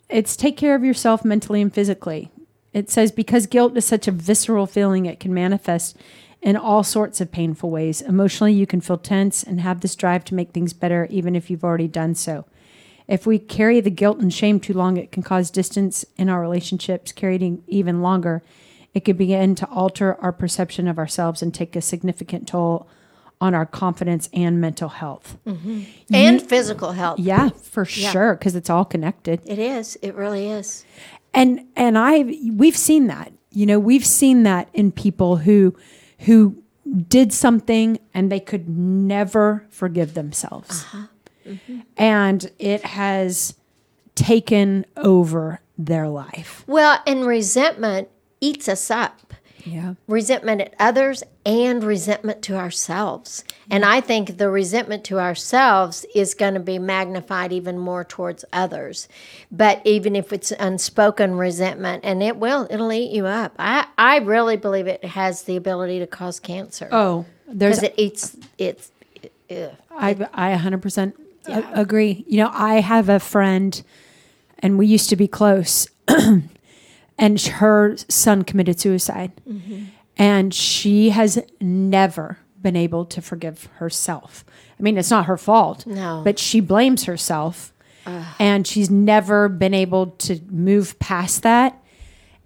Speaker 1: it's take care of yourself mentally and physically. It says because guilt is such a visceral feeling, it can manifest in all sorts of painful ways. Emotionally, you can feel tense and have this drive to make things better, even if you've already done so. If we carry the guilt and shame too long, it can cause distance in our relationships, carrying even longer. It could begin to alter our perception of ourselves and take a significant toll on our confidence and mental health.
Speaker 2: and physical health.
Speaker 1: Yeah, for sure, because it's all connected.
Speaker 2: It is. It really is.
Speaker 1: And and I we've seen that. You know, we've seen that in people who who did something and they could never forgive themselves. Mm-hmm. And it has taken over their life.
Speaker 2: Well, and resentment eats us up.
Speaker 1: Yeah.
Speaker 2: resentment at others and resentment to ourselves. And I think the resentment to ourselves is going to be magnified even more towards others. But even if it's unspoken resentment, and it will, it'll eat you up. I, I really believe it has the ability to cause cancer
Speaker 1: Oh, there's
Speaker 2: because it eats it's. It, ugh.
Speaker 1: I I 100% a- agree. You know, I have a friend and we used to be close and sh- her son committed suicide. And she has never been able to forgive herself. I mean, it's not her fault.
Speaker 2: No.
Speaker 1: But she blames herself. And she's never been able to move past that.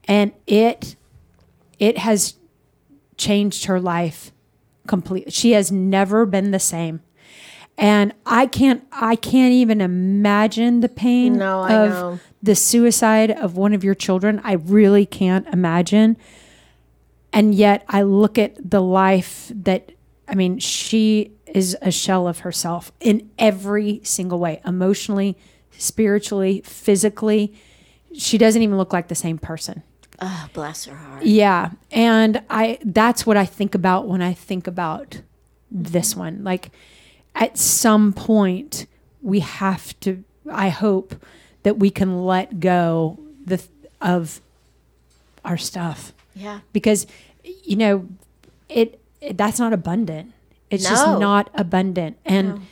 Speaker 1: And it it has changed her life completely. She has never been the same. And I can't I can't even imagine the pain
Speaker 2: No,
Speaker 1: of
Speaker 2: I know.
Speaker 1: the suicide of one of your children. I really can't imagine. And yet I look at the life that I mean, she is a shell of herself in every single way, emotionally, spiritually, physically. She doesn't even look like the same person.
Speaker 2: Oh, bless her heart.
Speaker 1: Yeah, and I that's what I think about when I think about this one. Like at some point we have to I hope that we can let go the th- of our stuff
Speaker 2: Yeah.
Speaker 1: because you know it, it that's not abundant. It's just
Speaker 2: No.
Speaker 1: not abundant. And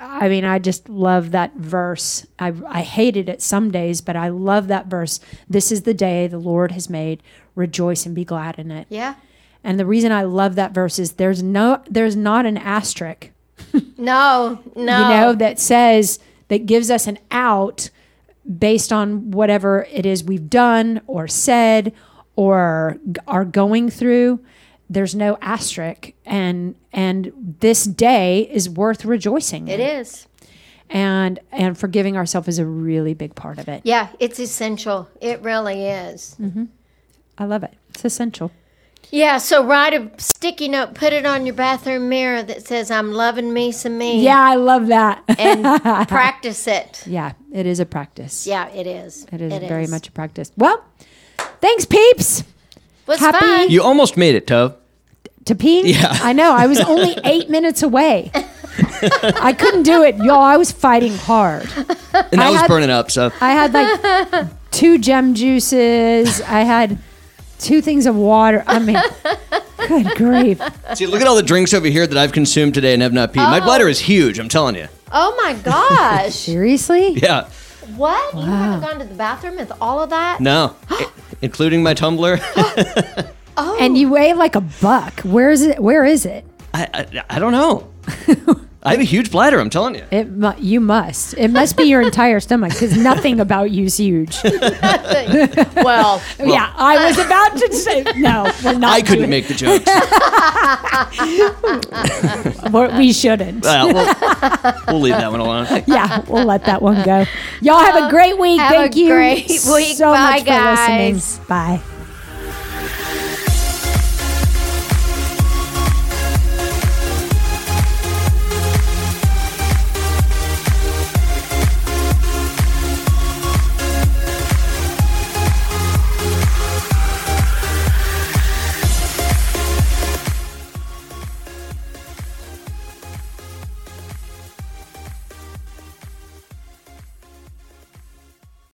Speaker 1: I mean, I just love that verse. I, I hated it some days, but I love that verse. This is the day the Lord has made. Rejoice and be glad in it.
Speaker 2: Yeah.
Speaker 1: And the reason I love that verse is there's no there's not an asterisk,
Speaker 2: No, no.
Speaker 1: you know, that says that gives us an out based on whatever it is we've done or said or g- are going through. There's no asterisk, and and this day is worth rejoicing.
Speaker 2: it
Speaker 1: in
Speaker 2: is.
Speaker 1: and and forgiving ourselves is a really big part of it.
Speaker 2: Yeah, it's essential. It really is.
Speaker 1: I love it. It's essential.
Speaker 2: Yeah, so write a sticky note, put it on your bathroom mirror that says, I'm loving me some me.
Speaker 1: Yeah, I love that.
Speaker 2: And practice it.
Speaker 1: yeah, it is a practice.
Speaker 2: Yeah, it is.
Speaker 1: It is very much a practice. Well, thanks, peeps.
Speaker 2: was
Speaker 1: happy-
Speaker 2: fun.
Speaker 3: You almost made it, Tove.
Speaker 1: To pee?
Speaker 3: Yeah.
Speaker 1: I know. I was only eight minutes away. I couldn't do it, y'all. I was fighting hard.
Speaker 3: And I, was
Speaker 1: had-
Speaker 3: burning up, so
Speaker 1: I had like two gem juices. I had two things of water. I mean, good grief.
Speaker 3: see. Look at all the drinks over here that I've consumed today and have not peed. My
Speaker 1: Oh.
Speaker 3: bladder is huge. I'm telling you.
Speaker 2: Oh my gosh.
Speaker 1: Seriously?
Speaker 3: Yeah.
Speaker 2: what? You haven't gone to the bathroom with all of that?
Speaker 3: No. I- including my tumbler.
Speaker 1: And you weigh like a buck. Where is it? Where is it?
Speaker 3: I, I, I don't know. I have a huge bladder. I'm telling you.
Speaker 1: It mu- you must. It must be your entire stomach because nothing about you's huge.
Speaker 2: Well,
Speaker 1: yeah, I was about to say no. We're not.
Speaker 3: I couldn't
Speaker 1: doing-
Speaker 3: make the jokes.
Speaker 1: we're- we shouldn't.
Speaker 3: Well, we'll, we'll leave that one alone.
Speaker 1: yeah, we'll let that one go. Y'all have a great week.
Speaker 2: Have a
Speaker 1: Thank you
Speaker 2: great week.
Speaker 1: so
Speaker 2: Bye,
Speaker 1: much for
Speaker 2: guys.
Speaker 1: listening. Bye.